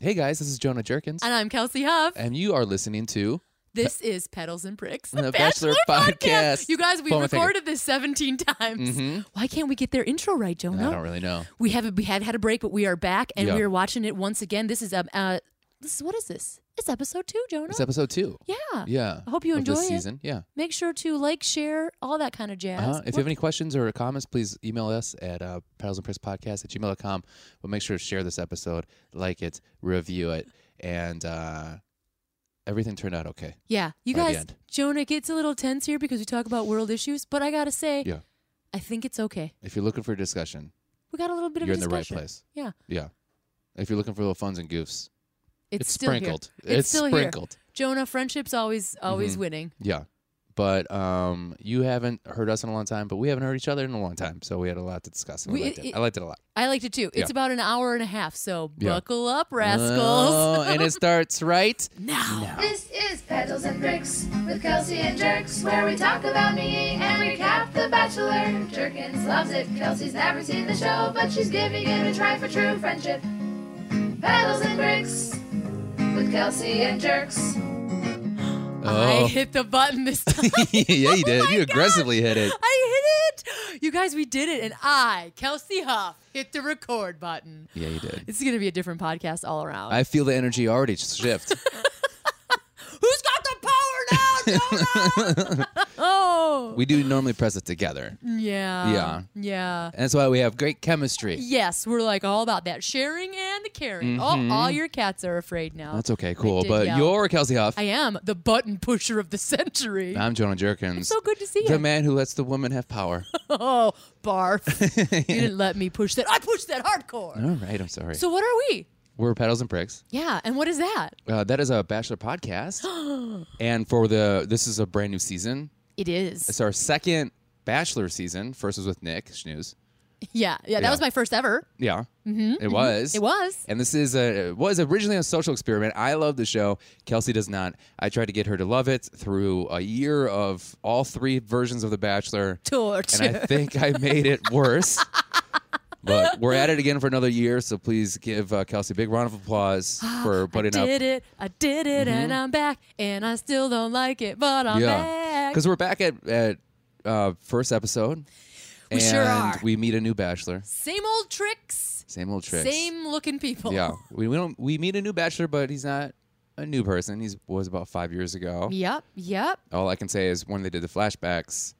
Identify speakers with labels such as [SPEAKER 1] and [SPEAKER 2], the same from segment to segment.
[SPEAKER 1] Hey guys, this is Jonah Jerkins,
[SPEAKER 2] And I'm Kelsey Huff.
[SPEAKER 1] and you are listening to
[SPEAKER 2] This is Petals and Bricks,
[SPEAKER 1] Eh, The Bachelor Podcast.
[SPEAKER 2] You guys, we
[SPEAKER 1] Pull my finger.
[SPEAKER 2] recorded this 17 times.
[SPEAKER 1] Mhm.
[SPEAKER 2] Why can't we get their intro right,
[SPEAKER 1] I don't
[SPEAKER 2] Jonah?
[SPEAKER 1] really know.
[SPEAKER 2] We haven't we had had a break, but we are back and
[SPEAKER 1] Yeah.
[SPEAKER 2] we're watching it once again. This is um uh this is what is this? It's episode two, Jonah.
[SPEAKER 1] It's episode two.
[SPEAKER 2] yeah.
[SPEAKER 1] Yeah.
[SPEAKER 2] I hope you
[SPEAKER 1] of
[SPEAKER 2] enjoy
[SPEAKER 1] this
[SPEAKER 2] it.
[SPEAKER 1] season. Yeah.
[SPEAKER 2] Make sure to like, share, all that kind of jazz.
[SPEAKER 1] Uh-huh. If you
[SPEAKER 2] We're-
[SPEAKER 1] have any questions or comments, please email us at uh, paddles and pricks podcast at gmail.com. But make sure to share this episode, like it, review it, and uh, everything turned out okay.
[SPEAKER 2] yeah. You
[SPEAKER 1] by the
[SPEAKER 2] guys
[SPEAKER 1] end.
[SPEAKER 2] Jonah gets a little tense here because we talk about world issues, but I gotta say,
[SPEAKER 1] Yeah.
[SPEAKER 2] I think it's okay.
[SPEAKER 1] If you're looking for a discussion,
[SPEAKER 2] We got a little bit
[SPEAKER 1] you're
[SPEAKER 2] of
[SPEAKER 1] in
[SPEAKER 2] a
[SPEAKER 1] the right
[SPEAKER 2] discussion.
[SPEAKER 1] place.
[SPEAKER 2] Yeah.
[SPEAKER 1] Yeah. If you're looking for little funs and goofs,
[SPEAKER 2] It's,
[SPEAKER 1] it's,
[SPEAKER 2] still here.
[SPEAKER 1] sprinkled.
[SPEAKER 2] It's still here.
[SPEAKER 1] sprinkled.
[SPEAKER 2] Jonah, friendship's always always
[SPEAKER 1] Mhm.
[SPEAKER 2] winning.
[SPEAKER 1] Yeah. But um, you haven't heard us in a long time, but we haven't heard each other in a long time. So we had a lot to discuss. And we,
[SPEAKER 2] We-
[SPEAKER 1] liked it.
[SPEAKER 2] it-
[SPEAKER 1] I liked it a lot.
[SPEAKER 2] I liked it too. It's
[SPEAKER 1] Yeah.
[SPEAKER 2] about an hour and a half, so
[SPEAKER 1] Yeah.
[SPEAKER 2] buckle up, rascals.
[SPEAKER 1] Oh, and it starts right
[SPEAKER 2] now.
[SPEAKER 1] now.
[SPEAKER 3] This is Petals and Bricks with Kelsey and Jerks, where we talk about me and recap The Bachelor. Jerkins loves it. Kelsey's never seen the show, but she's giving it a try for true friendship. Petals and Bricks with Kelsey and Jerks.
[SPEAKER 2] I hit the button this time.
[SPEAKER 1] Oh. yeah, you did.
[SPEAKER 2] my
[SPEAKER 1] you aggressively hit it.
[SPEAKER 2] I hit it. You guys, we did it. And I, Kelsey Huff, hit the record button.
[SPEAKER 1] Yeah, you did.
[SPEAKER 2] This is going to be a different podcast all around.
[SPEAKER 1] I feel the energy already shift.
[SPEAKER 2] Who's got the power now, Jonah? oh.
[SPEAKER 1] we do normally press it together.
[SPEAKER 2] Mm. yeah.
[SPEAKER 1] Yeah.
[SPEAKER 2] Yeah.
[SPEAKER 1] And that's why we have great chemistry.
[SPEAKER 2] Yes, we're like all about that sharing and the caring. Oh,
[SPEAKER 1] Mhm.
[SPEAKER 2] All, all your cats are afraid now.
[SPEAKER 1] That's okay, cool.
[SPEAKER 2] did
[SPEAKER 1] But
[SPEAKER 2] yell.
[SPEAKER 1] you're Kelsey Huff.
[SPEAKER 2] I am the button pusher of the century.
[SPEAKER 1] I'm Jonah Jerkins.
[SPEAKER 2] so good to see
[SPEAKER 1] the
[SPEAKER 2] you.
[SPEAKER 1] man who lets the woman have power.
[SPEAKER 2] Oh, barf. you didn't let me push that. I pushed that hardcore.
[SPEAKER 1] All right, I'm sorry.
[SPEAKER 2] So what are we?
[SPEAKER 1] We're Petals and Pricks.
[SPEAKER 2] Yeah, and what is that?
[SPEAKER 1] Uh, that is a Bachelor podcast. and for the, this is a brand new season.
[SPEAKER 2] It is.
[SPEAKER 1] It's our second Bachelor season. First was with Nick Schnooze.
[SPEAKER 2] Yeah, yeah, that
[SPEAKER 1] Yeah.
[SPEAKER 2] was my first ever.
[SPEAKER 1] Yeah. Mm-hmm, it was.
[SPEAKER 2] It was.
[SPEAKER 1] And this is a it was originally a social experiment. I love the show. Kelsey does not. I tried to get her to love it through a year of all three versions of The Bachelor,
[SPEAKER 2] Torture.
[SPEAKER 1] and I think I made it worse. but we're at it again for another year, so please give uh, Kelsey a big round of applause for putting up.
[SPEAKER 2] did it. I did it, and I'm back, and I still don't like it, but I'm
[SPEAKER 1] Yeah,
[SPEAKER 2] back.
[SPEAKER 1] because we're back at at uh, first episode.
[SPEAKER 2] We
[SPEAKER 1] and
[SPEAKER 2] sure are.
[SPEAKER 1] We meet a new Bachelor.
[SPEAKER 2] Same old tricks,
[SPEAKER 1] Same old tricks.
[SPEAKER 2] same looking people.
[SPEAKER 1] Yeah, we, we don't we meet a new Bachelor, but he's not. A new person. He was about five years ago.
[SPEAKER 2] Yep. Yep.
[SPEAKER 1] All I can say is when they did the flashbacks,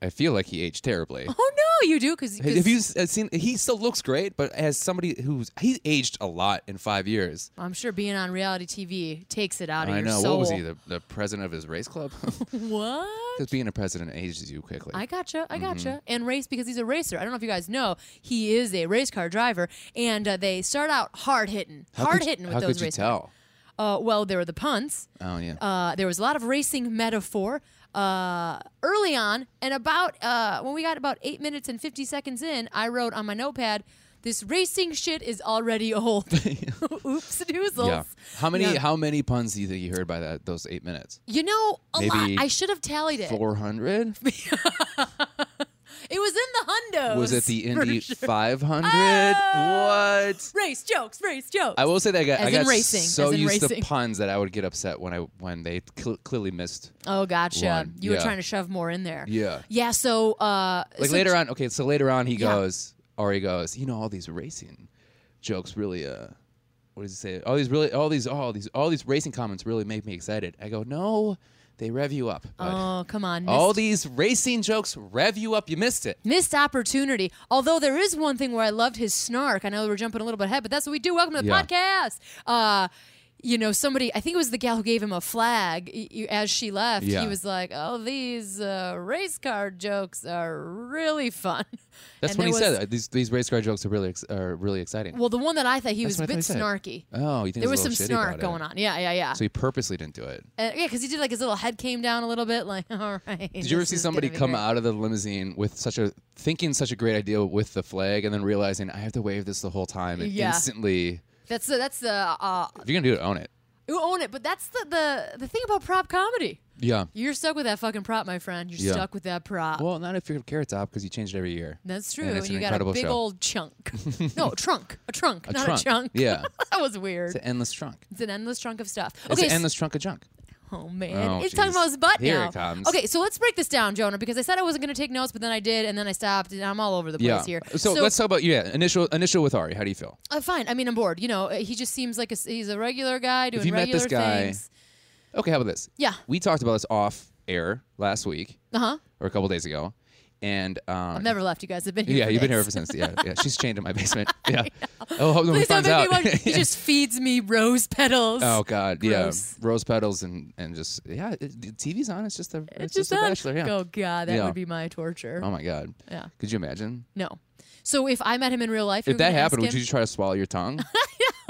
[SPEAKER 1] I feel like he aged terribly.
[SPEAKER 2] Oh no, you do because
[SPEAKER 1] Have you s- uh, seen? He still looks great, but as somebody who's he's aged a lot in five years.
[SPEAKER 2] I'm sure being on reality TV takes it out of
[SPEAKER 1] I
[SPEAKER 2] your
[SPEAKER 1] know.
[SPEAKER 2] soul.
[SPEAKER 1] What was he? The, the president of his race club? Because
[SPEAKER 2] What?
[SPEAKER 1] being a president ages you quickly.
[SPEAKER 2] I gotcha.
[SPEAKER 1] Mm-hmm.
[SPEAKER 2] I gotcha. And race because he's a racer. I don't know if you guys know, he is a race car driver, and uh, they start out hard hitting,
[SPEAKER 1] How
[SPEAKER 2] hard
[SPEAKER 1] could you-
[SPEAKER 2] hitting with
[SPEAKER 1] how
[SPEAKER 2] those
[SPEAKER 1] could you
[SPEAKER 2] race cars.
[SPEAKER 1] tell?
[SPEAKER 2] Uh, well, there were the punts.
[SPEAKER 1] Oh yeah.
[SPEAKER 2] Uh, there was a lot of racing metaphor uh, early on, and about uh, when we got about eight minutes and fifty seconds in, I wrote on my notepad, "This racing shit is already old." Oops, doozles.
[SPEAKER 1] yeah. How many
[SPEAKER 2] Yeah.
[SPEAKER 1] how many puns do you think you heard by that those eight minutes?
[SPEAKER 2] You know, a
[SPEAKER 1] Maybe
[SPEAKER 2] lot. I should have tallied it.
[SPEAKER 1] Four hundred?
[SPEAKER 2] It was in the hundos.
[SPEAKER 1] Was it the
[SPEAKER 2] for
[SPEAKER 1] Indy
[SPEAKER 2] sure.
[SPEAKER 1] five hundred?
[SPEAKER 2] Oh!
[SPEAKER 1] What?
[SPEAKER 2] race jokes? Race jokes.
[SPEAKER 1] I will say that I got,
[SPEAKER 2] As
[SPEAKER 1] I
[SPEAKER 2] in
[SPEAKER 1] got
[SPEAKER 2] racing,
[SPEAKER 1] so
[SPEAKER 2] as in
[SPEAKER 1] used
[SPEAKER 2] racing.
[SPEAKER 1] to puns that I would get upset when I when they cl- clearly missed.
[SPEAKER 2] oh, gotcha.
[SPEAKER 1] One,
[SPEAKER 2] You
[SPEAKER 1] yeah.
[SPEAKER 2] were trying to shove more in there.
[SPEAKER 1] Yeah.
[SPEAKER 2] Yeah. So, uh,
[SPEAKER 1] Like
[SPEAKER 2] so
[SPEAKER 1] later on, okay, so later on he
[SPEAKER 2] Yeah.
[SPEAKER 1] goes or he goes, you know, all these racing jokes really uh what does he say? All these really all these all these all these racing comments really make me excited. I go, "No, they rev you up." bud.
[SPEAKER 2] Oh, come on. Miss
[SPEAKER 1] all these racing jokes rev you up. You missed it.
[SPEAKER 2] Missed opportunity. Although there is one thing where I loved his snark. I know we're jumping a little bit ahead, but that's what we do. Welcome to the
[SPEAKER 1] Yeah.
[SPEAKER 2] podcast. Uh, you know, somebody, I think it was the gal who gave him a flag y- y- as she left.
[SPEAKER 1] Yeah.
[SPEAKER 2] He was like, oh, these uh, race car jokes are really fun.
[SPEAKER 1] That's
[SPEAKER 2] And
[SPEAKER 1] when he
[SPEAKER 2] there was-
[SPEAKER 1] said that. these these race car jokes are really ex- are really exciting.
[SPEAKER 2] Well, the one that I thought he was
[SPEAKER 1] That's what
[SPEAKER 2] a
[SPEAKER 1] I
[SPEAKER 2] bit
[SPEAKER 1] thought
[SPEAKER 2] snarky.
[SPEAKER 1] oh, you think
[SPEAKER 2] There was
[SPEAKER 1] he's a
[SPEAKER 2] some
[SPEAKER 1] little shitty
[SPEAKER 2] snark
[SPEAKER 1] about
[SPEAKER 2] going
[SPEAKER 1] it.
[SPEAKER 2] on. Yeah, yeah, yeah.
[SPEAKER 1] So he purposely didn't do it.
[SPEAKER 2] Uh, yeah, because he did like his little head came down a little bit, like, all right.
[SPEAKER 1] Did you ever see somebody come out of the limousine with such a thinking such a great idea with the flag and then realizing I have to wave this the whole time and
[SPEAKER 2] Yeah.
[SPEAKER 1] instantly
[SPEAKER 2] That's the, that's the, uh,
[SPEAKER 1] if you're gonna do it, own it.
[SPEAKER 2] you own it. But that's the, the, the thing about prop comedy.
[SPEAKER 1] Yeah.
[SPEAKER 2] You're stuck with that fucking prop, my friend. You're
[SPEAKER 1] Yeah.
[SPEAKER 2] stuck with that prop.
[SPEAKER 1] Well, not if you're Carrot Top because you change it every year.
[SPEAKER 2] That's true.
[SPEAKER 1] And
[SPEAKER 2] And
[SPEAKER 1] it's an
[SPEAKER 2] you got a
[SPEAKER 1] incredible
[SPEAKER 2] big
[SPEAKER 1] show.
[SPEAKER 2] old chunk. no, a trunk. A trunk, not a chunk.
[SPEAKER 1] Yeah.
[SPEAKER 2] that was weird.
[SPEAKER 1] It's an endless trunk.
[SPEAKER 2] It's an endless trunk of stuff.
[SPEAKER 1] It's
[SPEAKER 2] Okay,
[SPEAKER 1] an
[SPEAKER 2] s-
[SPEAKER 1] endless trunk of junk.
[SPEAKER 2] oh man,
[SPEAKER 1] Oh,
[SPEAKER 2] it's talking
[SPEAKER 1] jeez.
[SPEAKER 2] about his butt
[SPEAKER 1] Here it
[SPEAKER 2] now.
[SPEAKER 1] comes.
[SPEAKER 2] Okay, so let's break this down, Jonah, because I said I wasn't going to take notes, but then I did, and then I stopped, and I'm all over the place
[SPEAKER 1] Yeah.
[SPEAKER 2] here.
[SPEAKER 1] So, let's talk about yeah. Initial initial with Ari. How do you feel?
[SPEAKER 2] uh, fine. I mean, I'm bored. You know, uh, he just seems like a s he's a regular guy doing
[SPEAKER 1] you met
[SPEAKER 2] regular
[SPEAKER 1] this guy-
[SPEAKER 2] things.
[SPEAKER 1] Okay. How about this?
[SPEAKER 2] Yeah.
[SPEAKER 1] We talked about this off air last week
[SPEAKER 2] Uh huh.
[SPEAKER 1] or a couple days ago, and um,
[SPEAKER 2] I've never left. You guys have been here.
[SPEAKER 1] yeah,
[SPEAKER 2] for
[SPEAKER 1] you've been here
[SPEAKER 2] this.
[SPEAKER 1] ever since. Yeah, yeah. She's chained in my basement. Yeah. Oh, hope no one
[SPEAKER 2] Please don't
[SPEAKER 1] finds
[SPEAKER 2] make
[SPEAKER 1] out.
[SPEAKER 2] me watch. He just feeds me rose petals.
[SPEAKER 1] Oh God,
[SPEAKER 2] Gross.
[SPEAKER 1] yeah, rose petals and and just yeah, it, the TV's on. It's just a it's,
[SPEAKER 2] It's
[SPEAKER 1] just,
[SPEAKER 2] just
[SPEAKER 1] a
[SPEAKER 2] that.
[SPEAKER 1] bachelor. Yeah.
[SPEAKER 2] Oh God, that
[SPEAKER 1] Yeah.
[SPEAKER 2] would be my torture.
[SPEAKER 1] Oh my God.
[SPEAKER 2] Yeah.
[SPEAKER 1] Could you imagine
[SPEAKER 2] No. So if I met him in real life, you
[SPEAKER 1] if
[SPEAKER 2] were
[SPEAKER 1] that
[SPEAKER 2] gonna ask
[SPEAKER 1] happened? Would
[SPEAKER 2] him-
[SPEAKER 1] you try to swallow your tongue?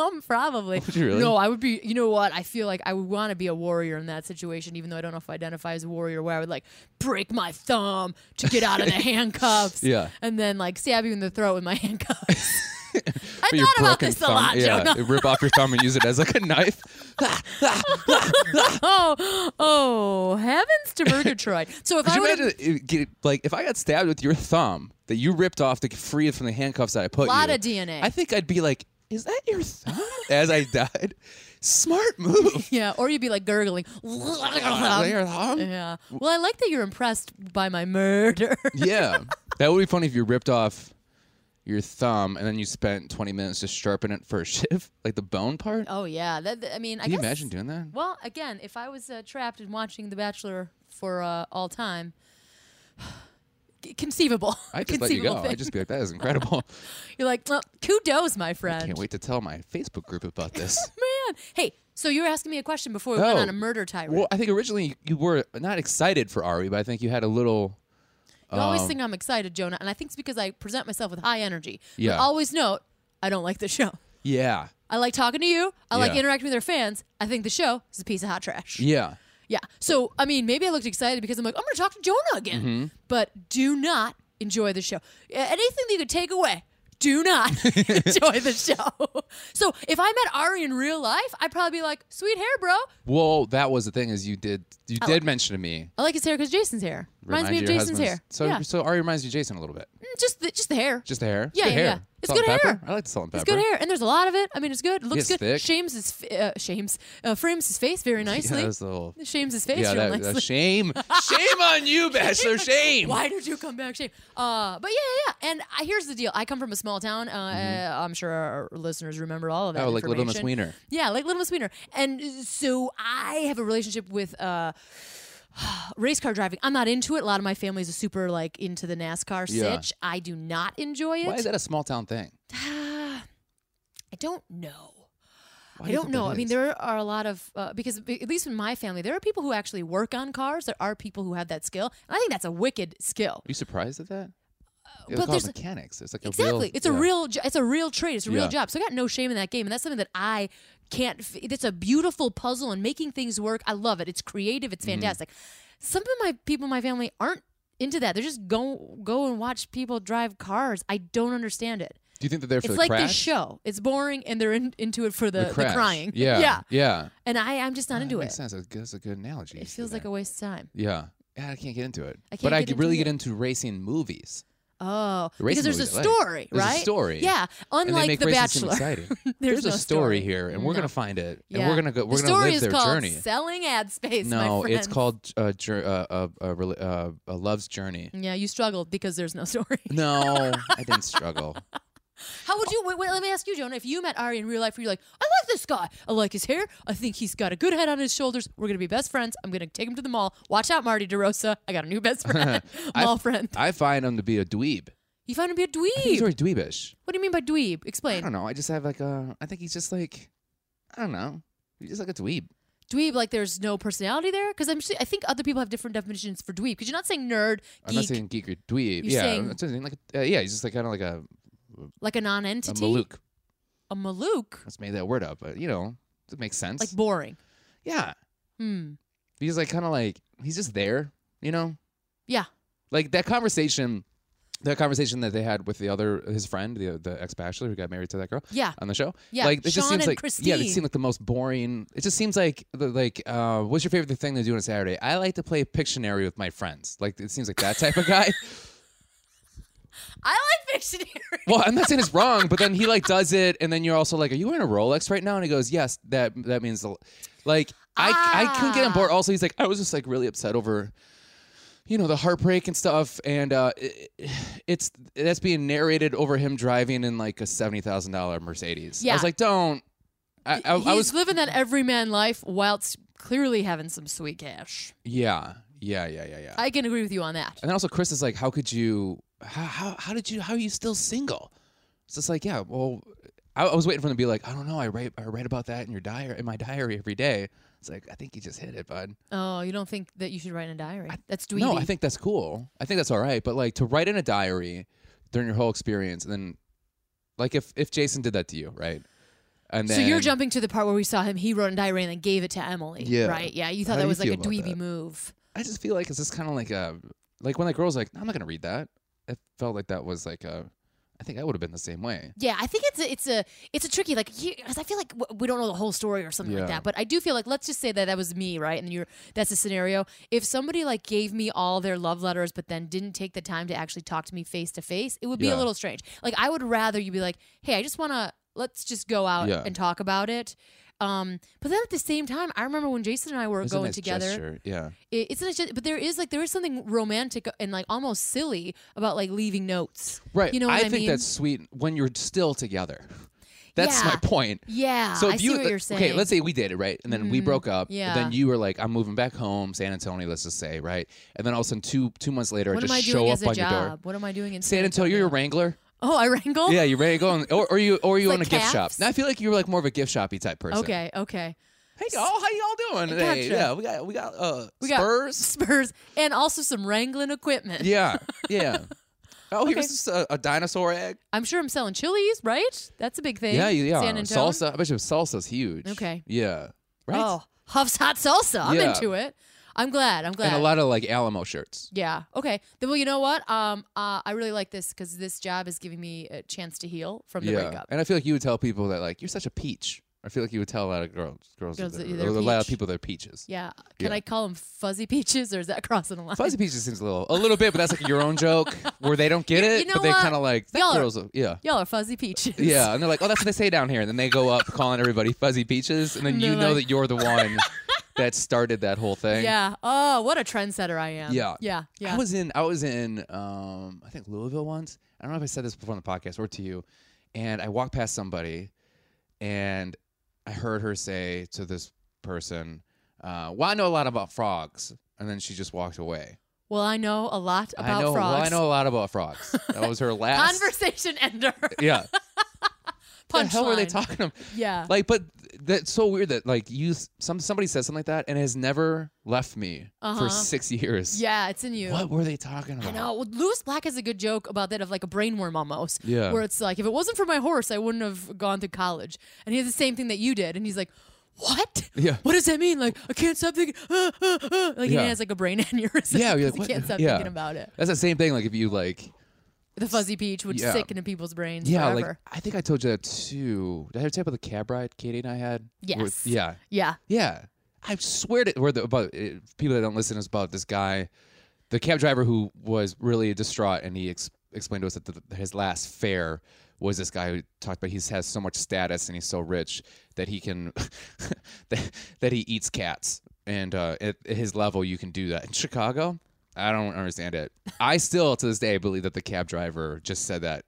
[SPEAKER 2] Um, probably.
[SPEAKER 1] you really?
[SPEAKER 2] No, I would be. You know what? I feel like I would want to be a warrior in that situation, even though I don't know if I identify as a warrior. Where I would like break my thumb to get out of the handcuffs.
[SPEAKER 1] Yeah.
[SPEAKER 2] And then like stab you in the throat with my handcuffs. I
[SPEAKER 1] For your
[SPEAKER 2] thought about
[SPEAKER 1] broken
[SPEAKER 2] this
[SPEAKER 1] thumb.
[SPEAKER 2] a lot,
[SPEAKER 1] yeah,
[SPEAKER 2] Jonah.
[SPEAKER 1] rip off your thumb and use it as like a knife.
[SPEAKER 2] Oh, oh, heavens to Murgatroyd. So if
[SPEAKER 1] Could
[SPEAKER 2] I
[SPEAKER 1] you
[SPEAKER 2] would
[SPEAKER 1] imagine it get, like if I got stabbed with your thumb that you ripped off to free it from the handcuffs that I put
[SPEAKER 2] Lot
[SPEAKER 1] you?
[SPEAKER 2] of DNA.
[SPEAKER 1] I think I'd be like, "Is that your thumb?" as I died. Smart move.
[SPEAKER 2] Yeah, or you'd be like gurgling.
[SPEAKER 1] Your thumb?
[SPEAKER 2] yeah. Well, I like that you're impressed by my murder.
[SPEAKER 1] Yeah, that would be funny if you ripped off your thumb and then you spent 20 minutes just sharpening it for a shift, like the bone part.
[SPEAKER 2] oh yeah. That, that- I mean, I
[SPEAKER 1] Can you
[SPEAKER 2] guess-
[SPEAKER 1] imagine doing that?
[SPEAKER 2] Well, again, if I was uh, trapped and watching The Bachelor for uh, all time, c- conceivable.
[SPEAKER 1] I just let you
[SPEAKER 2] conceivable
[SPEAKER 1] go.
[SPEAKER 2] thing.
[SPEAKER 1] I'd just be like, "That is incredible."
[SPEAKER 2] You're like, well, kudos, my friend.
[SPEAKER 1] Can't wait to tell my Facebook group about this.
[SPEAKER 2] Man, hey. So you were asking me a question before we went
[SPEAKER 1] Oh.
[SPEAKER 2] on a murder tirade.
[SPEAKER 1] well, I think originally you were not excited for Ari, but I think you had a little.
[SPEAKER 2] you always
[SPEAKER 1] um,
[SPEAKER 2] think I'm excited, Jonah, and I think it's because I present myself with high energy. But
[SPEAKER 1] Yeah.
[SPEAKER 2] always note, I don't like the show.
[SPEAKER 1] Yeah.
[SPEAKER 2] I like talking to you. I like
[SPEAKER 1] Yeah.
[SPEAKER 2] interacting with our fans. I think the show is a piece of hot trash.
[SPEAKER 1] Yeah.
[SPEAKER 2] Yeah. So, I mean, maybe I looked excited because I'm like, I'm going to talk to Jonah again.
[SPEAKER 1] Mm-hmm.
[SPEAKER 2] But do not enjoy the show. A- Anything that you could take away, do not enjoy the show. So, if I met Ari in real life, I'd probably be like, sweet hair, bro.
[SPEAKER 1] Well, that was the thing is you did you did mention to me.
[SPEAKER 2] I like his hair because Jason's hair. Oh,
[SPEAKER 1] remind
[SPEAKER 2] Reminds me of
[SPEAKER 1] your
[SPEAKER 2] Jason's
[SPEAKER 1] husband's-
[SPEAKER 2] hair.
[SPEAKER 1] So
[SPEAKER 2] yeah.
[SPEAKER 1] so Ari reminds you of Jason a little bit.
[SPEAKER 2] Mm, just, the, just the hair.
[SPEAKER 1] Just the hair.
[SPEAKER 2] Yeah,
[SPEAKER 1] good
[SPEAKER 2] yeah,
[SPEAKER 1] hair.
[SPEAKER 2] yeah. It's
[SPEAKER 1] Salt and
[SPEAKER 2] good hair.
[SPEAKER 1] pepper? I like the salt and pepper.
[SPEAKER 2] It's good hair, and there's a lot of it. I mean, it's good. It looks
[SPEAKER 1] Yeah,
[SPEAKER 2] good.
[SPEAKER 1] it's thick.
[SPEAKER 2] Shames his fa- uh, shames uh, frames his face very nicely.
[SPEAKER 1] Yeah, that's the whole.
[SPEAKER 2] shames his face
[SPEAKER 1] Yeah,
[SPEAKER 2] real
[SPEAKER 1] that,
[SPEAKER 2] nicely.
[SPEAKER 1] that shame. shame on you, bachelor. Shame.
[SPEAKER 2] Why did you come back, Shane? Uh, but yeah, yeah. yeah. And I, here's the deal. I come from a small town. Uh, uh, I'm sure our listeners remember all of that.
[SPEAKER 1] Mm-hmm. Oh, like Little Miss
[SPEAKER 2] information.
[SPEAKER 1] Wiener.
[SPEAKER 2] Yeah, like Little Miss Wiener. And uh, so I have a relationship with uh, race car driving. I'm not into it. A lot of my family's are super like into the NASCAR
[SPEAKER 1] Yeah.
[SPEAKER 2] sitch. I do not enjoy it.
[SPEAKER 1] Why is that a small town thing?
[SPEAKER 2] I don't know.
[SPEAKER 1] Why
[SPEAKER 2] I
[SPEAKER 1] do you
[SPEAKER 2] don't
[SPEAKER 1] think that
[SPEAKER 2] know. I mean,
[SPEAKER 1] is?
[SPEAKER 2] there are a lot of uh, because b- at least in my family, there are people who actually work on cars. There are people who have that skill. And I think that's a wicked skill.
[SPEAKER 1] Are you surprised at that? It
[SPEAKER 2] Uh, but
[SPEAKER 1] was called
[SPEAKER 2] there's-
[SPEAKER 1] mechanics. It's like
[SPEAKER 2] Exactly.
[SPEAKER 1] a real.
[SPEAKER 2] it's a
[SPEAKER 1] yeah.
[SPEAKER 2] real. jo- It's a real trade. It's a real
[SPEAKER 1] Yeah.
[SPEAKER 2] job. So I got no shame in that game, and that's something that I can't. f- It's a beautiful puzzle, and making things work. I love it. It's creative. It's
[SPEAKER 1] Mm-hmm.
[SPEAKER 2] fantastic. Some of my people, in my family, aren't into that. They just go go and watch people drive cars. I don't understand it.
[SPEAKER 1] Do you think that they're for
[SPEAKER 2] It's
[SPEAKER 1] the
[SPEAKER 2] like
[SPEAKER 1] crash?
[SPEAKER 2] this show. It's boring, and they're in, into it for the, the,
[SPEAKER 1] crash.
[SPEAKER 2] crying.
[SPEAKER 1] Yeah. Uh,
[SPEAKER 2] yeah.
[SPEAKER 1] Yeah.
[SPEAKER 2] And I, I'm just not
[SPEAKER 1] That
[SPEAKER 2] into
[SPEAKER 1] makes
[SPEAKER 2] it.
[SPEAKER 1] sense. That's a good- that's a good analogy.
[SPEAKER 2] It feels like a waste of time.
[SPEAKER 1] Yeah. Yeah, I can't get into it.
[SPEAKER 2] I
[SPEAKER 1] but
[SPEAKER 2] can't
[SPEAKER 1] I
[SPEAKER 2] get
[SPEAKER 1] could
[SPEAKER 2] into
[SPEAKER 1] really
[SPEAKER 2] it.
[SPEAKER 1] get into racing movies.
[SPEAKER 2] Oh,
[SPEAKER 1] The racing
[SPEAKER 2] because there's
[SPEAKER 1] movies
[SPEAKER 2] a
[SPEAKER 1] I like.
[SPEAKER 2] story,
[SPEAKER 1] There's a
[SPEAKER 2] right?
[SPEAKER 1] story.
[SPEAKER 2] Yeah,
[SPEAKER 1] and they
[SPEAKER 2] unlike
[SPEAKER 1] make
[SPEAKER 2] The
[SPEAKER 1] racing seem
[SPEAKER 2] Bachelor.
[SPEAKER 1] exciting.
[SPEAKER 2] There's no
[SPEAKER 1] a story
[SPEAKER 2] story.
[SPEAKER 1] here, and we're
[SPEAKER 2] No.
[SPEAKER 1] gonna find it, and
[SPEAKER 2] Yeah.
[SPEAKER 1] we're gonna go. We're
[SPEAKER 2] the
[SPEAKER 1] gonna
[SPEAKER 2] story
[SPEAKER 1] live
[SPEAKER 2] is
[SPEAKER 1] their
[SPEAKER 2] called
[SPEAKER 1] journey.
[SPEAKER 2] Selling ad space.
[SPEAKER 1] no,
[SPEAKER 2] my
[SPEAKER 1] it's
[SPEAKER 2] friend.
[SPEAKER 1] called uh, jour- uh, uh, uh, rela- uh, a love's journey.
[SPEAKER 2] Yeah, you struggled because there's no story.
[SPEAKER 1] No, I didn't struggle.
[SPEAKER 2] How would you? Wait, wait, let me ask you, Jonah. If you met Ari in real life, were you like, I like this guy. I like his hair. I think he's got a good head on his shoulders. We're gonna be best friends. I'm gonna take him to the mall. Watch out, Marty DeRosa. I got a new best friend,
[SPEAKER 1] I-
[SPEAKER 2] mall friend.
[SPEAKER 1] I find him to be a dweeb.
[SPEAKER 2] You found him to be a
[SPEAKER 1] He's
[SPEAKER 2] dweeb.
[SPEAKER 1] very dweebish.
[SPEAKER 2] What do you mean by dweeb?
[SPEAKER 1] I
[SPEAKER 2] Explain.
[SPEAKER 1] don't know. I just have like a. I think he's just like, I don't know. He's just like a dweeb.
[SPEAKER 2] Dweeb, like there's no personality there, because I'm. su- I think other people have different definitions for dweeb. Because you're not saying nerd,
[SPEAKER 1] I'm not
[SPEAKER 2] geek,
[SPEAKER 1] saying geek or dweeb.
[SPEAKER 2] You're
[SPEAKER 1] yeah,
[SPEAKER 2] saying-
[SPEAKER 1] I'm not saying like a, uh, yeah. He's just like kind of like a,
[SPEAKER 2] like a
[SPEAKER 1] a
[SPEAKER 2] non-entity,
[SPEAKER 1] Malouk.
[SPEAKER 2] a Malouk,
[SPEAKER 1] Let's make that word up, but you know, it makes sense.
[SPEAKER 2] like boring.
[SPEAKER 1] yeah,
[SPEAKER 2] Hmm.
[SPEAKER 1] he's like kind of like he's just there. You know,
[SPEAKER 2] Yeah.
[SPEAKER 1] like that conversation that conversation that they had with the other his friend, the the ex bachelor who got married to that girl,
[SPEAKER 2] Yeah.
[SPEAKER 1] on the show,
[SPEAKER 2] Yeah,
[SPEAKER 1] like it just
[SPEAKER 2] Sean
[SPEAKER 1] seems
[SPEAKER 2] and
[SPEAKER 1] like yeah, they
[SPEAKER 2] Christine.
[SPEAKER 1] seem like the most boring. It just seems like the, like uh, what's your favorite thing to do on a Saturday? I like to play Pictionary with my friends. Like it seems like that type of guy.
[SPEAKER 2] I like Pictionary.
[SPEAKER 1] Well, I'm not saying it's wrong, but then he like does it, and then you're also like, "Are you wearing a Rolex right now?" And he goes, "Yes." That that means the- like I I couldn't get on
[SPEAKER 2] Ah.
[SPEAKER 1] board. Also, he's like, I was just like really upset over, you know, the heartbreak and stuff, and uh, it, it's that's being narrated over him driving in like a seventy thousand dollar Mercedes. I
[SPEAKER 2] Yeah.
[SPEAKER 1] was like, don't. I, I,
[SPEAKER 2] He's
[SPEAKER 1] I was
[SPEAKER 2] living that everyman life whilst clearly having some sweet cash.
[SPEAKER 1] yeah yeah yeah yeah yeah.
[SPEAKER 2] I can agree with you on that.
[SPEAKER 1] And then also Chris is like, how could you? How how, how did you? How are you still single? It's just like, yeah, well, I, I was waiting for him to be like, I don't know, I write I write about that in your diary in my diary every day. It's like I think you just hit it, bud.
[SPEAKER 2] Oh, you don't think that you should write in a diary? That's dweeby.
[SPEAKER 1] No, I think that's cool. I think that's all right. But like to write in a diary during your whole experience, and then like if if Jason did that to you, right? And
[SPEAKER 2] so you're jumping to the part where we saw him. He wrote a diary and then gave it to Emily.
[SPEAKER 1] Yeah.
[SPEAKER 2] Right? Yeah. You thought
[SPEAKER 1] How do
[SPEAKER 2] that
[SPEAKER 1] you
[SPEAKER 2] was like
[SPEAKER 1] feel
[SPEAKER 2] a
[SPEAKER 1] about
[SPEAKER 2] dweeby
[SPEAKER 1] that?
[SPEAKER 2] move.
[SPEAKER 1] I just feel like it's just kind of like a like when that girl's like, I'm not gonna read that. It felt like that was like a. I think I would have been the same way.
[SPEAKER 2] Yeah, I think it's a, it's a it's a tricky like because I feel like w- we don't know the whole story or something
[SPEAKER 1] Yeah.
[SPEAKER 2] like that. But I do feel like let's just say that that was me, right? And you're that's a scenario. If somebody like gave me all their love letters but then didn't take the time to actually talk to me face to face, it would be
[SPEAKER 1] Yeah.
[SPEAKER 2] a little strange. Like I would rather you be like, "Hey, I just want to let's just go out
[SPEAKER 1] Yeah.
[SPEAKER 2] and talk about it." Um, but then at the same time, I remember when Jason and I were
[SPEAKER 1] It was a
[SPEAKER 2] going
[SPEAKER 1] nice
[SPEAKER 2] together
[SPEAKER 1] gesture. Yeah.
[SPEAKER 2] it, it's not just, but there is like there is something romantic and like almost silly about like leaving notes.
[SPEAKER 1] Right.
[SPEAKER 2] You know what I,
[SPEAKER 1] think
[SPEAKER 2] mean?
[SPEAKER 1] that's sweet when you're still together. That's
[SPEAKER 2] Yeah.
[SPEAKER 1] my point.
[SPEAKER 2] yeah.
[SPEAKER 1] So if
[SPEAKER 2] I
[SPEAKER 1] you uh,
[SPEAKER 2] see what you're saying. Mm-hmm.
[SPEAKER 1] okay, let's say we did it right, and then we broke up.
[SPEAKER 2] yeah.
[SPEAKER 1] Then you were like, "I'm moving back home, San Antonio." Let's just say right, and then all of a sudden, two two months later, I
[SPEAKER 2] what am
[SPEAKER 1] just
[SPEAKER 2] I doing
[SPEAKER 1] show
[SPEAKER 2] as
[SPEAKER 1] up
[SPEAKER 2] a
[SPEAKER 1] on your door.
[SPEAKER 2] job? What am I doing in
[SPEAKER 1] San Antonio, you're a wrangler.
[SPEAKER 2] Oh, I wrangle.
[SPEAKER 1] Yeah, you're ready to go, on, or, or you or you
[SPEAKER 2] Like
[SPEAKER 1] own a gift shop.
[SPEAKER 2] calves?
[SPEAKER 1] Now I feel like you're like more of a gift shoppy type person.
[SPEAKER 2] Okay. Okay.
[SPEAKER 1] Hey y'all, how y'all doing today?
[SPEAKER 2] Gotcha.
[SPEAKER 1] Yeah, we got we got uh
[SPEAKER 2] We got
[SPEAKER 1] Spurs.
[SPEAKER 2] Spurs and also some wrangling equipment.
[SPEAKER 1] yeah, yeah. Oh,
[SPEAKER 2] Okay.
[SPEAKER 1] here's a, a dinosaur egg.
[SPEAKER 2] I'm sure I'm selling chilies, right? That's a big thing.
[SPEAKER 1] Yeah, yeah.
[SPEAKER 2] San Antonio.
[SPEAKER 1] Salsa. I bet you salsa's huge.
[SPEAKER 2] Okay.
[SPEAKER 1] Yeah. Right.
[SPEAKER 2] Oh, Huff's hot salsa. I'm
[SPEAKER 1] Yeah.
[SPEAKER 2] into it. I'm glad. I'm glad.
[SPEAKER 1] and a lot of like Alamo shirts.
[SPEAKER 2] Yeah. Okay. Then, well, you know what? Um, uh, I really like this because this job is giving me a chance to heal from the
[SPEAKER 1] yeah.
[SPEAKER 2] breakup.
[SPEAKER 1] And I feel like you would tell people that like you're such a peach. I feel like you would tell a lot of girls, girls,
[SPEAKER 2] Girls
[SPEAKER 1] that
[SPEAKER 2] that
[SPEAKER 1] they're-
[SPEAKER 2] they're
[SPEAKER 1] or a lot of
[SPEAKER 2] peach.
[SPEAKER 1] people they're peaches.
[SPEAKER 2] Yeah. Can
[SPEAKER 1] Yeah.
[SPEAKER 2] I call them fuzzy peaches or is that crossing the line?
[SPEAKER 1] Fuzzy peaches seems a little, a little bit, but that's like your own joke where they don't get it,
[SPEAKER 2] you know
[SPEAKER 1] but they
[SPEAKER 2] what?
[SPEAKER 1] kind of like that
[SPEAKER 2] Y'all are-
[SPEAKER 1] girl's, a- yeah.
[SPEAKER 2] Y'all are fuzzy peaches.
[SPEAKER 1] Yeah, and they're like, "Oh, that's what they say down here," and then they go up calling everybody fuzzy peaches, and then
[SPEAKER 2] And
[SPEAKER 1] you
[SPEAKER 2] they're
[SPEAKER 1] know
[SPEAKER 2] like-
[SPEAKER 1] that you're the one that started that whole thing.
[SPEAKER 2] Yeah. Oh, what a trendsetter I am.
[SPEAKER 1] Yeah.
[SPEAKER 2] Yeah. Yeah.
[SPEAKER 1] I was in I was in um I think Louisville once. I don't know if I said this before on the podcast or to you. And I walked past somebody and I heard her say to this person, uh, well, I know a lot about frogs. And then she just walked away.
[SPEAKER 2] well, I know a lot about
[SPEAKER 1] I know well, I
[SPEAKER 2] frogs.
[SPEAKER 1] know a lot about frogs. That was her last
[SPEAKER 2] Conversation ender.
[SPEAKER 1] Yeah. What the
[SPEAKER 2] Punchline.
[SPEAKER 1] hell were they talking about?
[SPEAKER 2] Yeah.
[SPEAKER 1] Like, but that's so weird that like you some somebody says something like that and it has never left me for
[SPEAKER 2] Uh-huh.
[SPEAKER 1] six years.
[SPEAKER 2] yeah, it's in you.
[SPEAKER 1] What were they talking about?
[SPEAKER 2] I know. Well, Lewis Black has a good joke about that of like a brainworm almost.
[SPEAKER 1] Yeah.
[SPEAKER 2] Where it's like, if it wasn't for my horse, I wouldn't have gone to college. And he has the same thing that you did. And he's like, what?
[SPEAKER 1] Yeah.
[SPEAKER 2] What does that mean? Like, I can't stop thinking. Uh, uh, uh. Like, he
[SPEAKER 1] Yeah.
[SPEAKER 2] has like a brain aneurysm.
[SPEAKER 1] Yeah, you're like,
[SPEAKER 2] 'cause he
[SPEAKER 1] "What
[SPEAKER 2] can't
[SPEAKER 1] the-"
[SPEAKER 2] stop
[SPEAKER 1] yeah.
[SPEAKER 2] thinking about it.
[SPEAKER 1] That's the same thing. Like if you like,
[SPEAKER 2] The fuzzy peach would
[SPEAKER 1] Yeah.
[SPEAKER 2] sick into people's brains
[SPEAKER 1] yeah,
[SPEAKER 2] forever.
[SPEAKER 1] like I think I told you that too. Did I ever tell you about the cab ride Katie and I had? Where-
[SPEAKER 2] Yes.
[SPEAKER 1] yeah,
[SPEAKER 2] yeah.
[SPEAKER 1] yeah. I swear to where the about uh, people that don't listen is about this guy, the cab driver who was really distraught, and he ex- explained to us that the, his last fare was this guy who talked about he has so much status and he's so rich that he can that, that he eats cats, and uh, at, at his level you can do that in Chicago. I don't understand it. I still to this day believe that the cab driver just said that,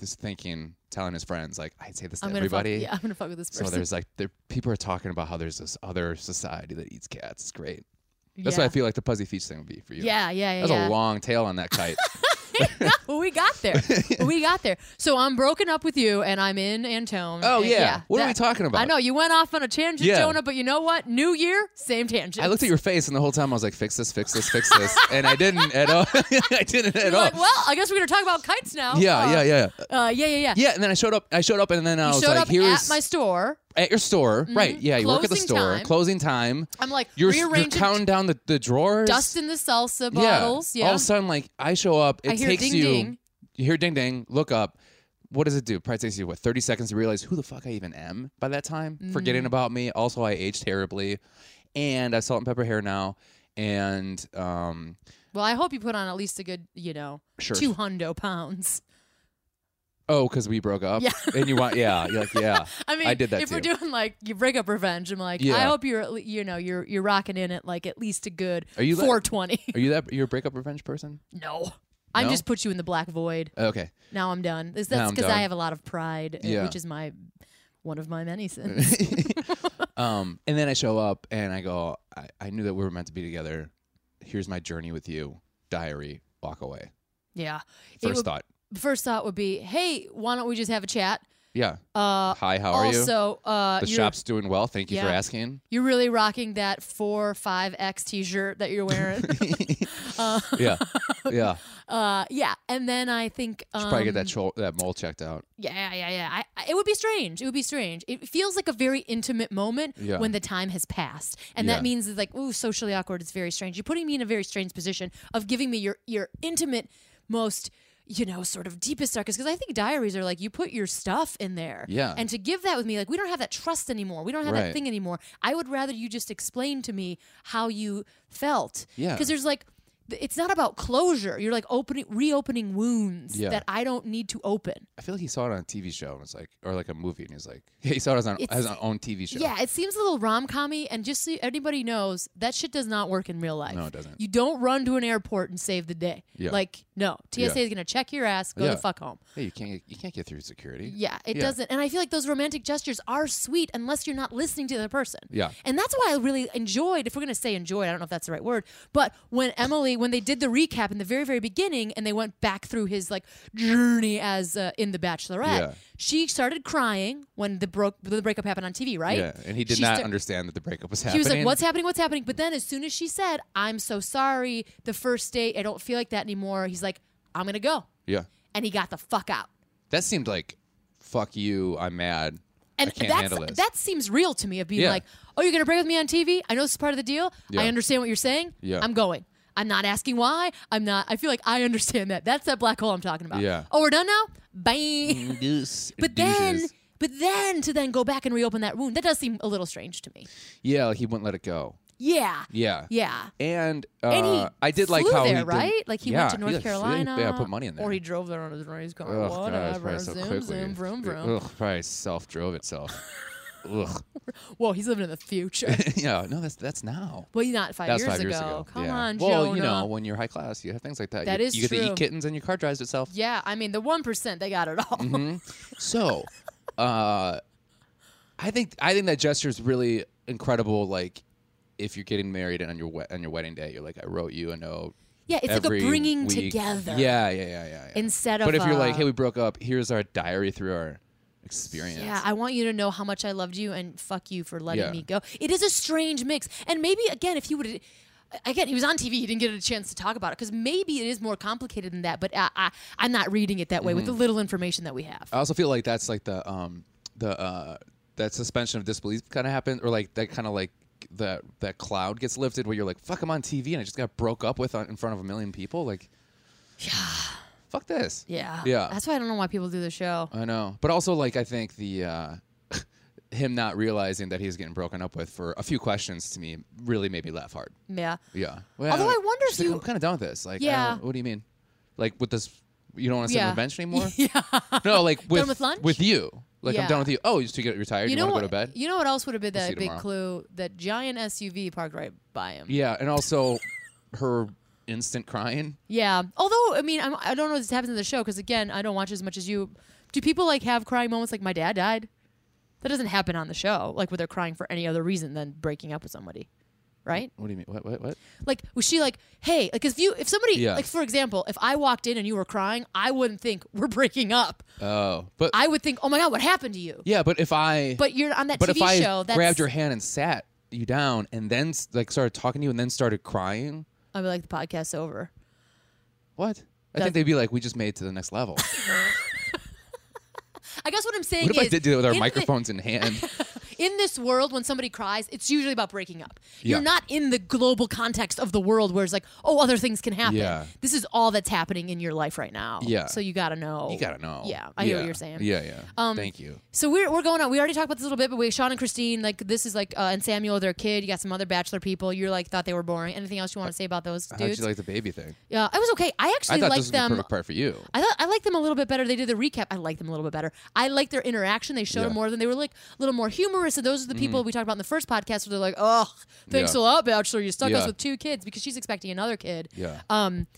[SPEAKER 1] just thinking, telling his friends like I'd say this to
[SPEAKER 2] I'm gonna
[SPEAKER 1] everybody.
[SPEAKER 2] Fuck, yeah, I'm gonna fuck with this
[SPEAKER 1] So
[SPEAKER 2] person.
[SPEAKER 1] there's like there, people are talking about how there's this other society that eats cats. It's great. That's what I feel like the Puzzy Feast thing would be for you.
[SPEAKER 2] Yeah, yeah, yeah.
[SPEAKER 1] That's a
[SPEAKER 2] yeah.
[SPEAKER 1] long tail on that kite.
[SPEAKER 2] well, we got there. we got there. So I'm broken up with you, and I'm in Antone.
[SPEAKER 1] Oh,
[SPEAKER 2] and
[SPEAKER 1] yeah. What are we talking about?
[SPEAKER 2] I know you went off on a tangent,
[SPEAKER 1] Yeah.
[SPEAKER 2] Jonah, but you know what? New year, same tangent.
[SPEAKER 1] I looked at your face and the whole time I was like, fix this, fix this, fix this. and I didn't at all. I didn't at
[SPEAKER 2] You're
[SPEAKER 1] all.
[SPEAKER 2] like, well, I guess we're gonna talk about kites now.
[SPEAKER 1] yeah, yeah,
[SPEAKER 2] Uh,
[SPEAKER 1] yeah.
[SPEAKER 2] Uh, yeah, yeah, yeah.
[SPEAKER 1] Yeah, and then I showed up I showed up and then I
[SPEAKER 2] You
[SPEAKER 1] was
[SPEAKER 2] showed
[SPEAKER 1] like,
[SPEAKER 2] up
[SPEAKER 1] here's
[SPEAKER 2] at my store.
[SPEAKER 1] at your store. Right. Yeah, you work at the
[SPEAKER 2] Closing
[SPEAKER 1] store.
[SPEAKER 2] time.
[SPEAKER 1] Closing time.
[SPEAKER 2] I'm like
[SPEAKER 1] You're, you're
[SPEAKER 2] rearranging
[SPEAKER 1] counting down the, the drawers.
[SPEAKER 2] dust in the salsa bottles. Yeah.
[SPEAKER 1] All of a sudden, like I show up, it
[SPEAKER 2] I hear
[SPEAKER 1] takes
[SPEAKER 2] ding
[SPEAKER 1] you
[SPEAKER 2] ding.
[SPEAKER 1] You hear ding ding, look up. What does it do? Probably takes you what thirty seconds to realize who the fuck I even am by that time,
[SPEAKER 2] Mm.
[SPEAKER 1] forgetting about me. Also, I aged terribly, and I have salt and pepper hair now. And um,
[SPEAKER 2] Well, I hope you put on at least a good, you know,
[SPEAKER 1] Sure.
[SPEAKER 2] two hundo pounds.
[SPEAKER 1] oh, because we broke up,
[SPEAKER 2] Yeah.
[SPEAKER 1] and you want, yeah, you're like, yeah.
[SPEAKER 2] I mean,
[SPEAKER 1] I did that
[SPEAKER 2] if
[SPEAKER 1] too.
[SPEAKER 2] we're doing like you break up revenge, I'm like, I
[SPEAKER 1] Yeah.
[SPEAKER 2] hope you're, at le- you know, you're you're rocking in at like at least a good
[SPEAKER 1] Are you like-
[SPEAKER 2] 420.
[SPEAKER 1] Are you that? You're a breakup revenge person?
[SPEAKER 2] no. I
[SPEAKER 1] No?
[SPEAKER 2] just put you in the black void.
[SPEAKER 1] Okay.
[SPEAKER 2] Now I'm done. Is
[SPEAKER 1] Now
[SPEAKER 2] that's
[SPEAKER 1] I'm
[SPEAKER 2] because I
[SPEAKER 1] done.
[SPEAKER 2] have a lot of pride, uh,
[SPEAKER 1] Yeah.
[SPEAKER 2] which is my one of my many sins.
[SPEAKER 1] um, and then I show up and I go, I, I knew that we were meant to be together. Here's my journey with you. Diary. Walk away.
[SPEAKER 2] yeah. It
[SPEAKER 1] First
[SPEAKER 2] would-
[SPEAKER 1] thought.
[SPEAKER 2] First thought would be, hey, why don't we just have a chat?
[SPEAKER 1] Yeah.
[SPEAKER 2] Uh,
[SPEAKER 1] Hi, how are you?
[SPEAKER 2] also, uh,
[SPEAKER 1] The
[SPEAKER 2] you're,
[SPEAKER 1] shop's doing well. Thank you for
[SPEAKER 2] Yeah.
[SPEAKER 1] asking.
[SPEAKER 2] you're really rocking that four five X T-shirt that you're wearing. uh,
[SPEAKER 1] Yeah. Yeah.
[SPEAKER 2] uh, yeah, and then I think um,
[SPEAKER 1] Should probably get that cho- that mole checked out.
[SPEAKER 2] Yeah, yeah, yeah, yeah. I, I, it would be strange. It would be strange. It feels like a very intimate moment
[SPEAKER 1] Yeah.
[SPEAKER 2] when the time has passed, and
[SPEAKER 1] Yeah.
[SPEAKER 2] that means it's like, ooh, socially awkward. It's very strange. You're putting me in a very strange position of giving me your your intimate, most you know, sort of deepest darkest. Because I think diaries are like you put your stuff in there,
[SPEAKER 1] Yeah.
[SPEAKER 2] And to give that with me, like we don't have that trust anymore. We don't have that
[SPEAKER 1] Right.
[SPEAKER 2] thing anymore. I would rather you just explain to me how you felt,
[SPEAKER 1] Yeah.
[SPEAKER 2] Because there's like. th- It's not about closure. You're like opening, reopening wounds
[SPEAKER 1] Yeah.
[SPEAKER 2] that I don't need to open.
[SPEAKER 1] I feel like he saw it on a TV show and it's like, or like a movie, and he's like, he saw it as on
[SPEAKER 2] It's-
[SPEAKER 1] as on own TV show.
[SPEAKER 2] Yeah, it seems a little rom commy, and just so anybody knows, that shit does not work in real life.
[SPEAKER 1] No, it doesn't.
[SPEAKER 2] You don't run to an airport and save the day.
[SPEAKER 1] Yeah.
[SPEAKER 2] Like, no, TSA
[SPEAKER 1] Yeah.
[SPEAKER 2] is gonna check your ass. Go
[SPEAKER 1] Yeah.
[SPEAKER 2] the fuck home.
[SPEAKER 1] Hey, you can't you can't get through security.
[SPEAKER 2] Yeah, it
[SPEAKER 1] Yeah.
[SPEAKER 2] doesn't. And I feel like those romantic gestures are sweet unless you're not listening to the person.
[SPEAKER 1] Yeah.
[SPEAKER 2] And that's why I really enjoyed, if we're going to say enjoyed, I don't know if that's the right word, but when Emily, when they did the recap in the very, very beginning and they went back through his like journey as uh, in The Bachelorette,
[SPEAKER 1] Yeah.
[SPEAKER 2] she started crying when the, broke, the breakup happened on TV, right?
[SPEAKER 1] Yeah. And he did
[SPEAKER 2] She
[SPEAKER 1] not
[SPEAKER 2] sta-
[SPEAKER 1] understand that the breakup was
[SPEAKER 2] She
[SPEAKER 1] happening.
[SPEAKER 2] was like, "What's happening? What's happening?" But then, as soon as she said, "I'm so sorry," the first date, I don't feel like that anymore. He's like, "I'm gonna go,"
[SPEAKER 1] Yeah.
[SPEAKER 2] and he got the fuck out.
[SPEAKER 1] That seemed like, fuck you. I'm mad.
[SPEAKER 2] And
[SPEAKER 1] I can't
[SPEAKER 2] that's
[SPEAKER 1] handle this.
[SPEAKER 2] that seems real to me of being
[SPEAKER 1] Yeah.
[SPEAKER 2] like, "Oh, you're gonna break with me on TV? I know this is part of the deal.
[SPEAKER 1] Yeah.
[SPEAKER 2] I understand what you're saying.
[SPEAKER 1] Yeah.
[SPEAKER 2] I'm going. I'm not asking why. I'm not. I feel like I understand that. That's that black hole I'm talking about.
[SPEAKER 1] Yeah. Mm-hmm.
[SPEAKER 2] Oh, we're done now. Bye.
[SPEAKER 1] Deuce.
[SPEAKER 2] But then, but then to then go back and reopen that wound, that does seem a little strange to me.
[SPEAKER 1] yeah, like he wouldn't let it go.
[SPEAKER 2] Yeah.
[SPEAKER 1] Yeah,
[SPEAKER 2] Yeah.
[SPEAKER 1] and, uh,
[SPEAKER 2] And he
[SPEAKER 1] I did like
[SPEAKER 2] flew
[SPEAKER 1] how
[SPEAKER 2] there,
[SPEAKER 1] he did-
[SPEAKER 2] right? Like he
[SPEAKER 1] Yeah,
[SPEAKER 2] went to North
[SPEAKER 1] like flew-
[SPEAKER 2] Carolina.
[SPEAKER 1] Yeah, put money in there.
[SPEAKER 2] Or he drove there on his race car.
[SPEAKER 1] Ugh, God, it's
[SPEAKER 2] Whatever.
[SPEAKER 1] probably so
[SPEAKER 2] zoom,
[SPEAKER 1] quickly.
[SPEAKER 2] zoom, vroom, vroom.
[SPEAKER 1] Ugh, probably self drove itself. Ugh.
[SPEAKER 2] Whoa, he's living in the future.
[SPEAKER 1] Yeah, no, that's that's now.
[SPEAKER 2] well, not five,
[SPEAKER 1] That was
[SPEAKER 2] years,
[SPEAKER 1] five
[SPEAKER 2] ago.
[SPEAKER 1] years ago.
[SPEAKER 2] Come
[SPEAKER 1] yeah.
[SPEAKER 2] on,
[SPEAKER 1] Well,
[SPEAKER 2] Jonah.
[SPEAKER 1] you know, when you're high class, you have things like that.
[SPEAKER 2] That
[SPEAKER 1] you,
[SPEAKER 2] is
[SPEAKER 1] You get to
[SPEAKER 2] true.
[SPEAKER 1] eat kittens, and your car drives itself.
[SPEAKER 2] yeah, I mean the one percent they got it all.
[SPEAKER 1] Mm-hmm. So, uh, I think I think that gesture is really incredible. Like, if you're getting married and on your we- on your wedding day, you're like, I wrote you a note.
[SPEAKER 2] Yeah, it's like a
[SPEAKER 1] every
[SPEAKER 2] bringing
[SPEAKER 1] week.
[SPEAKER 2] together.
[SPEAKER 1] Yeah, yeah, yeah, yeah. yeah.
[SPEAKER 2] Instead of
[SPEAKER 1] but if you're like,
[SPEAKER 2] uh,
[SPEAKER 1] hey, we broke up. Here's our diary through our experience.
[SPEAKER 2] Yeah, I want you to know how much I loved you and fuck you for letting
[SPEAKER 1] Yeah.
[SPEAKER 2] me go. It is a strange mix. And maybe, again, if he would. Again, he was on TV. He didn't get a chance to talk about it because maybe it is more complicated than that. But I, I, I'm not reading it that way with the
[SPEAKER 1] Mm-hmm.
[SPEAKER 2] little information that we have.
[SPEAKER 1] I also feel like that's like the um the uh that suspension of disbelief kind of happened, or like that kind of like that that cloud gets lifted where you're like, fuck, I'm on TV and I just got broke up with on, in front of a million people. Like, fuck this.
[SPEAKER 2] yeah,
[SPEAKER 1] Yeah. Uh,
[SPEAKER 2] That's why I don't know why people do the show.
[SPEAKER 1] I know, but also like I think the uh him not realizing that he was getting broken up with for a few questions to me really made me laugh hard.
[SPEAKER 2] Yeah.
[SPEAKER 1] Yeah. Well,
[SPEAKER 2] Although
[SPEAKER 1] don't-
[SPEAKER 2] I wonder
[SPEAKER 1] she's
[SPEAKER 2] if
[SPEAKER 1] like,
[SPEAKER 2] you-
[SPEAKER 1] I'm kind of done with this. Like, I
[SPEAKER 2] Yeah.
[SPEAKER 1] don't- what do you mean? Like with this, you don't want to sit
[SPEAKER 2] Yeah.
[SPEAKER 1] on the bench anymore?
[SPEAKER 2] Yeah.
[SPEAKER 1] No, like with
[SPEAKER 2] with lunch?
[SPEAKER 1] you. Like
[SPEAKER 2] Yeah.
[SPEAKER 1] I'm done with you. Oh, so you get retired. You,
[SPEAKER 2] know
[SPEAKER 1] want
[SPEAKER 2] what?
[SPEAKER 1] to go to bed?
[SPEAKER 2] You know what else would have been
[SPEAKER 1] We'll see
[SPEAKER 2] that
[SPEAKER 1] you
[SPEAKER 2] big
[SPEAKER 1] tomorrow.
[SPEAKER 2] clue? That giant SUV parked right by him.
[SPEAKER 1] yeah, and also her instant crying.
[SPEAKER 2] Yeah. Although, I mean, I'm, I don't know if this happens in the show because, again, I don't watch as much as you. Do people like have crying moments like my dad died? That doesn't happen on the show, like where they're crying for any other reason than breaking up with somebody, right?
[SPEAKER 1] What do you mean? What? What? What?
[SPEAKER 2] Like, was she like, hey, like if you, if somebody,
[SPEAKER 1] Yeah.
[SPEAKER 2] like for example, if I walked in and you were crying, I wouldn't think we're breaking up.
[SPEAKER 1] Oh, but
[SPEAKER 2] I would think, oh my God, what happened to you?
[SPEAKER 1] yeah, but if I
[SPEAKER 2] But you're on that
[SPEAKER 1] but
[SPEAKER 2] TV
[SPEAKER 1] if I
[SPEAKER 2] show. That's,
[SPEAKER 1] grabbed your hand and sat you down and then s- like started talking to you and then started crying,
[SPEAKER 2] I'd be like, the podcast's over.
[SPEAKER 1] what? I
[SPEAKER 2] That's-
[SPEAKER 1] think they'd be like, we just made it to the next level.
[SPEAKER 2] I guess what I'm saying
[SPEAKER 1] What if I
[SPEAKER 2] is,
[SPEAKER 1] did do that with our
[SPEAKER 2] in the-
[SPEAKER 1] microphones in hand?
[SPEAKER 2] in this world, when somebody cries, it's usually about breaking up. You're
[SPEAKER 1] Yeah.
[SPEAKER 2] not in the global context of the world where it's like, oh, other things can happen.
[SPEAKER 1] Yeah.
[SPEAKER 2] This is all that's happening in your life right now.
[SPEAKER 1] Yeah.
[SPEAKER 2] So you gotta know.
[SPEAKER 1] You gotta know.
[SPEAKER 2] Yeah, I hear what you're saying.
[SPEAKER 1] Yeah, yeah.
[SPEAKER 2] Um,
[SPEAKER 1] Thank you.
[SPEAKER 2] So we're, we're going on. We already talked about this a little bit, but we Sean and Christine, like this is like uh, and Samuel, their kid. You got some other bachelor people. You like thought they were boring. Anything else you want to say about those
[SPEAKER 1] How'd
[SPEAKER 2] dudes?
[SPEAKER 1] you like the baby thing?
[SPEAKER 2] yeah, I was okay. I
[SPEAKER 1] I
[SPEAKER 2] actually
[SPEAKER 1] thought this
[SPEAKER 2] liked
[SPEAKER 1] was the
[SPEAKER 2] them.
[SPEAKER 1] perfect part for you.
[SPEAKER 2] I thought I liked them a little bit better. They did the recap. I liked them a little bit better. I liked their interaction. They showed
[SPEAKER 1] Yeah. Mm-hmm.
[SPEAKER 2] them more than they were like a little more humorous. And those are the people we talked about in the first podcast where they're like, "Oh, thanks
[SPEAKER 1] Yeah.
[SPEAKER 2] a lot, bachelor. You stuck
[SPEAKER 1] Yeah.
[SPEAKER 2] us with two kids because she's expecting another kid."
[SPEAKER 1] Yeah.
[SPEAKER 2] Um,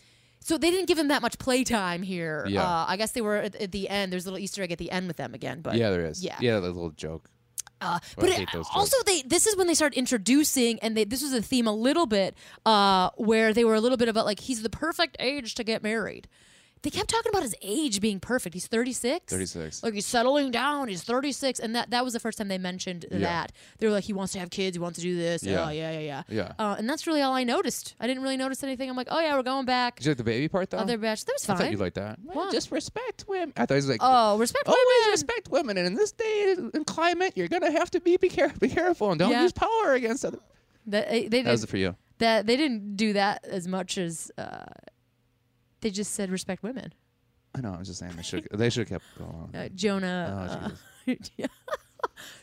[SPEAKER 2] so they didn't give him that much playtime here.
[SPEAKER 1] Yeah.
[SPEAKER 2] Uh, I guess they were at, at the end. There's a little Easter egg at the end with them again, but
[SPEAKER 1] yeah, there is.
[SPEAKER 2] yeah.
[SPEAKER 1] Yeah, that little joke.
[SPEAKER 2] Uh,
[SPEAKER 1] Well, I
[SPEAKER 2] but it,
[SPEAKER 1] hate those
[SPEAKER 2] also, they this is when they started introducing, and they, this was a theme a little bit uh, where they were a little bit about like he's the perfect age to get married. They kept talking about his age being perfect. He's thirty six.
[SPEAKER 1] 36.
[SPEAKER 2] Like he's settling down. He's thirty six, and that that was the first time they mentioned that. They were like, he wants to have kids. He wants to do this.
[SPEAKER 1] Yeah.
[SPEAKER 2] Yeah, yeah, yeah, yeah.
[SPEAKER 1] Yeah.
[SPEAKER 2] Uh, and that's really all I noticed. I didn't really notice anything. I'm like, oh yeah, we're going back.
[SPEAKER 1] Did you like the baby part though?
[SPEAKER 2] Other batch. That was
[SPEAKER 1] I thought
[SPEAKER 2] fine.
[SPEAKER 1] you liked that. Well,
[SPEAKER 2] What?
[SPEAKER 1] just respect women. I thought he was like,
[SPEAKER 2] oh, respect.
[SPEAKER 1] always
[SPEAKER 2] women.
[SPEAKER 1] respect women, and in this day and climate, you're gonna have to be be, care- be careful and don't
[SPEAKER 2] Yeah.
[SPEAKER 1] use power against other.
[SPEAKER 2] That, they, they
[SPEAKER 1] That was
[SPEAKER 2] did-
[SPEAKER 1] for you.
[SPEAKER 2] that they didn't do that as much as uh, they just said respect women.
[SPEAKER 1] I know. I'm just saying they should they should have kept going.
[SPEAKER 2] Uh,
[SPEAKER 1] Oh,
[SPEAKER 2] Jonah. uh,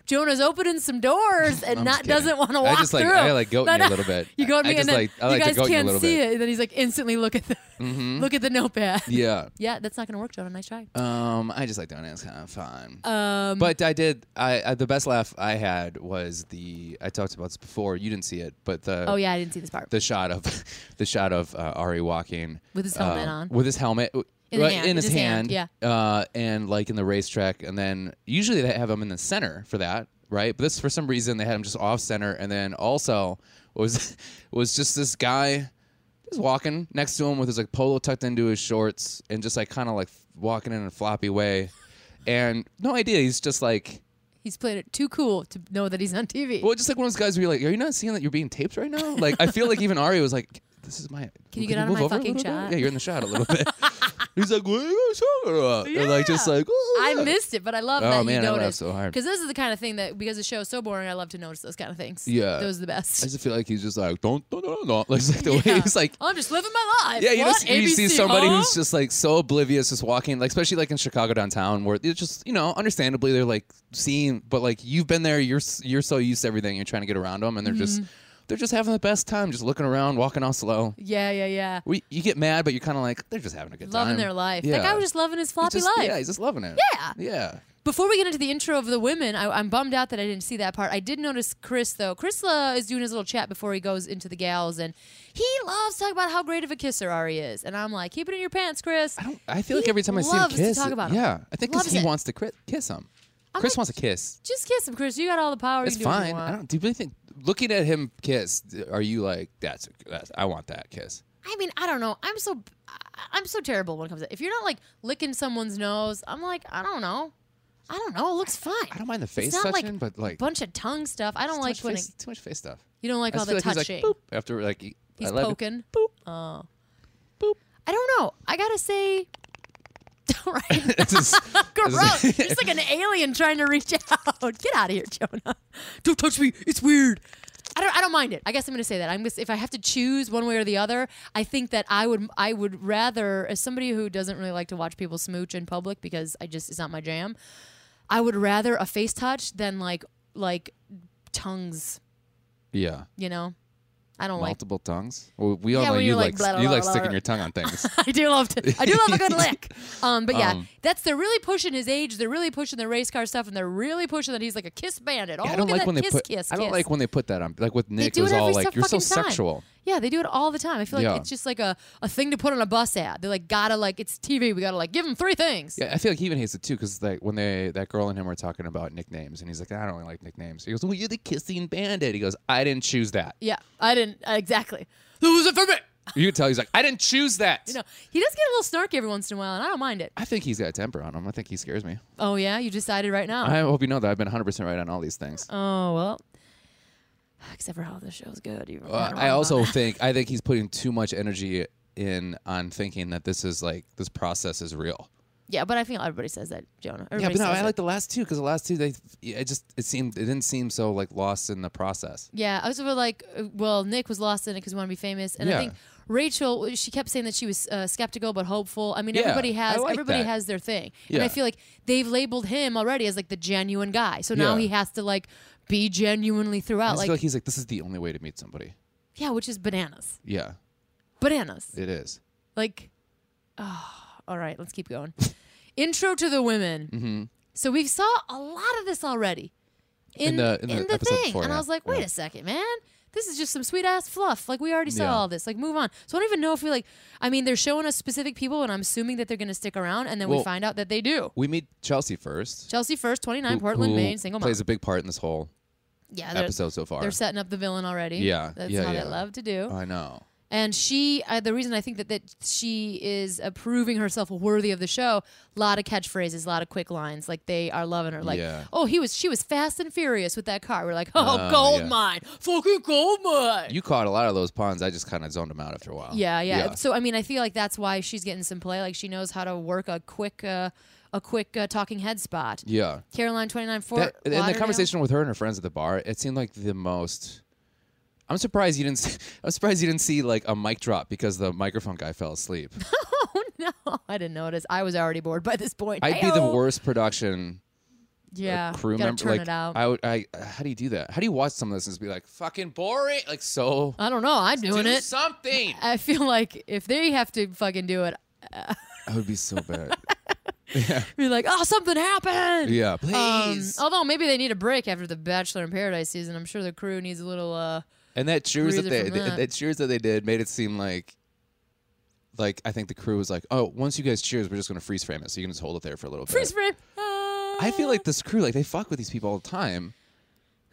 [SPEAKER 2] Jonah's opening some doors and
[SPEAKER 1] I'm
[SPEAKER 2] not
[SPEAKER 1] just kidding.
[SPEAKER 2] doesn't want to
[SPEAKER 1] I
[SPEAKER 2] walk
[SPEAKER 1] just like
[SPEAKER 2] through.
[SPEAKER 1] I like goat
[SPEAKER 2] No,
[SPEAKER 1] you a
[SPEAKER 2] no.
[SPEAKER 1] little bit.
[SPEAKER 2] You go at
[SPEAKER 1] I
[SPEAKER 2] me
[SPEAKER 1] just
[SPEAKER 2] and then
[SPEAKER 1] like I like
[SPEAKER 2] you
[SPEAKER 1] to
[SPEAKER 2] guys
[SPEAKER 1] goat you a
[SPEAKER 2] can't
[SPEAKER 1] little bit.
[SPEAKER 2] see
[SPEAKER 1] Mm-hmm.
[SPEAKER 2] it. And then he's like instantly look at the look at the notepad. Yeah.
[SPEAKER 1] Yeah.
[SPEAKER 2] that's not gonna work, Jonah. Nice try.
[SPEAKER 1] Um, I just like doing it. It's kind of fun.
[SPEAKER 2] Um,
[SPEAKER 1] But I did. I, I the best laugh I had was the. I talked about this before. You didn't see it, but the
[SPEAKER 2] oh yeah, I didn't see this part.
[SPEAKER 1] the shot of the shot of uh, Ari walking
[SPEAKER 2] With his helmet
[SPEAKER 1] uh,
[SPEAKER 2] on.
[SPEAKER 1] with his helmet w-
[SPEAKER 2] In
[SPEAKER 1] right,
[SPEAKER 2] hand,
[SPEAKER 1] in his, hand,
[SPEAKER 2] yeah.
[SPEAKER 1] uh, and like in the racetrack, and then usually they have him in the center for that, right? But this for some reason they had him just off center, and then also was was just this guy just walking next to him with his like polo tucked into his shorts and just like kind of like walking in a floppy way, and no idea he's just like.
[SPEAKER 2] he's played it too cool to know that he's on TV.
[SPEAKER 1] Well, just like one of those guys where you're like, are you not seeing that you're being taped right now? Like, I feel like even Ari was like, this is my.
[SPEAKER 2] you get out of
[SPEAKER 1] move
[SPEAKER 2] my
[SPEAKER 1] over a
[SPEAKER 2] fucking
[SPEAKER 1] little bit?
[SPEAKER 2] shot?
[SPEAKER 1] Yeah, you're in the shot a little bit. He's like, what are you guys talking about? And like, just like, "Oh,
[SPEAKER 2] I
[SPEAKER 1] yeah."
[SPEAKER 2] missed it, but I love
[SPEAKER 1] Oh,
[SPEAKER 2] that
[SPEAKER 1] man, I
[SPEAKER 2] you
[SPEAKER 1] laughed
[SPEAKER 2] noticed.
[SPEAKER 1] so hard.
[SPEAKER 2] Because this is the kind of thing that because the show is so boring, I love to notice those kind of things.
[SPEAKER 1] Yeah.
[SPEAKER 2] those are the
[SPEAKER 1] I
[SPEAKER 2] best.
[SPEAKER 1] just feel like he's just like, don't, don't, don't, don't. Like, it's like the
[SPEAKER 2] Yeah.
[SPEAKER 1] way he's like,
[SPEAKER 2] I'm just living my life.
[SPEAKER 1] yeah, you
[SPEAKER 2] What?
[SPEAKER 1] just you see
[SPEAKER 2] ABC,
[SPEAKER 1] somebody
[SPEAKER 2] huh?
[SPEAKER 1] who's just like so oblivious, just walking, like especially like in Chicago downtown, where it's just you know, understandably they're like seeing, but like you've been there, you're s- you're so used to everything, you're trying to get around them, and they're just
[SPEAKER 2] Mm-hmm.
[SPEAKER 1] they're just having the best time, just looking around, walking all slow.
[SPEAKER 2] Yeah, yeah, yeah.
[SPEAKER 1] We, you get mad, but you're kind of like they're just having a good
[SPEAKER 2] Loving
[SPEAKER 1] time.
[SPEAKER 2] their life.
[SPEAKER 1] Yeah.
[SPEAKER 2] That guy was just loving his
[SPEAKER 1] He's
[SPEAKER 2] floppy
[SPEAKER 1] just-
[SPEAKER 2] life.
[SPEAKER 1] Yeah, he's just loving it.
[SPEAKER 2] Yeah.
[SPEAKER 1] yeah.
[SPEAKER 2] Before we get into the intro of the women, I, I'm bummed out that I didn't see that part. I did notice Chris though. Chris uh, is doing his little chat before he goes into the gals, and he loves talking about how great of a kisser Ari is. And I'm like, keep it in your pants, Chris.
[SPEAKER 1] I don't. I feel like
[SPEAKER 2] He
[SPEAKER 1] every time I see him
[SPEAKER 2] loves to
[SPEAKER 1] kiss,
[SPEAKER 2] talk about him.
[SPEAKER 1] yeah, I think 'cause
[SPEAKER 2] Loves
[SPEAKER 1] he
[SPEAKER 2] it.
[SPEAKER 1] wants to cri- kiss him. Chris wants to kiss.
[SPEAKER 2] Just kiss him, Chris. You got all the power.
[SPEAKER 1] It's
[SPEAKER 2] you can do what
[SPEAKER 1] fine.
[SPEAKER 2] You
[SPEAKER 1] I
[SPEAKER 2] want.
[SPEAKER 1] don't. Do you really think looking at him kiss? Are you like that's? that's I want that kiss.
[SPEAKER 2] I mean, I don't know. I'm so I- I'm so terrible when it comes to if you're not like licking someone's nose, I'm like, I don't know. I don't know. It looks fine.
[SPEAKER 1] I don't mind the face
[SPEAKER 2] not like
[SPEAKER 1] touching, but like
[SPEAKER 2] bunch of tongue stuff. I don't
[SPEAKER 1] too
[SPEAKER 2] like
[SPEAKER 1] much
[SPEAKER 2] when
[SPEAKER 1] face,
[SPEAKER 2] it,
[SPEAKER 1] too much face stuff.
[SPEAKER 2] you don't like
[SPEAKER 1] I
[SPEAKER 2] all
[SPEAKER 1] just feel like
[SPEAKER 2] the touching.
[SPEAKER 1] he's like boop after like he-
[SPEAKER 2] He's
[SPEAKER 1] I love it.
[SPEAKER 2] poking.
[SPEAKER 1] Boop.
[SPEAKER 2] Oh.
[SPEAKER 1] Boop.
[SPEAKER 2] I don't know. I gotta say All right.
[SPEAKER 1] It's just-
[SPEAKER 2] Gross. You're just like an alien trying to reach out. Get out of here, Jonah. Don't touch me. It's weird. I don't, I don't mind it. I guess I'm going to say that. I'm just, if I have to choose one way or the other, I think that I would I would rather as somebody who doesn't really like to watch people smooch in public because I just it's not my jam. I would rather a face touch than like like tongues,
[SPEAKER 1] yeah.
[SPEAKER 2] you know. I don't like
[SPEAKER 1] Multiple tongues. Well, we all
[SPEAKER 2] Yeah,
[SPEAKER 1] know
[SPEAKER 2] when
[SPEAKER 1] you
[SPEAKER 2] you're like,
[SPEAKER 1] like
[SPEAKER 2] blah, blah,
[SPEAKER 1] you
[SPEAKER 2] blah,
[SPEAKER 1] like
[SPEAKER 2] blah,
[SPEAKER 1] sticking
[SPEAKER 2] blah.
[SPEAKER 1] your tongue on things.
[SPEAKER 2] I do love to. I do love a good lick. Um, but yeah,
[SPEAKER 1] Um,
[SPEAKER 2] that's they're really pushing his age. They're really pushing the race car stuff, and they're really pushing that he's like a kiss bandit. Oh,
[SPEAKER 1] I
[SPEAKER 2] look
[SPEAKER 1] don't
[SPEAKER 2] at
[SPEAKER 1] like
[SPEAKER 2] that
[SPEAKER 1] when they
[SPEAKER 2] kiss,
[SPEAKER 1] put.
[SPEAKER 2] kiss,
[SPEAKER 1] I don't
[SPEAKER 2] kiss.
[SPEAKER 1] like when they put that on. Like with Nick,
[SPEAKER 2] do
[SPEAKER 1] it was
[SPEAKER 2] it every
[SPEAKER 1] all
[SPEAKER 2] so
[SPEAKER 1] like you're so
[SPEAKER 2] fucking time."
[SPEAKER 1] sexual.
[SPEAKER 2] Yeah, they do it all the time. I feel like
[SPEAKER 1] Yeah.
[SPEAKER 2] it's just like a, a thing to put on a bus ad. They're like, gotta like it's TV. We gotta like give him three things.
[SPEAKER 1] Yeah, I feel like he even hates it too because like when they that girl and him were talking about nicknames and he's like, I don't really like nicknames. He goes, Well, you're the kissing bandit. He goes, I didn't choose that.
[SPEAKER 2] Yeah, I didn't exactly. Who was it for me?
[SPEAKER 1] You can tell he's like, I didn't choose that.
[SPEAKER 2] You know, he does get a little snarky every once in a while, and I don't mind it.
[SPEAKER 1] I think he's got a temper on him. I think he scares me.
[SPEAKER 2] Oh yeah, you decided right now.
[SPEAKER 1] I hope you know that I've been 100 percent right on all these things.
[SPEAKER 2] oh well, except for how the show's good. You were
[SPEAKER 1] Uh,
[SPEAKER 2] kinda wrong
[SPEAKER 1] I
[SPEAKER 2] about
[SPEAKER 1] also
[SPEAKER 2] that.
[SPEAKER 1] think I think he's putting too much energy in on thinking that this is like this process is real.
[SPEAKER 2] Yeah, but I think everybody says that, Jonah.
[SPEAKER 1] Yeah,
[SPEAKER 2] Everybody
[SPEAKER 1] but no,
[SPEAKER 2] says
[SPEAKER 1] I
[SPEAKER 2] it.
[SPEAKER 1] like the last two because the last two they, it just it seemed it didn't seem so like lost in the process.
[SPEAKER 2] Yeah, I was sort of like, uh, well, Nick was lost in it because he wanted to be famous, and
[SPEAKER 1] Yeah.
[SPEAKER 2] I think Rachel, she kept saying that she was uh, skeptical but hopeful. I mean,
[SPEAKER 1] Yeah,
[SPEAKER 2] everybody has
[SPEAKER 1] I like
[SPEAKER 2] everybody
[SPEAKER 1] that.
[SPEAKER 2] has their thing, and
[SPEAKER 1] Yeah.
[SPEAKER 2] I feel like they've labeled him already as like the genuine guy. So now
[SPEAKER 1] Yeah.
[SPEAKER 2] he has to like be genuinely
[SPEAKER 1] I
[SPEAKER 2] throughout,
[SPEAKER 1] just
[SPEAKER 2] like,
[SPEAKER 1] feel like he's like this is the only way to meet somebody.
[SPEAKER 2] yeah, which is bananas,
[SPEAKER 1] Yeah,
[SPEAKER 2] bananas.
[SPEAKER 1] it is.
[SPEAKER 2] Like, oh, all right, let's keep going. Intro to the women.
[SPEAKER 1] Mm-hmm.
[SPEAKER 2] So we saw a lot of this already in,
[SPEAKER 1] In the- in the episode
[SPEAKER 2] thing,
[SPEAKER 1] before,
[SPEAKER 2] and I
[SPEAKER 1] yeah.
[SPEAKER 2] was like, wait
[SPEAKER 1] Yeah.
[SPEAKER 2] a second, man. This is just some sweet ass fluff. Like we already saw
[SPEAKER 1] Yeah.
[SPEAKER 2] all this. Like move on. So I don't even know if we like. I mean, they're showing us specific people, and I'm assuming that they're going to stick around, and then we
[SPEAKER 1] Well-
[SPEAKER 2] find out that they do.
[SPEAKER 1] We meet Chelsea first.
[SPEAKER 2] Chelsea first, 29,
[SPEAKER 1] who-
[SPEAKER 2] Portland,
[SPEAKER 1] who
[SPEAKER 2] Maine, single mom.
[SPEAKER 1] plays a big part in this whole
[SPEAKER 2] Yeah, they're,
[SPEAKER 1] episode so far.
[SPEAKER 2] they're setting up the villain already.
[SPEAKER 1] Yeah,
[SPEAKER 2] that's
[SPEAKER 1] yeah,
[SPEAKER 2] how
[SPEAKER 1] yeah.
[SPEAKER 2] they love to do.
[SPEAKER 1] I know.
[SPEAKER 2] And she, uh, the reason I think that, that she is uh, proving herself worthy of the show, a lot of catchphrases, a lot of quick lines. Like they are loving her. Like,
[SPEAKER 1] Yeah.
[SPEAKER 2] oh, he was, she was fast and furious with that car. We're like, oh,
[SPEAKER 1] Oh,
[SPEAKER 2] gold
[SPEAKER 1] yeah.
[SPEAKER 2] mine, fucking gold mine.
[SPEAKER 1] You caught a lot of those pawns. I just kind of zoned them out after a while.
[SPEAKER 2] yeah, yeah, So I mean, I feel like that's why she's getting some play. Like she knows how to work a quick, uh, a quick uh, talking head spot.
[SPEAKER 1] yeah.
[SPEAKER 2] Caroline twenty nine four.
[SPEAKER 1] That, in the conversation with her and her friends at the bar, it seemed like the most. I'm surprised you didn't. See, I'm surprised you didn't see like a mic drop because the microphone guy fell asleep.
[SPEAKER 2] Oh no, I didn't notice. I was already bored by this point.
[SPEAKER 1] I'd be the
[SPEAKER 2] Ayo.
[SPEAKER 1] worst production
[SPEAKER 2] Yeah,
[SPEAKER 1] crew
[SPEAKER 2] gotta
[SPEAKER 1] member.
[SPEAKER 2] turn
[SPEAKER 1] like
[SPEAKER 2] it out.
[SPEAKER 1] I, would, I, how do you do that? How do you watch some of this and just be like fucking boring? Like so.
[SPEAKER 2] I don't know. I'm doing
[SPEAKER 1] do
[SPEAKER 2] it.
[SPEAKER 1] something.
[SPEAKER 2] I feel like if they have to fucking do it,
[SPEAKER 1] I would be so bad.
[SPEAKER 2] be like, oh, something happened.
[SPEAKER 1] yeah,
[SPEAKER 2] Um,
[SPEAKER 1] please.
[SPEAKER 2] although maybe they need a break after the Bachelor in Paradise season. I'm sure the crew needs a little. uh
[SPEAKER 1] and that cheers that
[SPEAKER 2] breather
[SPEAKER 1] they
[SPEAKER 2] from
[SPEAKER 1] that.
[SPEAKER 2] that.
[SPEAKER 1] cheers that they did made it seem like. Like I think the crew was like, "Oh, once you guys cheers, we're just gonna freeze frame it, so you can just hold it there for a little bit."
[SPEAKER 2] Freeze frame.
[SPEAKER 1] I feel like this crew, like they fuck with these people all the time.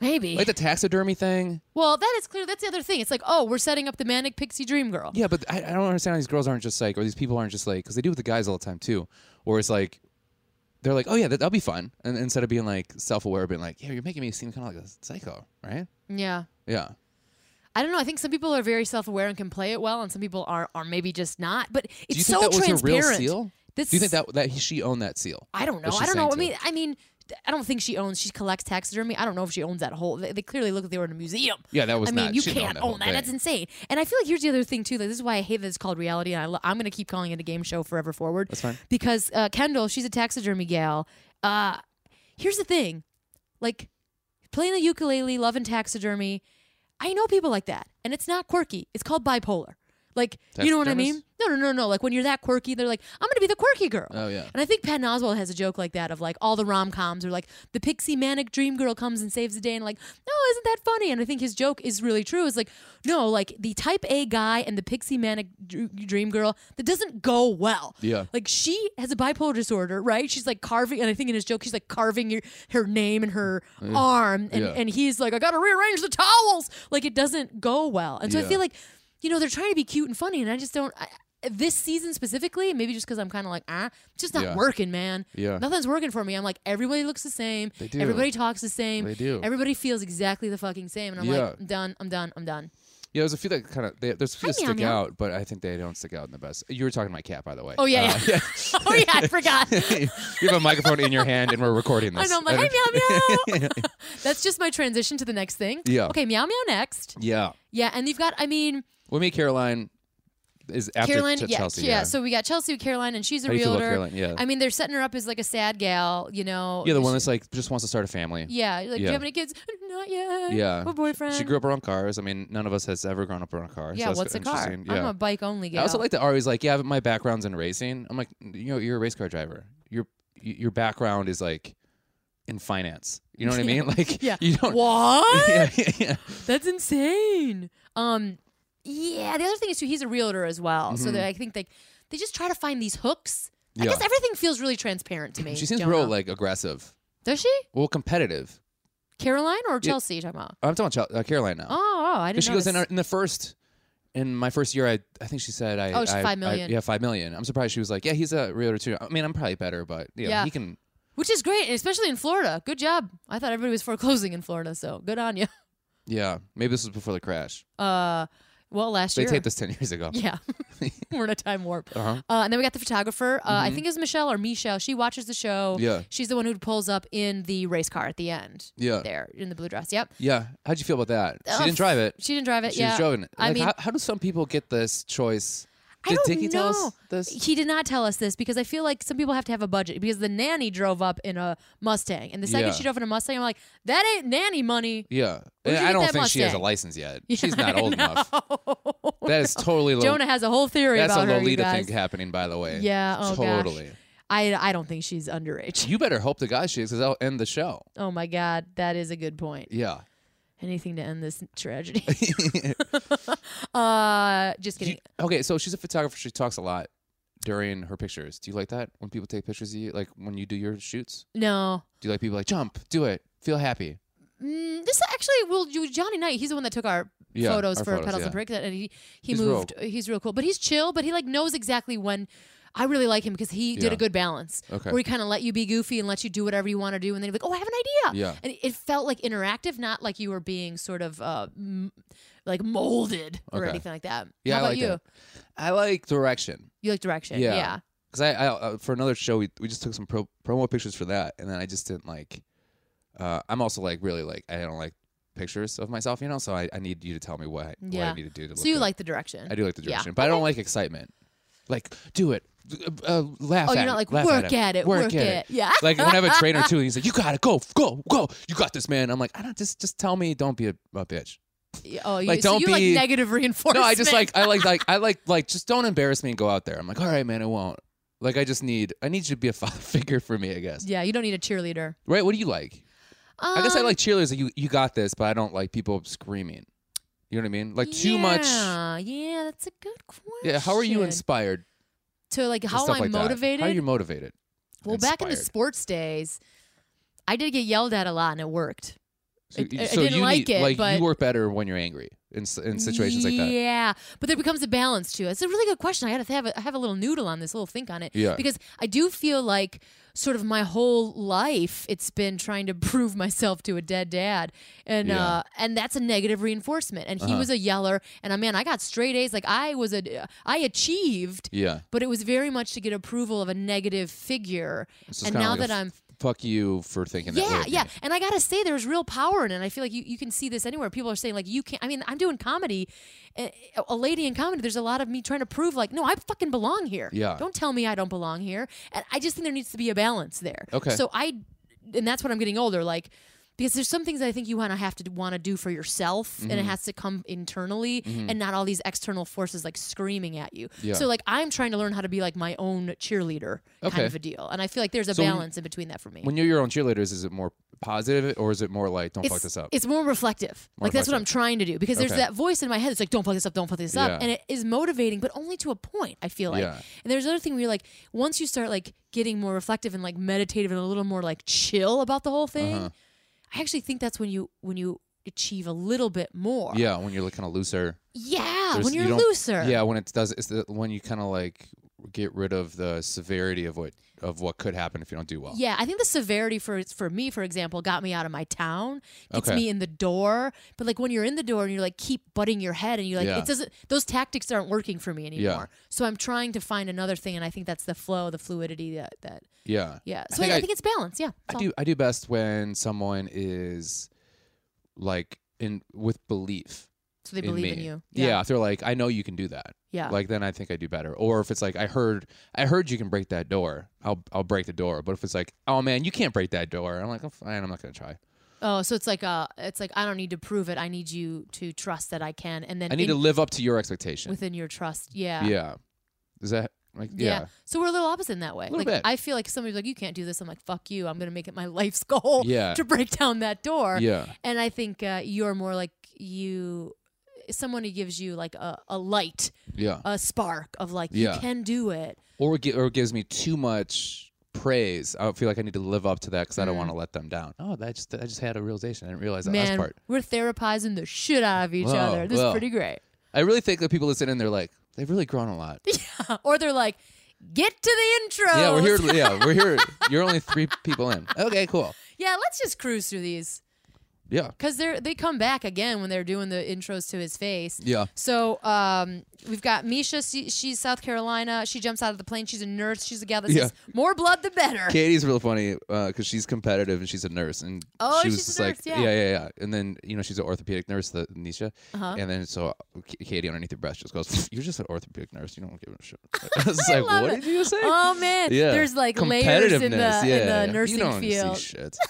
[SPEAKER 2] Uh, maybe.
[SPEAKER 1] Like the taxidermy thing.
[SPEAKER 2] well, that is clear. That's the other thing. It's like, oh, we're setting up the manic pixie dream girl.
[SPEAKER 1] Yeah, but I, I don't understand how these girls aren't just like, or these people aren't just like, because they do with the guys all the time too. Or it's like, they're like, oh yeah, that, that'll be fun. And instead of being like self aware, being like, yeah, you're making me seem kind of like a psycho, right?
[SPEAKER 2] Yeah.
[SPEAKER 1] Yeah.
[SPEAKER 2] I don't know. I think some people are very self-aware and can play it well, and some people are are maybe just not. But
[SPEAKER 1] Do you
[SPEAKER 2] it's
[SPEAKER 1] think
[SPEAKER 2] so
[SPEAKER 1] that was her real
[SPEAKER 2] transparent.
[SPEAKER 1] seal?
[SPEAKER 2] This-
[SPEAKER 1] Do you think that that he, she owned that seal?
[SPEAKER 2] I don't know.
[SPEAKER 1] What she's
[SPEAKER 2] I don't
[SPEAKER 1] saying
[SPEAKER 2] know. I
[SPEAKER 1] to
[SPEAKER 2] mean,
[SPEAKER 1] him.
[SPEAKER 2] I mean, I don't think she owns. She collects taxidermy. I don't know if she owns that whole. They, they clearly look like they were in a museum.
[SPEAKER 1] Yeah, that was
[SPEAKER 2] I mean,
[SPEAKER 1] not-
[SPEAKER 2] you
[SPEAKER 1] she didn't own
[SPEAKER 2] can't
[SPEAKER 1] that
[SPEAKER 2] own
[SPEAKER 1] whole
[SPEAKER 2] that.
[SPEAKER 1] thing.
[SPEAKER 2] That's insane. And I feel like here's the other thing too. That this is why I hate that it's called reality. And I lo- I'm going to keep calling it a game show forever forward. That's
[SPEAKER 1] fine.
[SPEAKER 2] Because uh, Kendall, she's a taxidermy gal. Uh, here's the thing, like playing the ukulele, loving taxidermy. I know people like that, and it's not quirky. It's called bipolar. Like, you know what I mean?
[SPEAKER 1] Taxidermist?
[SPEAKER 2] No, no, no, no. Like when you're that quirky, they're like, I'm gonna be the quirky girl.
[SPEAKER 1] Oh, yeah.
[SPEAKER 2] And I think Patton Oswald has a joke like that of like all the rom coms are like the pixie manic dream girl comes and saves the day and like, no, isn't that funny? And I think his joke is really true. Is like, no, like the type A guy and the pixie manic dr- dream girl that doesn't go well.
[SPEAKER 1] Yeah.
[SPEAKER 2] Like she has a bipolar disorder, right? She's like carving, and I think in his joke, she's like carving your, her name and her arm, and,
[SPEAKER 1] Yeah.
[SPEAKER 2] and he's like, I gotta rearrange the towels. Like it doesn't go well, and so I
[SPEAKER 1] Yeah.
[SPEAKER 2] feel like, you know, they're trying to be cute and funny, and I just don't. I, this season specifically, maybe just because I'm kind of like, ah, it's just not
[SPEAKER 1] Yeah.
[SPEAKER 2] working, man.
[SPEAKER 1] Yeah.
[SPEAKER 2] nothing's working for me. I'm like, everybody looks the same.
[SPEAKER 1] They do.
[SPEAKER 2] Everybody talks the same.
[SPEAKER 1] They do.
[SPEAKER 2] Everybody feels exactly the fucking same, and I'm
[SPEAKER 1] Yeah.
[SPEAKER 2] like, I'm done. I'm done. I'm done.
[SPEAKER 1] Yeah, there's a few that kind of there's a few
[SPEAKER 2] Hi,
[SPEAKER 1] that stick
[SPEAKER 2] meow, meow.
[SPEAKER 1] out, but I think they don't stick out in the best. You were talking to my cat, by the way.
[SPEAKER 2] Oh yeah,
[SPEAKER 1] Uh,
[SPEAKER 2] yeah. oh yeah, I forgot.
[SPEAKER 1] you have a microphone in your hand, and we're recording
[SPEAKER 2] I
[SPEAKER 1] this.
[SPEAKER 2] know. I'm like,
[SPEAKER 1] And-
[SPEAKER 2] hey, meow, meow. That's just my transition to the next thing.
[SPEAKER 1] Yeah.
[SPEAKER 2] Okay, meow, meow next.
[SPEAKER 1] yeah.
[SPEAKER 2] Yeah, and you've got, I mean,
[SPEAKER 1] We meet Caroline. Is after
[SPEAKER 2] Caroline.
[SPEAKER 1] Ch-
[SPEAKER 2] yeah,
[SPEAKER 1] Chelsea.
[SPEAKER 2] yeah, So we got Chelsea, Caroline, and she's a
[SPEAKER 1] How do you feel about
[SPEAKER 2] realtor.
[SPEAKER 1] Caroline? Yeah.
[SPEAKER 2] I mean, they're setting her up as like a sad gal, you know.
[SPEAKER 1] Yeah, the
[SPEAKER 2] She-
[SPEAKER 1] one that's like just wants to start a family.
[SPEAKER 2] Yeah. Like, do you
[SPEAKER 1] Yeah.
[SPEAKER 2] have any kids? Not yet.
[SPEAKER 1] Yeah.
[SPEAKER 2] Or boyfriend.
[SPEAKER 1] She grew up around cars. I mean, none of us has ever grown up around cars.
[SPEAKER 2] Yeah.
[SPEAKER 1] so that's
[SPEAKER 2] what's a car?
[SPEAKER 1] interesting.
[SPEAKER 2] I'm
[SPEAKER 1] Yeah.
[SPEAKER 2] a bike only gal.
[SPEAKER 1] I also like that Ari's like, yeah, but my background's in racing. I'm like, you know, you're a race car driver. Your your background is like in finance. You know what I mean? Like,
[SPEAKER 2] Yeah.
[SPEAKER 1] you don't.
[SPEAKER 2] What?
[SPEAKER 1] Yeah, yeah, yeah.
[SPEAKER 2] That's insane. Um, yeah. The other thing is too, he's a realtor as well. So they- I think they they just try to find these hooks. I
[SPEAKER 1] Mm-hmm. Yeah.
[SPEAKER 2] guess everything feels really transparent to me.
[SPEAKER 1] She seems
[SPEAKER 2] Jonah.
[SPEAKER 1] real like aggressive.
[SPEAKER 2] Does she?
[SPEAKER 1] Well, competitive.
[SPEAKER 2] Caroline or Chelsea? You talking about?
[SPEAKER 1] I'm talking about Chel- uh, Caroline now.
[SPEAKER 2] Oh, oh I didn't.
[SPEAKER 1] Because she goes in,
[SPEAKER 2] notice.
[SPEAKER 1] in the first, in my first year, I I think she said I.
[SPEAKER 2] Oh, it's
[SPEAKER 1] I-
[SPEAKER 2] five
[SPEAKER 1] I-
[SPEAKER 2] million.
[SPEAKER 1] yeah, five million. I'm surprised she was like, yeah, he's a realtor too. I mean, I'm probably better, but yeah,
[SPEAKER 2] Yeah.
[SPEAKER 1] he can.
[SPEAKER 2] which is great, especially in Florida. Good job. I thought everybody was foreclosing in Florida, so good on you.
[SPEAKER 1] Yeah, maybe this was before the crash.
[SPEAKER 2] Uh, Well, last
[SPEAKER 1] They
[SPEAKER 2] year.
[SPEAKER 1] taped this 10 years ago.
[SPEAKER 2] Yeah. We're in a time warp.
[SPEAKER 1] Uh-huh. Mm-hmm.
[SPEAKER 2] Uh, and then we got the photographer. Uh, I think it's Michelle or Michelle. She watches the show.
[SPEAKER 1] Yeah.
[SPEAKER 2] She's the one who pulls up in the race car at the end.
[SPEAKER 1] Yeah.
[SPEAKER 2] There in the blue dress. Yep.
[SPEAKER 1] Yeah. How'd you feel about that? She
[SPEAKER 2] Ugh,
[SPEAKER 1] didn't drive it.
[SPEAKER 2] She didn't drive it.
[SPEAKER 1] She
[SPEAKER 2] yeah.
[SPEAKER 1] was driving it.
[SPEAKER 2] I
[SPEAKER 1] Like,
[SPEAKER 2] mean,
[SPEAKER 1] how, how do some people get this choice?
[SPEAKER 2] I
[SPEAKER 1] Did
[SPEAKER 2] don't
[SPEAKER 1] Dickie
[SPEAKER 2] know.
[SPEAKER 1] tell us this?
[SPEAKER 2] He did not tell us this because I feel like some people have to have a budget because the nanny drove up in a Mustang. And the second
[SPEAKER 1] Yeah.
[SPEAKER 2] she drove in a Mustang, I'm like, that ain't nanny money.
[SPEAKER 1] Yeah.
[SPEAKER 2] Where'd
[SPEAKER 1] And
[SPEAKER 2] you
[SPEAKER 1] I
[SPEAKER 2] get
[SPEAKER 1] don't
[SPEAKER 2] that
[SPEAKER 1] think she has a
[SPEAKER 2] Mustang?
[SPEAKER 1] license yet. She's not old enough.
[SPEAKER 2] No.
[SPEAKER 1] That is totally Lo-
[SPEAKER 2] Jonah has a whole theory
[SPEAKER 1] That's a
[SPEAKER 2] about her. you
[SPEAKER 1] Lolita
[SPEAKER 2] guys.
[SPEAKER 1] thing happening, by the way.
[SPEAKER 2] Yeah, oh gosh.
[SPEAKER 1] totally.
[SPEAKER 2] I, I don't think she's underage.
[SPEAKER 1] You better hope the guy she is, because I'll end the show.
[SPEAKER 2] Oh my God, that is a good point.
[SPEAKER 1] Yeah.
[SPEAKER 2] Anything to end this tragedy. uh, just
[SPEAKER 1] Do
[SPEAKER 2] kidding.
[SPEAKER 1] you- okay, so she's a photographer. She talks a lot during her pictures. Do you like that when people take pictures of you? Like when you do your shoots?
[SPEAKER 2] no.
[SPEAKER 1] Do you like people like jump, do it, feel happy?
[SPEAKER 2] Mm, this actually will do Johnny Knight. He's the one that took our
[SPEAKER 1] Yeah,
[SPEAKER 2] photos
[SPEAKER 1] our
[SPEAKER 2] for
[SPEAKER 1] photos,
[SPEAKER 2] Pedals
[SPEAKER 1] yeah.
[SPEAKER 2] and Brick, and he he
[SPEAKER 1] He's
[SPEAKER 2] moved. He's real cool, but he's chill. But he like knows exactly when. I really like him because he did
[SPEAKER 1] Yeah.
[SPEAKER 2] a good balance,
[SPEAKER 1] Okay.
[SPEAKER 2] where he kind of let you be goofy and let you do whatever you want to do, and then you're like, "Oh, I have an idea."
[SPEAKER 1] Yeah.
[SPEAKER 2] and it- it felt like interactive, not like you were being sort of uh, m- like molded or
[SPEAKER 1] Okay.
[SPEAKER 2] anything like that.
[SPEAKER 1] Yeah,
[SPEAKER 2] How
[SPEAKER 1] I
[SPEAKER 2] about
[SPEAKER 1] like
[SPEAKER 2] you?
[SPEAKER 1] that. I like direction.
[SPEAKER 2] You like direction?
[SPEAKER 1] Yeah.
[SPEAKER 2] yeah.
[SPEAKER 1] Because I, I uh, for another show we, we just took some pro, promo pictures for that, and then I just didn't like. Uh, I'm also like really like I don't like pictures of myself, you know. So I, I need you to tell me what, I- what
[SPEAKER 2] Yeah.
[SPEAKER 1] I need to do to.
[SPEAKER 2] So
[SPEAKER 1] look
[SPEAKER 2] you
[SPEAKER 1] good.
[SPEAKER 2] like the direction?
[SPEAKER 1] I do like the
[SPEAKER 2] Yeah.
[SPEAKER 1] direction, but I don't like excitement. Like do it, uh, laugh.
[SPEAKER 2] Oh,
[SPEAKER 1] at
[SPEAKER 2] you're
[SPEAKER 1] it.
[SPEAKER 2] not like
[SPEAKER 1] Laugh
[SPEAKER 2] work at it,
[SPEAKER 1] work, at it.
[SPEAKER 2] Yeah.
[SPEAKER 1] like when I have a trainer too, he's like, "You gotta go, go, go. You got this, man." I'm like, "I don't just just tell me, don't be a, a bitch."
[SPEAKER 2] oh, you,
[SPEAKER 1] Like,
[SPEAKER 2] so
[SPEAKER 1] don't
[SPEAKER 2] you
[SPEAKER 1] be-
[SPEAKER 2] like negative
[SPEAKER 1] No,
[SPEAKER 2] reinforcement.
[SPEAKER 1] I just like I like like I like like just don't embarrass me and go out there. I'm like, "All right, man, I won't." Like I just need I need you to be a father figure for me, I guess.
[SPEAKER 2] Yeah, you don't need a cheerleader.
[SPEAKER 1] Right? What do you like? I guess I
[SPEAKER 2] Um,
[SPEAKER 1] like cheerleaders. Like you you got this, but I don't like people screaming. You know what I mean? Like too much.
[SPEAKER 2] Yeah, yeah, that's a good question.
[SPEAKER 1] Yeah. How are you inspired?
[SPEAKER 2] To like
[SPEAKER 1] and
[SPEAKER 2] how am
[SPEAKER 1] stuff
[SPEAKER 2] I
[SPEAKER 1] like that?
[SPEAKER 2] motivated?
[SPEAKER 1] How are you motivated?
[SPEAKER 2] well, back in the
[SPEAKER 1] inspired?
[SPEAKER 2] sports days, I did get yelled at a lot, and it worked.
[SPEAKER 1] So,
[SPEAKER 2] I-
[SPEAKER 1] you-
[SPEAKER 2] I- I
[SPEAKER 1] so
[SPEAKER 2] didn't
[SPEAKER 1] you
[SPEAKER 2] like
[SPEAKER 1] need,
[SPEAKER 2] it,
[SPEAKER 1] Like
[SPEAKER 2] but-
[SPEAKER 1] you work better when you're angry in s- in situations like that.
[SPEAKER 2] Yeah, but there becomes a balance too. It's a really good question. I gotta have a, I have a little noodle on this little think on it.
[SPEAKER 1] Yeah.
[SPEAKER 2] because I do feel like sort of my whole life it's been trying to prove myself to a dead dad, and
[SPEAKER 1] Yeah. Uh-huh.
[SPEAKER 2] uh, and that's a negative reinforcement. And he was a yeller, and uh, man, I got straight A's. Like I was a I achieved.
[SPEAKER 1] Yeah.
[SPEAKER 2] But it was very much to get approval of a negative figure,
[SPEAKER 1] So it's
[SPEAKER 2] and
[SPEAKER 1] kinda
[SPEAKER 2] now
[SPEAKER 1] like a
[SPEAKER 2] that i I'm
[SPEAKER 1] f- fuck you for thinking that. way
[SPEAKER 2] yeah,
[SPEAKER 1] of
[SPEAKER 2] yeah.
[SPEAKER 1] me.
[SPEAKER 2] And I gotta say, there's real power in it. I feel like you, you can see this anywhere. People are saying like you can't. I mean, I'm doing comedy, a, a lady in comedy. There's a lot of me trying to prove like, no, I fucking belong here.
[SPEAKER 1] Yeah.
[SPEAKER 2] Don't tell me I don't belong here. And I just think there needs to be a balance there.
[SPEAKER 1] Okay.
[SPEAKER 2] So I, and that's what I'm getting older. Like. Because there's some things that I think you want to have to want to do for yourself, and it
[SPEAKER 1] Mm-hmm.
[SPEAKER 2] has to come internally, and not all these external forces like screaming at you.
[SPEAKER 1] Yeah.
[SPEAKER 2] So like I'm trying to learn how to be like my own cheerleader,
[SPEAKER 1] Okay.
[SPEAKER 2] kind of a deal, and I feel like there's a
[SPEAKER 1] So when-
[SPEAKER 2] balance in between that for me.
[SPEAKER 1] When you're your own cheerleaders, is it more positive or is it more like don't fuck
[SPEAKER 2] It's-
[SPEAKER 1] this up?
[SPEAKER 2] It's more reflective. like that's what I'm trying to do because there's
[SPEAKER 1] Okay.
[SPEAKER 2] that voice in my head that's like, "Don't fuck this up, don't fuck this
[SPEAKER 1] Yeah.
[SPEAKER 2] up," and it is motivating, but only to a point. I feel like.
[SPEAKER 1] Yeah.
[SPEAKER 2] And there's another thing where you're like, once you start like getting more reflective and like meditative and a little more like chill about the whole thing,
[SPEAKER 1] Uh-huh.
[SPEAKER 2] I actually think that's when you when you achieve a little bit more.
[SPEAKER 1] Yeah, when you're kind of looser.
[SPEAKER 2] Yeah,
[SPEAKER 1] There's-
[SPEAKER 2] when you're
[SPEAKER 1] you don't-
[SPEAKER 2] looser.
[SPEAKER 1] Yeah, when it does, it's the, when you kind of like get rid of the severity of what of what could happen if you don't do well.
[SPEAKER 2] Yeah, I think the severity for for me, for example, got me out of my town, gets
[SPEAKER 1] Okay.
[SPEAKER 2] me in the door. But like when you're in the door and you're like keep butting your head and you are like
[SPEAKER 1] Yeah.
[SPEAKER 2] it doesn't those tactics aren't working for me anymore. So I'm trying to find another thing, and I think that's the flow, the fluidity that that
[SPEAKER 1] Yeah.
[SPEAKER 2] yeah.
[SPEAKER 1] I
[SPEAKER 2] So I
[SPEAKER 1] think
[SPEAKER 2] I,
[SPEAKER 1] I-
[SPEAKER 2] think it's balance. Yeah,
[SPEAKER 1] I
[SPEAKER 2] that's all.
[SPEAKER 1] do I do best when someone is like in with belief.
[SPEAKER 2] So they believe
[SPEAKER 1] me.
[SPEAKER 2] in you.
[SPEAKER 1] Yeah. if they're like, I know you can do that.
[SPEAKER 2] Yeah.
[SPEAKER 1] Like then I think I do better. Or if it's like I heard I heard you can break that door, I'll I'll break the door. But if it's like, oh man, you can't break that door, I'm like, oh, fine, I'm not gonna try.
[SPEAKER 2] Oh, so it's like uh, it's like I don't need to prove it. I need you to trust that I can, and then
[SPEAKER 1] I need
[SPEAKER 2] in-
[SPEAKER 1] to live up to your expectation.
[SPEAKER 2] within your trust. Yeah.
[SPEAKER 1] yeah. Is that like
[SPEAKER 2] Yeah.
[SPEAKER 1] yeah.
[SPEAKER 2] So we're a little opposite in that way.
[SPEAKER 1] Little
[SPEAKER 2] like
[SPEAKER 1] bit.
[SPEAKER 2] I feel like somebody's like, You can't do this. I'm like, fuck you. I'm gonna make it my life's goal
[SPEAKER 1] Yeah.
[SPEAKER 2] to break down that door.
[SPEAKER 1] Uh, Yeah.
[SPEAKER 2] And I think uh, you're more like you someone who gives you like a, a light,
[SPEAKER 1] Yeah.
[SPEAKER 2] a spark of like
[SPEAKER 1] Yeah.
[SPEAKER 2] you can do it.
[SPEAKER 1] or gi- or gives me too much praise. I feel like I need to live up to that because I don't want to let them down. Oh, that just I just had a realization. I didn't realize that last
[SPEAKER 2] Mm. Man,
[SPEAKER 1] part.
[SPEAKER 2] we're therapizing the shit out of each
[SPEAKER 1] Whoa,
[SPEAKER 2] other. This
[SPEAKER 1] whoa.
[SPEAKER 2] is pretty great.
[SPEAKER 1] I really think that people listen in, they're like, they've really grown a lot.
[SPEAKER 2] Uh, or they're like, get to the intro.
[SPEAKER 1] Yeah, we're here. Yeah, we're here. You're only three people in. Okay, cool.
[SPEAKER 2] Yeah, let's just cruise through these.
[SPEAKER 1] Yeah.
[SPEAKER 2] because they're they come back again when they're doing the intros to his face.
[SPEAKER 1] Yeah.
[SPEAKER 2] So um, we've got Misha. She, she's South Carolina. She jumps out of the plane. She's a nurse. She's the gal that says more blood the better.
[SPEAKER 1] Katie's real funny because she's competitive and she's a nurse and
[SPEAKER 2] Oh,
[SPEAKER 1] she was
[SPEAKER 2] she's a
[SPEAKER 1] just
[SPEAKER 2] nurse,
[SPEAKER 1] like
[SPEAKER 2] yeah.
[SPEAKER 1] yeah yeah yeah and then you know she's an orthopedic nurse the Nisha
[SPEAKER 2] Uh-huh.
[SPEAKER 1] and then so K- Katie underneath her breath just goes you're just an orthopedic nurse you don't give a shit I was like
[SPEAKER 2] love
[SPEAKER 1] what
[SPEAKER 2] it.
[SPEAKER 1] did you say
[SPEAKER 2] Oh man,
[SPEAKER 1] yeah
[SPEAKER 2] there's like layers in the
[SPEAKER 1] Competitiveness,
[SPEAKER 2] in the nursing
[SPEAKER 1] you don't
[SPEAKER 2] field.
[SPEAKER 1] see shit.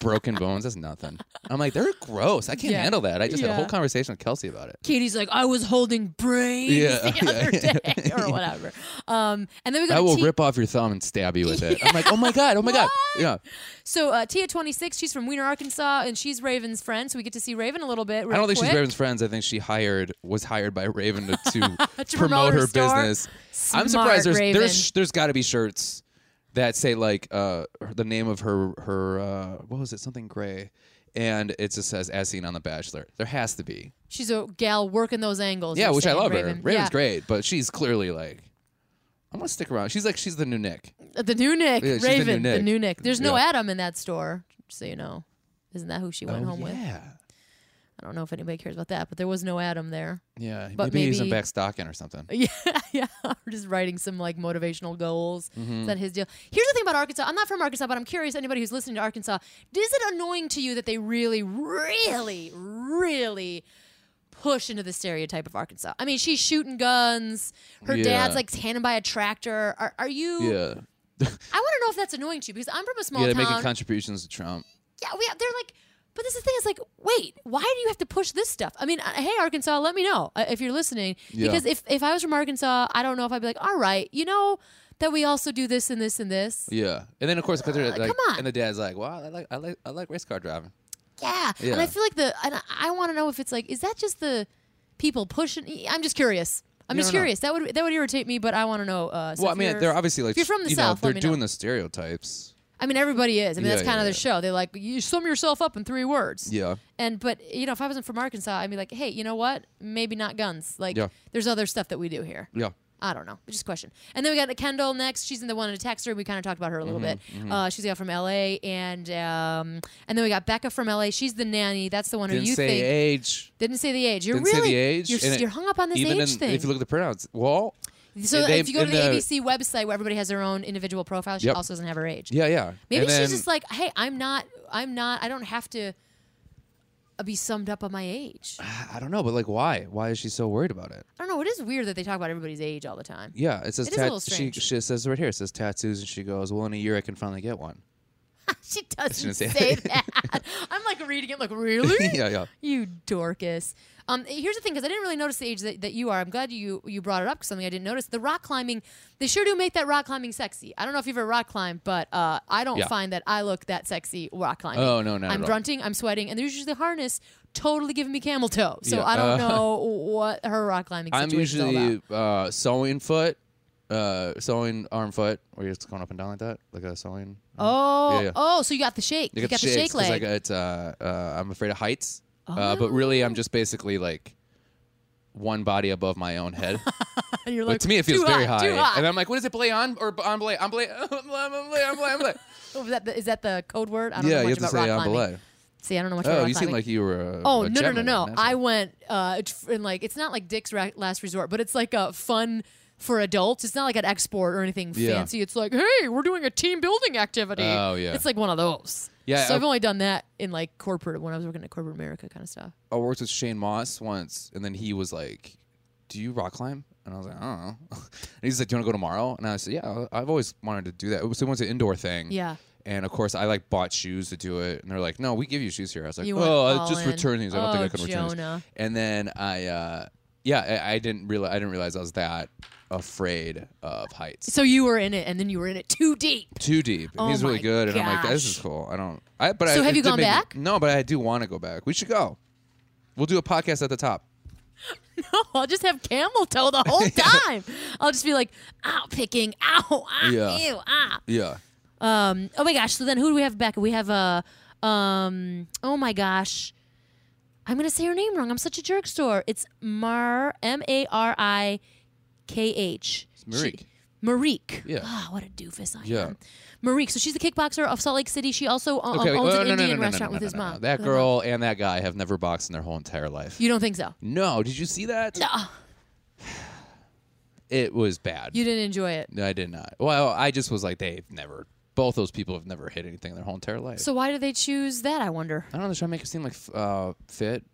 [SPEAKER 1] broken bones that's nothing I'm like they're gross I can't
[SPEAKER 2] Yeah.
[SPEAKER 1] handle that I just had a whole
[SPEAKER 2] Yeah.
[SPEAKER 1] conversation with Kelsey about it
[SPEAKER 2] Katie's like, I was holding brains
[SPEAKER 1] Yeah,
[SPEAKER 2] the other
[SPEAKER 1] yeah, yeah.
[SPEAKER 2] day or whatever. Um, and then we
[SPEAKER 1] I
[SPEAKER 2] got
[SPEAKER 1] will
[SPEAKER 2] T-
[SPEAKER 1] rip off your thumb and stab you with it I'm like oh my god oh my god yeah
[SPEAKER 2] so uh, Tia twenty six. She's from Wiener, Arkansas, and she's Raven's friend. So we get to see Raven a little bit.
[SPEAKER 1] I
[SPEAKER 2] real
[SPEAKER 1] don't think she's
[SPEAKER 2] quick.
[SPEAKER 1] Raven's friends. I think she hired was hired by Raven to, to promote,
[SPEAKER 2] promote her
[SPEAKER 1] her
[SPEAKER 2] store.
[SPEAKER 1] business. I'm
[SPEAKER 2] Smart,
[SPEAKER 1] surprised there's
[SPEAKER 2] Raven.
[SPEAKER 1] there's sh- there's got to be shirts that say like uh, her- the name of her her uh, what was it something gray, and it just says as seen on The Bachelor. There has to be.
[SPEAKER 2] She's a gal working those angles.
[SPEAKER 1] yeah,
[SPEAKER 2] you're
[SPEAKER 1] which I
[SPEAKER 2] saying,
[SPEAKER 1] love
[SPEAKER 2] Raven.
[SPEAKER 1] her. Raven's
[SPEAKER 2] yeah.
[SPEAKER 1] great, but she's clearly like. I'm gonna stick around. She's like she's the new Nick.
[SPEAKER 2] The new Nick,
[SPEAKER 1] Yeah, she's the new
[SPEAKER 2] Raven, the new Nick.
[SPEAKER 1] Nick.
[SPEAKER 2] There's no
[SPEAKER 1] Yeah.
[SPEAKER 2] Adam in that store, just so you know. Isn't that who she went
[SPEAKER 1] oh
[SPEAKER 2] home
[SPEAKER 1] yeah,
[SPEAKER 2] with? I don't know if anybody cares about that, but there was no Adam there.
[SPEAKER 1] yeah.
[SPEAKER 2] But
[SPEAKER 1] maybe, he's in
[SPEAKER 2] maybe-
[SPEAKER 1] back stocking or something.
[SPEAKER 2] Yeah, yeah. We're just writing some like motivational goals.
[SPEAKER 1] Mm-hmm.
[SPEAKER 2] Is that his deal? Here's the thing about Arkansas. I'm not from Arkansas, but I'm curious. Anybody who's listening to Arkansas, is it annoying to you that they really, really, really push into the stereotype of Arkansas? I mean, she's shooting guns. Her
[SPEAKER 1] Yeah.
[SPEAKER 2] dad's like standing by a tractor. Are, are you?
[SPEAKER 1] Yeah,
[SPEAKER 2] I want to know if that's annoying to you because I'm from a small
[SPEAKER 1] yeah. They're making
[SPEAKER 2] town.
[SPEAKER 1] contributions to Trump.
[SPEAKER 2] yeah, we, they're like, but this is the thing. It's like, wait, why do you have to push this stuff? I mean, uh, hey, Arkansas, let me know uh, if you're listening.
[SPEAKER 1] Yeah.
[SPEAKER 2] Because if, if I was from Arkansas, I don't know if I'd be like, all right, you know that we also do this and this and this.
[SPEAKER 1] Yeah, and then of course, 'cause they're, like,
[SPEAKER 2] Uh, come on.
[SPEAKER 1] and the dad's like, "Well, I like, I like, I like race car driving."
[SPEAKER 2] Yeah.
[SPEAKER 1] Yeah.
[SPEAKER 2] And I feel like the, and I, I want to know if it's like, is that just the people pushing? I'm just curious. I'm
[SPEAKER 1] You
[SPEAKER 2] just
[SPEAKER 1] don't know.
[SPEAKER 2] curious. That would that would irritate me, but I want to know. Uh, so
[SPEAKER 1] well, I
[SPEAKER 2] if
[SPEAKER 1] mean,
[SPEAKER 2] you're-
[SPEAKER 1] they're obviously like,
[SPEAKER 2] if you're from the
[SPEAKER 1] you know,
[SPEAKER 2] South, let
[SPEAKER 1] they're
[SPEAKER 2] me know.
[SPEAKER 1] doing the stereotypes.
[SPEAKER 2] I mean, everybody is. I mean,
[SPEAKER 1] Yeah,
[SPEAKER 2] that's kind
[SPEAKER 1] yeah,
[SPEAKER 2] of
[SPEAKER 1] yeah.
[SPEAKER 2] their show. They're like, you sum yourself up in three words.
[SPEAKER 1] Yeah,
[SPEAKER 2] And but you know, if I wasn't from Arkansas, I'd be like, hey, you know what? Maybe not guns. Like,
[SPEAKER 1] Yeah.
[SPEAKER 2] there's other stuff that we do here.
[SPEAKER 1] yeah,
[SPEAKER 2] I don't know. Just a question. And then we got Kendall next. She's in the one that attacks her. We kind of talked about her a little
[SPEAKER 1] Mm-hmm,
[SPEAKER 2] bit. Uh, she's got from L.A. and um, and then we got Becca from L.A. She's the nanny. That's the one
[SPEAKER 1] didn't
[SPEAKER 2] who you
[SPEAKER 1] say
[SPEAKER 2] think
[SPEAKER 1] age.
[SPEAKER 2] didn't say the age. You're
[SPEAKER 1] Didn't say
[SPEAKER 2] really
[SPEAKER 1] the age.
[SPEAKER 2] You're,
[SPEAKER 1] and
[SPEAKER 2] s-
[SPEAKER 1] it-
[SPEAKER 2] you're hung up on this
[SPEAKER 1] even
[SPEAKER 2] age
[SPEAKER 1] in-
[SPEAKER 2] thing.
[SPEAKER 1] If you look at the pronouns, well,
[SPEAKER 2] so
[SPEAKER 1] they-
[SPEAKER 2] if you go to
[SPEAKER 1] in
[SPEAKER 2] the,
[SPEAKER 1] the-
[SPEAKER 2] ABC website where everybody has their own individual profile, she
[SPEAKER 1] Yep.
[SPEAKER 2] also doesn't have her age.
[SPEAKER 1] yeah, yeah.
[SPEAKER 2] Maybe
[SPEAKER 1] And
[SPEAKER 2] she's
[SPEAKER 1] then-
[SPEAKER 2] just like, hey, I'm not, I'm not, I don't have to uh, be summed up on my age.
[SPEAKER 1] I don't know, but like, why? Why is she so worried about it?
[SPEAKER 2] I don't know. It is weird that they talk about everybody's age all the time.
[SPEAKER 1] Yeah, it says
[SPEAKER 2] It is a little
[SPEAKER 1] she,
[SPEAKER 2] strange.
[SPEAKER 1] she says right here. It says tattoos, and she goes, "Well, in a year, I can finally get one."
[SPEAKER 2] she doesn't
[SPEAKER 1] shouldn't
[SPEAKER 2] say,
[SPEAKER 1] say
[SPEAKER 2] that. I'm like reading it, like really?
[SPEAKER 1] yeah, yeah.
[SPEAKER 2] You dorcas. Um, here's the thing, because I didn't really notice the age that, that you are. I'm glad you you brought it up. 'cause Something I didn't notice. The rock climbing, they sure do make that rock climbing sexy. I don't know if you've ever rock climbed, but uh, I don't
[SPEAKER 1] Yeah.
[SPEAKER 2] find that I look that sexy rock climbing.
[SPEAKER 1] Oh, no, not
[SPEAKER 2] I'm
[SPEAKER 1] at all.
[SPEAKER 2] grunting, I'm sweating, and there's usually the harness totally giving me camel toe. So
[SPEAKER 1] Yeah.
[SPEAKER 2] I don't
[SPEAKER 1] Uh,
[SPEAKER 2] know what her rock climbing.
[SPEAKER 1] I'm
[SPEAKER 2] situation's all about.
[SPEAKER 1] usually uh, sewing foot, uh, sewing arm foot, where you're just going up and down like that, like a sewing.
[SPEAKER 2] Oh,
[SPEAKER 1] Yeah, yeah.
[SPEAKER 2] oh, so you got the shake.
[SPEAKER 1] I
[SPEAKER 2] you got the shake
[SPEAKER 1] shakes 'cause I
[SPEAKER 2] leg. Oh.
[SPEAKER 1] got, uh, uh, I'm afraid of heights, uh, but really I'm just basically like one body above my own head.
[SPEAKER 2] and you're
[SPEAKER 1] but to me it feels
[SPEAKER 2] too
[SPEAKER 1] very
[SPEAKER 2] high.
[SPEAKER 1] high.
[SPEAKER 2] too high.
[SPEAKER 1] And I'm like, what does it play on or b- on belay? On belay, on belay, on belay, on belay, on belay.
[SPEAKER 2] Oh, is, that the, is that the code word? I don't
[SPEAKER 1] Yeah,
[SPEAKER 2] know
[SPEAKER 1] you
[SPEAKER 2] much
[SPEAKER 1] have to
[SPEAKER 2] about
[SPEAKER 1] say
[SPEAKER 2] rock
[SPEAKER 1] on
[SPEAKER 2] climbing.
[SPEAKER 1] belay.
[SPEAKER 2] See, I don't know much about
[SPEAKER 1] Oh,
[SPEAKER 2] rock
[SPEAKER 1] you seem
[SPEAKER 2] climbing.
[SPEAKER 1] like you were.
[SPEAKER 2] Oh
[SPEAKER 1] a
[SPEAKER 2] no, no no
[SPEAKER 1] Gemini,
[SPEAKER 2] no
[SPEAKER 1] that's
[SPEAKER 2] I
[SPEAKER 1] all.
[SPEAKER 2] went uh it's f- in like it's not like Dick's Ra- Last Resort, but it's like a fun for adults. It's not like an export or anything
[SPEAKER 1] Yeah.
[SPEAKER 2] fancy. It's like hey, we're doing a team building activity.
[SPEAKER 1] Oh, yeah.
[SPEAKER 2] it's like one of those.
[SPEAKER 1] Yeah,
[SPEAKER 2] so I've
[SPEAKER 1] I-
[SPEAKER 2] only done that in like corporate when I was working at corporate America kind of stuff.
[SPEAKER 1] I worked with Shane Moss once, and then he was like, "Do you rock climb?" And I was like, "I don't know." and he's like, "Do you want to go tomorrow?" And I said, "Yeah, I've always wanted to do that." It was, it was an indoor thing.
[SPEAKER 2] Yeah.
[SPEAKER 1] And of course, I like bought shoes to do it, and they're like, "No, we give you shoes here." I was like,
[SPEAKER 2] You went
[SPEAKER 1] "Oh, I
[SPEAKER 2] all
[SPEAKER 1] just
[SPEAKER 2] in.
[SPEAKER 1] returned these. I don't
[SPEAKER 2] Oh,
[SPEAKER 1] think I can return
[SPEAKER 2] Jonah.
[SPEAKER 1] these." And then I, uh, yeah, I, I didn't realize I didn't realize I was that afraid of heights.
[SPEAKER 2] So you were in it, and then you were in it too deep.
[SPEAKER 1] Too deep. And
[SPEAKER 2] Oh
[SPEAKER 1] he's really
[SPEAKER 2] my
[SPEAKER 1] good, and I'm like, "This
[SPEAKER 2] gosh.
[SPEAKER 1] is cool." I don't. I but I,
[SPEAKER 2] So have
[SPEAKER 1] it
[SPEAKER 2] you
[SPEAKER 1] did
[SPEAKER 2] gone
[SPEAKER 1] make me-
[SPEAKER 2] back?
[SPEAKER 1] no, but I do want to go back. We should go. We'll do a podcast at the top.
[SPEAKER 2] I'll just have camel toe the whole time. I'll just be like, ow, picking, ow, ah,
[SPEAKER 1] Yeah.
[SPEAKER 2] ew, ah.
[SPEAKER 1] Yeah.
[SPEAKER 2] Um, oh my gosh. So then who do we have back? We have uh, um, oh my gosh. I'm going to say her name wrong. I'm such a jerk store. It's Mar M A R I K H.
[SPEAKER 1] Marik.
[SPEAKER 2] She- Marique.
[SPEAKER 1] Yeah.
[SPEAKER 2] Ah, what a doofus I
[SPEAKER 1] Yeah.
[SPEAKER 2] am. Marique. So she's the kickboxer of Salt Lake City. She also uh,
[SPEAKER 1] Okay, well,
[SPEAKER 2] owns
[SPEAKER 1] no,
[SPEAKER 2] an
[SPEAKER 1] no, no,
[SPEAKER 2] Indian
[SPEAKER 1] no, no,
[SPEAKER 2] restaurant
[SPEAKER 1] no,
[SPEAKER 2] with
[SPEAKER 1] no,
[SPEAKER 2] his
[SPEAKER 1] no, no.
[SPEAKER 2] mom.
[SPEAKER 1] That
[SPEAKER 2] With her mom.
[SPEAKER 1] girl and that guy have never boxed in their whole entire life.
[SPEAKER 2] You don't think so?
[SPEAKER 1] no, did you see that?
[SPEAKER 2] No.
[SPEAKER 1] It was bad.
[SPEAKER 2] You didn't enjoy it.
[SPEAKER 1] no, I did not. Well, I just was like, they've never. Both those people have never hit anything their whole entire life.
[SPEAKER 2] So why do they choose that? I wonder.
[SPEAKER 1] I don't know. They're trying to make her seem like f- uh, fit.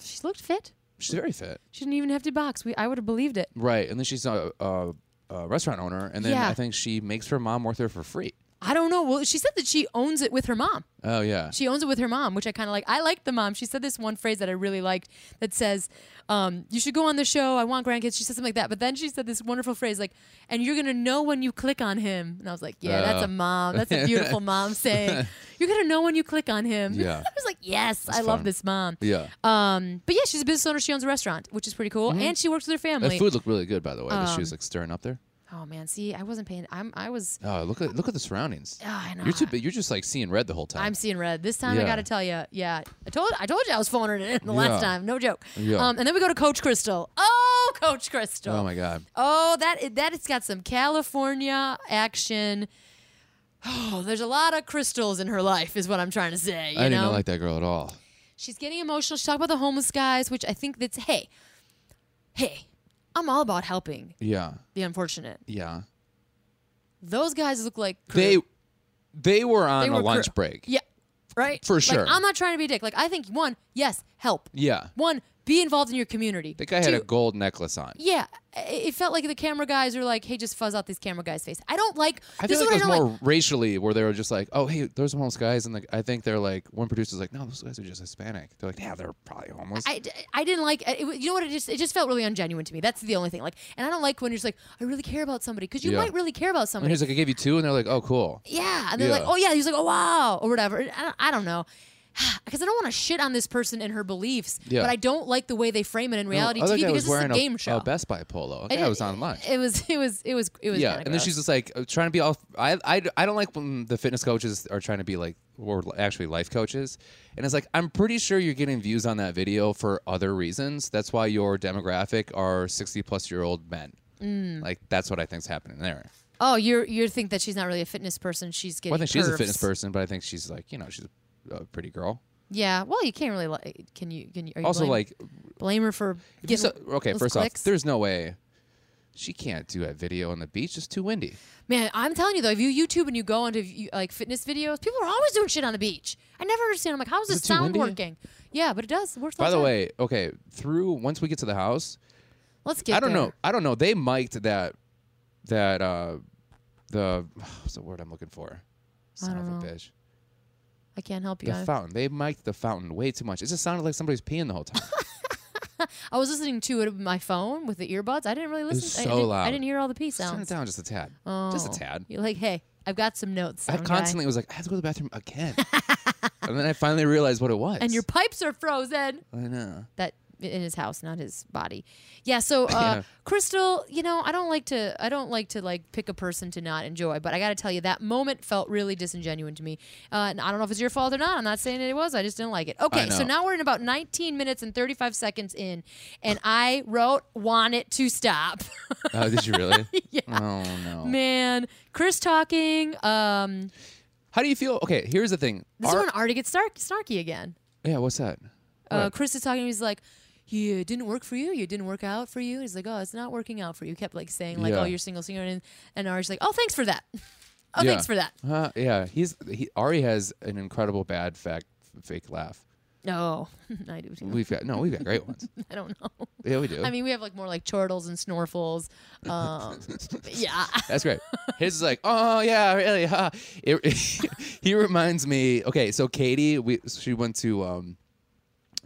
[SPEAKER 2] She looked fit.
[SPEAKER 1] She's very fit,
[SPEAKER 2] She didn't even have to box. We, I would have believed it.
[SPEAKER 1] right? And then she's a, a, a restaurant owner, and then
[SPEAKER 2] Yeah.
[SPEAKER 1] I think she makes her mom work there for free.
[SPEAKER 2] I don't know. Well, she said that she owns it with her mom.
[SPEAKER 1] Oh yeah,
[SPEAKER 2] She owns it with her mom, which I kind of like. I liked the mom. She said this one phrase that I really liked that says, um, "You should go on the show. I want grandkids." She said something like that, but then she said this wonderful phrase like, "And you're gonna know when you click on him." And I was like, "Yeah, that's
[SPEAKER 1] Yeah.
[SPEAKER 2] a mom. That's a beautiful mom saying. You're gonna know when you click on him."
[SPEAKER 1] Yeah.
[SPEAKER 2] I was like, "Yes, I
[SPEAKER 1] fun.
[SPEAKER 2] love this mom."
[SPEAKER 1] yeah.
[SPEAKER 2] Um, but yeah, she's a business owner. She owns a restaurant, which is pretty cool,
[SPEAKER 1] Mm-hmm.
[SPEAKER 2] and she works with her
[SPEAKER 1] that
[SPEAKER 2] family.
[SPEAKER 1] food looked really good, by the way. that she
[SPEAKER 2] um,
[SPEAKER 1] was like stirring up there.
[SPEAKER 2] Oh man, see, I wasn't paying. I'm. I was.
[SPEAKER 1] Oh, look at look at the surroundings.
[SPEAKER 2] Oh, I know.
[SPEAKER 1] You're too. bi- You're just like seeing red the whole time.
[SPEAKER 2] I'm seeing red this time. I
[SPEAKER 1] Yeah.
[SPEAKER 2] gotta tell you, yeah, I told I told you I was phoning it in the
[SPEAKER 1] Yeah.
[SPEAKER 2] last time, no joke.
[SPEAKER 1] Yeah.
[SPEAKER 2] Um, and then we go to Coach Crystal. Oh, Coach Crystal.
[SPEAKER 1] oh my god.
[SPEAKER 2] Oh, that i- that it's got some California action. Oh, there's a lot of crystals in her life, is what I'm trying to say. You
[SPEAKER 1] I didn't
[SPEAKER 2] know,
[SPEAKER 1] like that girl at all.
[SPEAKER 2] she's getting emotional. She talked about the homeless guys, which I think that's hey, hey, I'm all about helping
[SPEAKER 1] Yeah,
[SPEAKER 2] the unfortunate.
[SPEAKER 1] yeah.
[SPEAKER 2] Those guys look like crew.
[SPEAKER 1] They they were on
[SPEAKER 2] They
[SPEAKER 1] a
[SPEAKER 2] were
[SPEAKER 1] lunch
[SPEAKER 2] cr-
[SPEAKER 1] break.
[SPEAKER 2] Yeah. Right?
[SPEAKER 1] For
[SPEAKER 2] Like,
[SPEAKER 1] sure.
[SPEAKER 2] I'm not trying to be a dick. Like, I think, one, yes, help.
[SPEAKER 1] Yeah.
[SPEAKER 2] One, be involved in your community.
[SPEAKER 1] The guy had a
[SPEAKER 2] Two,
[SPEAKER 1] gold necklace on.
[SPEAKER 2] Yeah. i- It felt like the camera guys were like, hey, just fuzz out these camera guys' face. I don't like.
[SPEAKER 1] I
[SPEAKER 2] this
[SPEAKER 1] feel
[SPEAKER 2] is
[SPEAKER 1] like it
[SPEAKER 2] what I
[SPEAKER 1] was
[SPEAKER 2] don't
[SPEAKER 1] more
[SPEAKER 2] like.
[SPEAKER 1] racially, where they were just like, "Oh, hey, there's some homeless guys," and like I think they're like, one producer's like, "No, those guys are just Hispanic." They're like, "Yeah, they're probably homeless."
[SPEAKER 2] I, I didn't like uh, it, was- you know what it just it just felt really ungenuine to me that's the only thing like and I don't like when you're just like I really care about somebody because you
[SPEAKER 1] Yeah.
[SPEAKER 2] might really care about
[SPEAKER 1] and
[SPEAKER 2] somebody
[SPEAKER 1] he's like, "I gave you two, and they're like, "Oh, cool."
[SPEAKER 2] Yeah. And they're like,
[SPEAKER 1] Yeah.
[SPEAKER 2] oh, yeah. He's like, oh, wow, or whatever. I don't, I don't know. Because I don't want to shit on this person and her beliefs,
[SPEAKER 1] Yeah.
[SPEAKER 2] but I don't like the way they frame it in
[SPEAKER 1] No,
[SPEAKER 2] reality
[SPEAKER 1] other
[SPEAKER 2] TV
[SPEAKER 1] Oh, guy
[SPEAKER 2] because
[SPEAKER 1] was
[SPEAKER 2] it's a
[SPEAKER 1] wearing
[SPEAKER 2] game show.
[SPEAKER 1] a Best Buy polo. That
[SPEAKER 2] didn't-
[SPEAKER 1] guy was on lunch.
[SPEAKER 2] It was, it was, it was, it was.
[SPEAKER 1] yeah, and
[SPEAKER 2] kinda
[SPEAKER 1] then
[SPEAKER 2] gross.
[SPEAKER 1] she's just like uh, trying to be all. I, I, I don't like when the fitness coaches are trying to be like, or li- actually life coaches. And it's like, I'm pretty sure you're getting views on that video for other reasons. That's why your demographic are 60 plus year old men.
[SPEAKER 2] Mm.
[SPEAKER 1] Like that's what I think's happening there.
[SPEAKER 2] oh, you're you think that she's not really a fitness person? She's getting.
[SPEAKER 1] Well, I think she's a
[SPEAKER 2] pervs.
[SPEAKER 1] fitness person, but I think she's like, you know, she's a pretty girl.
[SPEAKER 2] Yeah. Well, you can't really like. Can you? Can you? Are you
[SPEAKER 1] Also,
[SPEAKER 2] blame,
[SPEAKER 1] like,
[SPEAKER 2] blame her for getting.
[SPEAKER 1] so- okay,
[SPEAKER 2] those
[SPEAKER 1] first
[SPEAKER 2] clicks?
[SPEAKER 1] off, there's no way she can't do a video on the beach. It's too windy.
[SPEAKER 2] Man, I'm telling you though, if you YouTube and you go onto you- like fitness videos, people are always doing shit on the beach. I never understand. I'm like, how is,
[SPEAKER 1] Is
[SPEAKER 2] this
[SPEAKER 1] it too
[SPEAKER 2] sound
[SPEAKER 1] windy?
[SPEAKER 2] working? Yeah, but it does. It works. all
[SPEAKER 1] By the
[SPEAKER 2] time.
[SPEAKER 1] way, okay, through once we get to the house,
[SPEAKER 2] let's get.
[SPEAKER 1] I don't
[SPEAKER 2] there.
[SPEAKER 1] know. I don't know. They mic'd that that uh the what's the word I'm looking for? Son of
[SPEAKER 2] don't
[SPEAKER 1] a
[SPEAKER 2] know.
[SPEAKER 1] bitch.
[SPEAKER 2] I can't help you.
[SPEAKER 1] The
[SPEAKER 2] I-
[SPEAKER 1] fountain. They mic'd the fountain way too much. It just sounded like somebody's peeing the whole time.
[SPEAKER 2] I was listening to it on my phone with the earbuds. I didn't really
[SPEAKER 1] was
[SPEAKER 2] listen. I- I,
[SPEAKER 1] so
[SPEAKER 2] didn't, I
[SPEAKER 1] loud.
[SPEAKER 2] didn't hear all the peace
[SPEAKER 1] Turn it
[SPEAKER 2] sounds.
[SPEAKER 1] down just a tad. Just a
[SPEAKER 2] Oh.
[SPEAKER 1] tad.
[SPEAKER 2] You're like, hey, I've got some notes.
[SPEAKER 1] I
[SPEAKER 2] sound guy.
[SPEAKER 1] constantly was like, I have to go to the bathroom again. and then I finally realized what it was.
[SPEAKER 2] And your pipes are frozen.
[SPEAKER 1] I know.
[SPEAKER 2] That in his house, not his body. Yeah. So, uh,
[SPEAKER 1] Yeah.
[SPEAKER 2] Crystal, you know, I don't like to. I don't like to like pick a person to not enjoy. But I got to tell you, that moment felt really disingenuine to me. Uh, and I don't know if it's your fault or not. I'm not saying it was. I just didn't like it. Okay. So
[SPEAKER 1] know.
[SPEAKER 2] now we're in about 19 minutes and 35 seconds in, and I wrote, "Want it to stop."
[SPEAKER 1] Oh, did you really?
[SPEAKER 2] yeah.
[SPEAKER 1] Oh no.
[SPEAKER 2] Man, Chris talking. Um,
[SPEAKER 1] How do you feel? Okay, here's the thing.
[SPEAKER 2] this is
[SPEAKER 1] Our-
[SPEAKER 2] when Artie gets snark- snarky again.
[SPEAKER 1] yeah, what's that?
[SPEAKER 2] Uh,
[SPEAKER 1] What?
[SPEAKER 2] Chris is talking. He's like, "Yeah, it didn't work for you. You didn't work out for you." He's like, "Oh, it's not working out for you." Kept like saying like,
[SPEAKER 1] Yeah.
[SPEAKER 2] "Oh, you're a single singer," and and Artie's like, "Oh, thanks for that. oh,
[SPEAKER 1] Yeah.
[SPEAKER 2] thanks for that."
[SPEAKER 1] Uh, yeah, he's he, Ari has an incredible bad fact fake laugh.
[SPEAKER 2] No, I do. Too.
[SPEAKER 1] We've got no, we've got great ones.
[SPEAKER 2] I don't know.
[SPEAKER 1] Yeah, we do.
[SPEAKER 2] I mean, we have like more like chortles and snorfles. Um, yeah.
[SPEAKER 1] That's great. His is like, oh yeah, really. Huh. It, he reminds me. Okay, so Katie, we she went to um,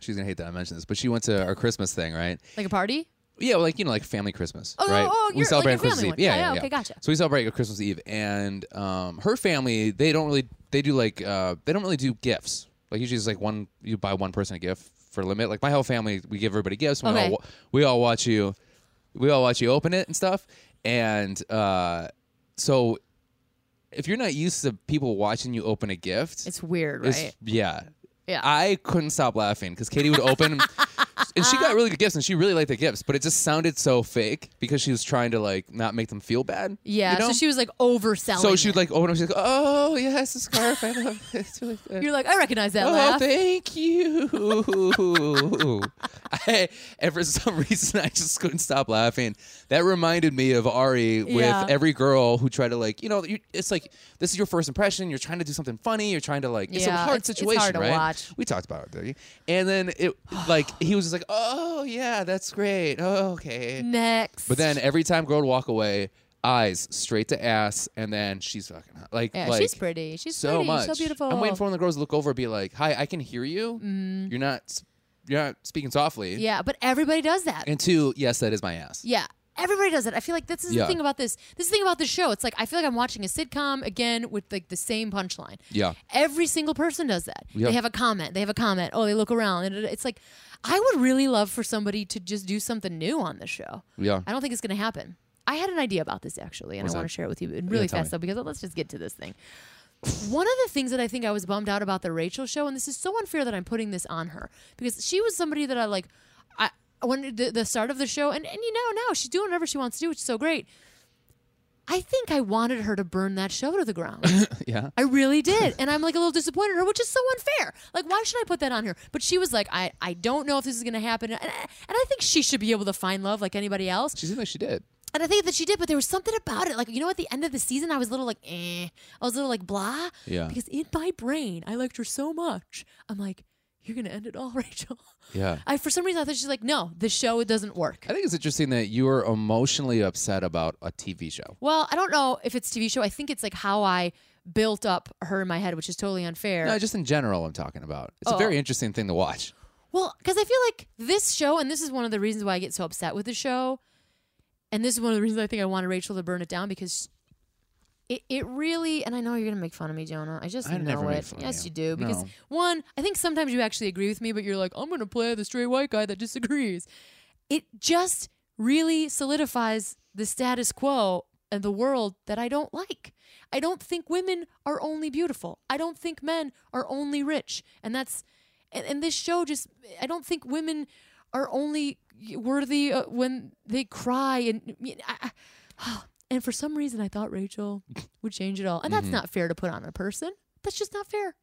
[SPEAKER 1] she's gonna hate that I mentioned this, but she went to our Christmas thing, right?
[SPEAKER 2] Like a party?
[SPEAKER 1] Yeah, well, like you know, like family Christmas,
[SPEAKER 2] Oh,
[SPEAKER 1] right?
[SPEAKER 2] oh,
[SPEAKER 1] we
[SPEAKER 2] you're-
[SPEAKER 1] celebrate
[SPEAKER 2] like
[SPEAKER 1] on
[SPEAKER 2] your
[SPEAKER 1] Christmas
[SPEAKER 2] family
[SPEAKER 1] Eve. Yeah,
[SPEAKER 2] one. Oh,
[SPEAKER 1] yeah,
[SPEAKER 2] yeah,
[SPEAKER 1] yeah.
[SPEAKER 2] okay, gotcha.
[SPEAKER 1] So we celebrate on Christmas Eve, and um, her family they don't really they do like uh, they don't really do gifts. Like usually it's like one you buy one person a gift for limit. Like my whole family, we give everybody gifts. We
[SPEAKER 2] Okay.
[SPEAKER 1] all wa- we all watch you, we all watch you open it and stuff. And uh, so if you're not used to people watching you open a gift,
[SPEAKER 2] It's weird,
[SPEAKER 1] it's-
[SPEAKER 2] right?
[SPEAKER 1] yeah.
[SPEAKER 2] Yeah.
[SPEAKER 1] I couldn't stop laughing because Katie would open. and she got really good gifts, and she really liked the gifts, but it just sounded so fake because she was trying to like not make them feel bad.
[SPEAKER 2] Yeah,
[SPEAKER 1] you know?
[SPEAKER 2] so she was like overselling.
[SPEAKER 1] So she
[SPEAKER 2] it.
[SPEAKER 1] would like open up. She's like, "Oh yes, a scarf. I love it. It's really good.
[SPEAKER 2] You're like, I recognize that
[SPEAKER 1] oh,
[SPEAKER 2] laugh.
[SPEAKER 1] thank you." I, and for some reason, I just couldn't stop laughing. That reminded me of Ari with
[SPEAKER 2] Yeah.
[SPEAKER 1] every girl who tried to like, you know, you, it's like this is your first impression. You're trying to do something funny. You're trying to like, it's a
[SPEAKER 2] Yeah,
[SPEAKER 1] hard
[SPEAKER 2] it's- it's
[SPEAKER 1] situation,
[SPEAKER 2] hard to
[SPEAKER 1] right?
[SPEAKER 2] watch.
[SPEAKER 1] We talked about it, didn't we? and then it like he was just like, "Oh yeah, that's great. Oh okay."
[SPEAKER 2] Mm. Next.
[SPEAKER 1] But then every time girl would walk away, eyes straight to ass, and then she's fucking hot. like
[SPEAKER 2] yeah,
[SPEAKER 1] like
[SPEAKER 2] she's pretty. She's
[SPEAKER 1] so
[SPEAKER 2] pretty. She's
[SPEAKER 1] much.
[SPEAKER 2] so beautiful. Mm-hmm.
[SPEAKER 1] I'm waiting for one of the girls to look over and be like, "Hi, I can hear you. You're not s- you're not speaking softly."
[SPEAKER 2] Yeah, but everybody does that.
[SPEAKER 1] And two, yes, that is my ass.
[SPEAKER 2] Yeah. Everybody does it. I feel like this is
[SPEAKER 1] Yeah.
[SPEAKER 2] the thing about this. This is the thing about this show. It's like I feel like I'm watching a sitcom again with like the same punchline.
[SPEAKER 1] Yeah.
[SPEAKER 2] Every single person does that.
[SPEAKER 1] Yeah.
[SPEAKER 2] They have a comment. They have a comment. Oh, they look around. And It's like I would really love for somebody to just do something new on the show.
[SPEAKER 1] Yeah.
[SPEAKER 2] I don't think it's going to happen. I had an idea about this actually, and
[SPEAKER 1] What's
[SPEAKER 2] I want
[SPEAKER 1] that?
[SPEAKER 2] to share it with you really
[SPEAKER 1] tell
[SPEAKER 2] fast
[SPEAKER 1] me.
[SPEAKER 2] though because let's just get to this thing. One of the things that I think I was bummed out about the Rachel show, and this is so unfair that I'm putting this on her because she was somebody that I like. I when the, the start of the show, and and you know now she's doing whatever she wants to do, which is so great. I think I wanted her to burn that show to the ground.
[SPEAKER 1] Yeah.
[SPEAKER 2] I really did. And I'm like a little disappointed in her, which is so unfair. Like, why should I put that on her? But she was like, I, I don't know if this is going to happen. And, and I think she should be able to find love like anybody else.
[SPEAKER 1] She seemed like she did.
[SPEAKER 2] And I think that she did, but there was something about it. Like, you know, at the end of the season, I was a little like, eh. I was a little like, blah.
[SPEAKER 1] Yeah.
[SPEAKER 2] Because in my brain, I liked her so much. I'm like, you're going to end it all, Rachel.
[SPEAKER 1] Yeah.
[SPEAKER 2] I, for some reason, I thought she's like, no, the show, it doesn't work.
[SPEAKER 1] I think it's interesting that you were emotionally upset about a TV show.
[SPEAKER 2] Well, I don't know if it's TV show. I think it's like how I built up her in my head, which is totally unfair.
[SPEAKER 1] No, just in general, I'm talking about. It's a
[SPEAKER 2] Oh.
[SPEAKER 1] very interesting thing to watch.
[SPEAKER 2] Well, because I feel like this show, and this is one of the reasons why I get so upset with the show, and this is one of the reasons I think I wanted Rachel to burn it down because it, it really, and I know you're going to make fun of me, Jonah. I just
[SPEAKER 1] I
[SPEAKER 2] know
[SPEAKER 1] never
[SPEAKER 2] it.
[SPEAKER 1] made fun of
[SPEAKER 2] yes,
[SPEAKER 1] you.
[SPEAKER 2] you. do. Because,
[SPEAKER 1] No.
[SPEAKER 2] one, I think sometimes you actually agree with me, but you're like, I'm going to play the straight white guy that disagrees. It just really solidifies the status quo and the world that I don't like. I don't think women are only beautiful. I don't think men are only rich. And that's and, and this show just i don't think women are only worthy uh, when they cry and I, I- and for some reason i thought rachel would change it all and that's
[SPEAKER 1] Mm-hmm.
[SPEAKER 2] not fair to put on a person that's just not fair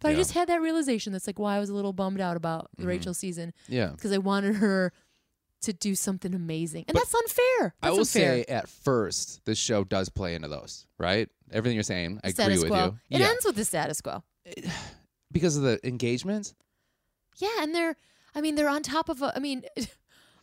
[SPEAKER 2] but i
[SPEAKER 1] Yeah. Mm-hmm.
[SPEAKER 2] just had that realization that's like why i was a little bummed out about the rachel season
[SPEAKER 1] Yeah.
[SPEAKER 2] because i wanted her to do something amazing and that's unfair
[SPEAKER 1] I
[SPEAKER 2] That's
[SPEAKER 1] will
[SPEAKER 2] unfair.
[SPEAKER 1] say at first, this show does play into those, right? Everything you're saying, I
[SPEAKER 2] status
[SPEAKER 1] agree with
[SPEAKER 2] quo
[SPEAKER 1] you.
[SPEAKER 2] it
[SPEAKER 1] yeah.
[SPEAKER 2] ends with the status quo
[SPEAKER 1] because of the engagement.
[SPEAKER 2] Yeah, and they're I mean they're on top of a I mean I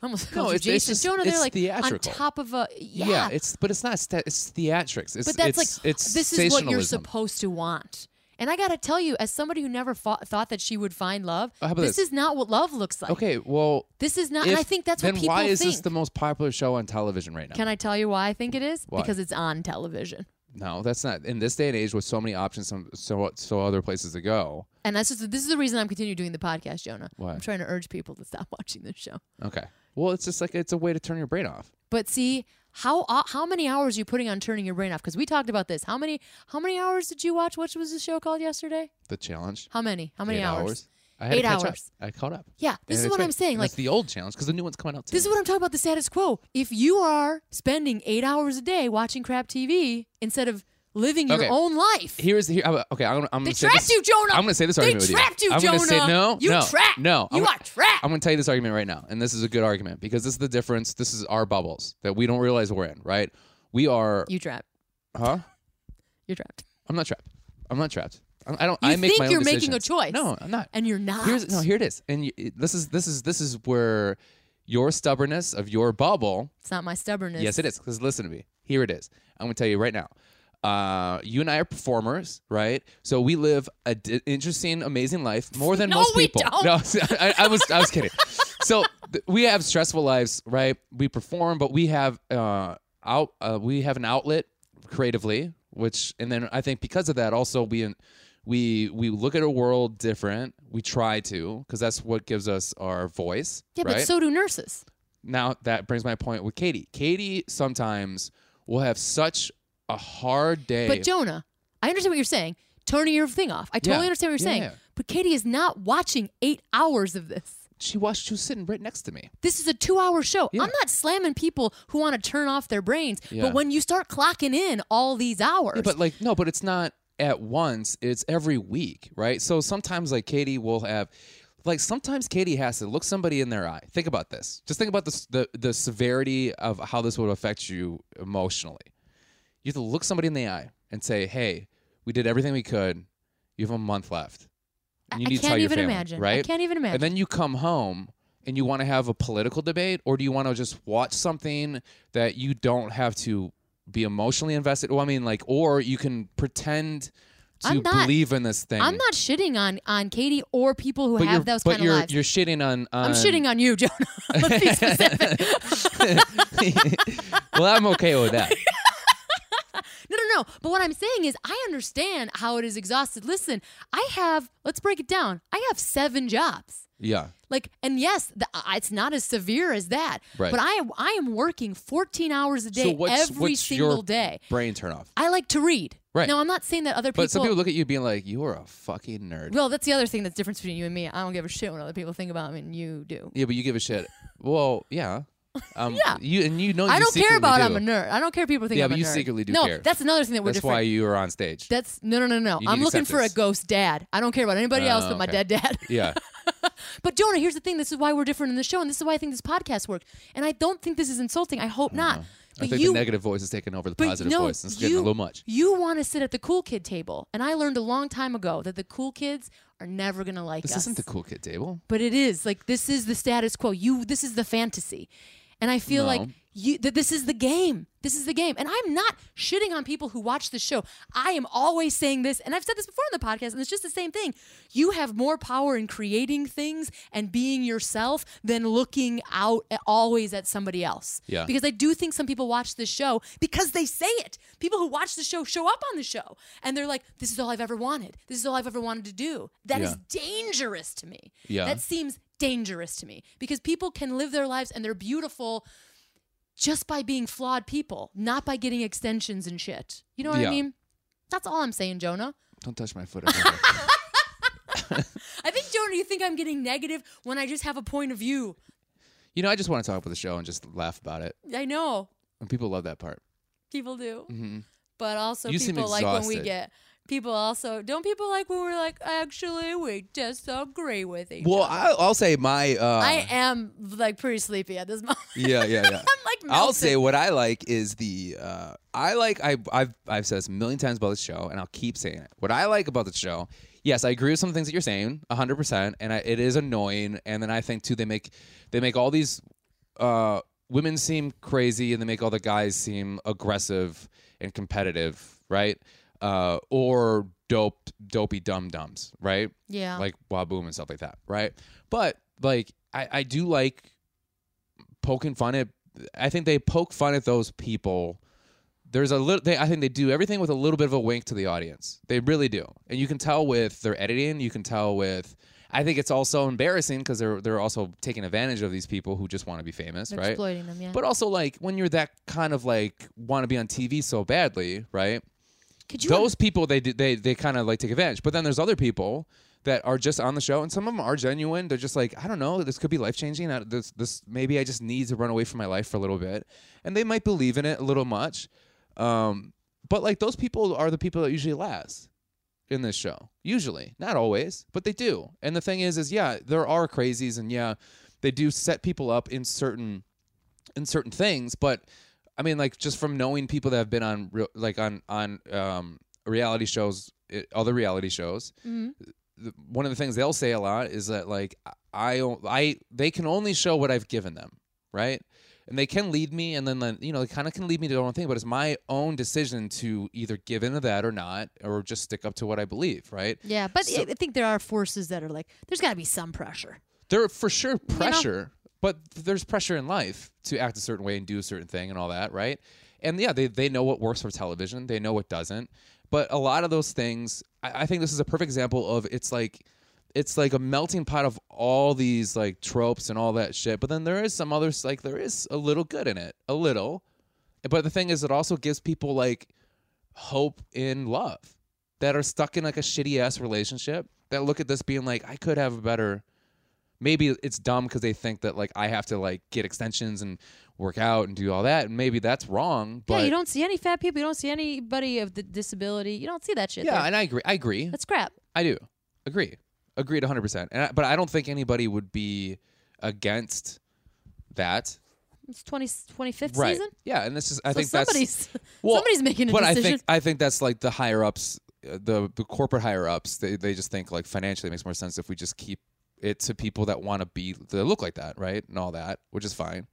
[SPEAKER 2] almost
[SPEAKER 1] No,
[SPEAKER 2] called
[SPEAKER 1] it's-
[SPEAKER 2] you
[SPEAKER 1] it's
[SPEAKER 2] Jason
[SPEAKER 1] just-
[SPEAKER 2] Jonah they're
[SPEAKER 1] it's
[SPEAKER 2] like
[SPEAKER 1] theatrical.
[SPEAKER 2] on top of a yeah.
[SPEAKER 1] it's but it's not sta- it's theatrics. It's,
[SPEAKER 2] but that's
[SPEAKER 1] it's,
[SPEAKER 2] like
[SPEAKER 1] it's
[SPEAKER 2] this is what you're
[SPEAKER 1] sensationalism.
[SPEAKER 2] supposed to want. And I got to tell you as somebody who never fought, thought that she would find love,
[SPEAKER 1] How about
[SPEAKER 2] this,
[SPEAKER 1] this?
[SPEAKER 2] is not what love looks like.
[SPEAKER 1] Okay, well,
[SPEAKER 2] This is not and
[SPEAKER 1] if-
[SPEAKER 2] I think that's
[SPEAKER 1] then
[SPEAKER 2] what people
[SPEAKER 1] why is
[SPEAKER 2] think.
[SPEAKER 1] this the most popular show on television right now?
[SPEAKER 2] Can I tell you why I think it is?
[SPEAKER 1] Why?
[SPEAKER 2] Because it's on television.
[SPEAKER 1] no, that's not in this day and age with so many options, some so so other places to go.
[SPEAKER 2] And that's just this is the reason I'm continuing doing the podcast, Jonah.
[SPEAKER 1] Why?
[SPEAKER 2] I'm trying to urge people to stop watching this show.
[SPEAKER 1] Okay, well, it's just like it's a way to turn your brain off.
[SPEAKER 2] But see how uh, how many hours are you putting on turning your brain off? Because we talked about this. How many how many hours did you watch? What was the show called yesterday?
[SPEAKER 1] The challenge.
[SPEAKER 2] How many? How many
[SPEAKER 1] Eight
[SPEAKER 2] hours?
[SPEAKER 1] I had to
[SPEAKER 2] Eight
[SPEAKER 1] catch up.
[SPEAKER 2] hours.
[SPEAKER 1] I caught up.
[SPEAKER 2] Yeah, this
[SPEAKER 1] And
[SPEAKER 2] is
[SPEAKER 1] it's
[SPEAKER 2] what
[SPEAKER 1] great.
[SPEAKER 2] I'm saying.
[SPEAKER 1] And
[SPEAKER 2] Like
[SPEAKER 1] that's the old challenge because the new one's coming out. Soon.
[SPEAKER 2] this is what I'm talking about. The status quo. If you are spending eight hours a day watching crap TV instead of living your
[SPEAKER 1] Okay.
[SPEAKER 2] own life,
[SPEAKER 1] Here's here. Okay, I'm gonna. I'm
[SPEAKER 2] they
[SPEAKER 1] gonna say
[SPEAKER 2] trapped
[SPEAKER 1] this-
[SPEAKER 2] you, Jonah.
[SPEAKER 1] I'm gonna say this
[SPEAKER 2] They
[SPEAKER 1] argument with you.
[SPEAKER 2] trapped you,
[SPEAKER 1] I'm
[SPEAKER 2] Jonah.
[SPEAKER 1] gonna say no.
[SPEAKER 2] You
[SPEAKER 1] no,
[SPEAKER 2] trapped.
[SPEAKER 1] No, I'm
[SPEAKER 2] you
[SPEAKER 1] gonna-
[SPEAKER 2] are trapped.
[SPEAKER 1] I'm going to tell you this argument right now, and this is a good argument because this is the difference. This is our bubbles that we don't realize we're in, right? We are,
[SPEAKER 2] you trapped.
[SPEAKER 1] huh?
[SPEAKER 2] You're trapped.
[SPEAKER 1] I'm not trapped. I'm not trapped. I'm, I don't.
[SPEAKER 2] You
[SPEAKER 1] I make
[SPEAKER 2] think
[SPEAKER 1] my own
[SPEAKER 2] you're making a
[SPEAKER 1] decisions.
[SPEAKER 2] choice.
[SPEAKER 1] No, I'm not.
[SPEAKER 2] And you're not.
[SPEAKER 1] Here's no. Here it is. And you, this is this is this is where your stubbornness of your bubble.
[SPEAKER 2] it's not my stubbornness.
[SPEAKER 1] Yes, it is. Because listen to me. Here it is. I'm going to tell you right now. Uh, you and I are performers, right? So we live a d- interesting, amazing life more than
[SPEAKER 2] No,
[SPEAKER 1] most
[SPEAKER 2] we
[SPEAKER 1] people.
[SPEAKER 2] don't.
[SPEAKER 1] No, I, I was, I was kidding. so th- we have stressful lives, right? We perform, but we have uh, out, uh, we have an outlet creatively, which, and then I think because of that, also we, we, we look at a world different. We try to, because that's what gives us our voice.
[SPEAKER 2] Yeah,
[SPEAKER 1] right?
[SPEAKER 2] but so do nurses.
[SPEAKER 1] now that brings my point with Katie. Katie sometimes will have such a hard day.
[SPEAKER 2] But Jonah, I understand what you're saying. Turning your thing off. I totally
[SPEAKER 1] Yeah.
[SPEAKER 2] understand what you're
[SPEAKER 1] Yeah,
[SPEAKER 2] saying.
[SPEAKER 1] yeah.
[SPEAKER 2] But Katie is not watching eight hours of this.
[SPEAKER 1] she was she was sitting right next to me.
[SPEAKER 2] This is a two hour show.
[SPEAKER 1] Yeah.
[SPEAKER 2] I'm not slamming people who want to turn off their brains,
[SPEAKER 1] Yeah.
[SPEAKER 2] but when you start clocking in all these hours,
[SPEAKER 1] Yeah, but like no, but it's not at once. It's every week, right? So sometimes like Katie will have like sometimes Katie has to look somebody in their eye. Think about this. Just think about the s- the, the severity of how this would affect you emotionally. You have to look somebody in the eye and say, "Hey, we did everything we could. You have a month left.
[SPEAKER 2] I-
[SPEAKER 1] And you
[SPEAKER 2] I
[SPEAKER 1] need to tell
[SPEAKER 2] can't
[SPEAKER 1] your
[SPEAKER 2] even
[SPEAKER 1] family,
[SPEAKER 2] imagine.
[SPEAKER 1] right?
[SPEAKER 2] I can't even imagine.
[SPEAKER 1] And then you come home and you want to have a political debate, or do you want to just watch something that you don't have to be emotionally invested? Well, I mean, like, or you can pretend to
[SPEAKER 2] I'm not-
[SPEAKER 1] believe in this thing.
[SPEAKER 2] I'm not shitting on on Katie or people who
[SPEAKER 1] but
[SPEAKER 2] have
[SPEAKER 1] you're,
[SPEAKER 2] those
[SPEAKER 1] but
[SPEAKER 2] kind of
[SPEAKER 1] you're,
[SPEAKER 2] lives.
[SPEAKER 1] you're shitting on.
[SPEAKER 2] I'm shitting on you, Jonah. Let's be specific.
[SPEAKER 1] well, I'm okay with that.
[SPEAKER 2] No, no, no. But what I'm saying is, I understand how it is exhausted. Listen, I have. Let's break it down. I have seven jobs.
[SPEAKER 1] Yeah.
[SPEAKER 2] Like, and yes, the, I- it's not as severe as that.
[SPEAKER 1] Right.
[SPEAKER 2] But I am I am working 14 hours a day
[SPEAKER 1] so what's
[SPEAKER 2] every
[SPEAKER 1] what's
[SPEAKER 2] single
[SPEAKER 1] your
[SPEAKER 2] day.
[SPEAKER 1] brain turn off?
[SPEAKER 2] I like to read.
[SPEAKER 1] Right.
[SPEAKER 2] Now I'm not saying that other people.
[SPEAKER 1] But some people look at you being like, "You are a fucking nerd."
[SPEAKER 2] well, that's the other thing that's different between you and me. I don't give a shit what other people think about me, and you do.
[SPEAKER 1] yeah, but you give a shit. Well, yeah. Um,
[SPEAKER 2] Yeah.
[SPEAKER 1] You and you know.
[SPEAKER 2] I
[SPEAKER 1] you
[SPEAKER 2] don't care
[SPEAKER 1] secretly
[SPEAKER 2] about
[SPEAKER 1] do.
[SPEAKER 2] I'm a nerd. I don't care if people think
[SPEAKER 1] Yeah,
[SPEAKER 2] I'm
[SPEAKER 1] but
[SPEAKER 2] a
[SPEAKER 1] you
[SPEAKER 2] nerd.
[SPEAKER 1] secretly do
[SPEAKER 2] no,
[SPEAKER 1] care.
[SPEAKER 2] that's another thing that we're
[SPEAKER 1] That's
[SPEAKER 2] different.
[SPEAKER 1] why you were on stage.
[SPEAKER 2] that's no, no, no, no.
[SPEAKER 1] You
[SPEAKER 2] I'm
[SPEAKER 1] need
[SPEAKER 2] looking for a
[SPEAKER 1] acceptance.
[SPEAKER 2] ghost dad. I don't care about anybody else but
[SPEAKER 1] Oh,
[SPEAKER 2] my
[SPEAKER 1] okay.
[SPEAKER 2] dead dad.
[SPEAKER 1] yeah.
[SPEAKER 2] But Jonah, here's the thing. This is why we're different in the show, and this is why I think this podcast works. And I don't think this is insulting. I hope not. But
[SPEAKER 1] Uh-huh. I think
[SPEAKER 2] you,
[SPEAKER 1] the negative voice is taking over the
[SPEAKER 2] but
[SPEAKER 1] positive
[SPEAKER 2] no,
[SPEAKER 1] voice. and It's getting a little much.
[SPEAKER 2] You want to sit at the cool kid table, and I learned a long time ago that the cool kids are never gonna like
[SPEAKER 1] This
[SPEAKER 2] us.
[SPEAKER 1] isn't the cool kid table.
[SPEAKER 2] but it is like this is the status quo. You, this is the fantasy, and I feel like
[SPEAKER 1] No.
[SPEAKER 2] you that this is the game. This is the game, and I'm not shitting on people who watch the show. I am always saying this, and I've said this before on the podcast, and it's just the same thing. You have more power in creating things and being yourself than looking out at, always at somebody else.
[SPEAKER 1] Yeah.
[SPEAKER 2] Because I do think some people watch the show because they say it. People who watch the show show up on the show, and they're like, "This is all I've ever wanted. This is all I've ever wanted to do." That is dangerous to me.
[SPEAKER 1] Yeah.
[SPEAKER 2] That seems dangerous to me because people can live their lives and they're beautiful just by being flawed people, not by getting extensions and shit. You know what
[SPEAKER 1] Yeah.
[SPEAKER 2] I mean? That's all I'm saying, Jonah.
[SPEAKER 1] Don't touch my foot. Amanda.
[SPEAKER 2] I think, Jonah, you think I'm getting negative when I just have a point of view.
[SPEAKER 1] you know, I just want to talk about the show and just laugh about it.
[SPEAKER 2] I know
[SPEAKER 1] And people love that part.
[SPEAKER 2] people do,
[SPEAKER 1] Mhm.
[SPEAKER 2] but also
[SPEAKER 1] You seem
[SPEAKER 2] people like when we
[SPEAKER 1] exhausted.
[SPEAKER 2] get. People also don't people like when we're like actually we just agree with each.
[SPEAKER 1] Well,
[SPEAKER 2] other.
[SPEAKER 1] I, I'll say my. Uh,
[SPEAKER 2] I am like pretty sleepy at this moment.
[SPEAKER 1] yeah, yeah, yeah.
[SPEAKER 2] I'm like
[SPEAKER 1] I'll
[SPEAKER 2] melted.
[SPEAKER 1] say what I like is the uh, I like I I've I've said this a million times about this show, and I'll keep saying it. What I like about the show, yes, I agree with some things that you're saying, hundred percent, and I, it is annoying. And then I think too, they make they make all these uh, women seem crazy, and they make all the guys seem aggressive and competitive, right? Uh, or dope, dopey dum dums, right?
[SPEAKER 2] yeah.
[SPEAKER 1] like Waboom and stuff like that, right? But like I, I do like poking fun at I think they poke fun at those people. There's a little they I think they do everything with a little bit of a wink to the audience. They really do. And you can tell with their editing, you can tell with I think it's also embarrassing because they're they're also taking advantage of these people who just want to be famous,
[SPEAKER 2] They're
[SPEAKER 1] right?
[SPEAKER 2] exploiting them, yeah.
[SPEAKER 1] But also like when you're that kind of like want to be on TV so badly, right?
[SPEAKER 2] Could you
[SPEAKER 1] those people they do- they they kind of like take advantage. But then there's other people that are just on the show, and some of them are genuine. They're just like, I don't know, this could be life changing. This this maybe I just need to run away from my life for a little bit, and they might believe in it a little much. Um, but like those people are the people that usually last in this show. Usually, not always, but they do. And the thing is, is yeah, there are crazies, and yeah, they do set people up in certain in certain things. But I mean, like just from knowing people that have been on real, like on on um, reality shows, i- other reality shows, th- one of the things they'll say a lot is that like I I they can only show what I've given them, right? And they can lead me, and then then, you know they kind of can lead me to their own thing, but it's my own decision to either give into that or not, or just stick up to what I believe, right?
[SPEAKER 2] Yeah, but
[SPEAKER 1] So-
[SPEAKER 2] I I think there are forces that are like, there's got to be some pressure.
[SPEAKER 1] There are for sure pressure, but there's pressure in life to act a certain way and do a certain thing and all that, right? And yeah, they, they know what works for television, they know what doesn't. But a lot of those things, I, I think this is a perfect example of it's like it's like a melting pot of all these like tropes and all that shit. But then there is some others like there is a little good in it. A little. But the thing is it also gives people like hope in love that are stuck in like a shitty ass relationship that look at this being like, I could have a better maybe it's dumb because they think that like I have to like get extensions and work out and do all that, and maybe that's wrong. But
[SPEAKER 2] yeah, you don't see any fat people. You don't see anybody of the disability. You don't see that shit.
[SPEAKER 1] Yeah,
[SPEAKER 2] there.
[SPEAKER 1] and I agree. I agree.
[SPEAKER 2] that's crap.
[SPEAKER 1] I do agree. Agreed 100. percent And I, but I don't think anybody would be against that.
[SPEAKER 2] It's 20, 25th
[SPEAKER 1] Right.
[SPEAKER 2] season.
[SPEAKER 1] Yeah, and this is I
[SPEAKER 2] so
[SPEAKER 1] think that's
[SPEAKER 2] somebody's
[SPEAKER 1] well,
[SPEAKER 2] somebody's making a
[SPEAKER 1] but
[SPEAKER 2] decision.
[SPEAKER 1] I think I think that's like the higher ups, uh, the the corporate higher ups. They they just think like financially it makes more sense if we just keep it to people that want to be that look like that, right, and all that, which is fine.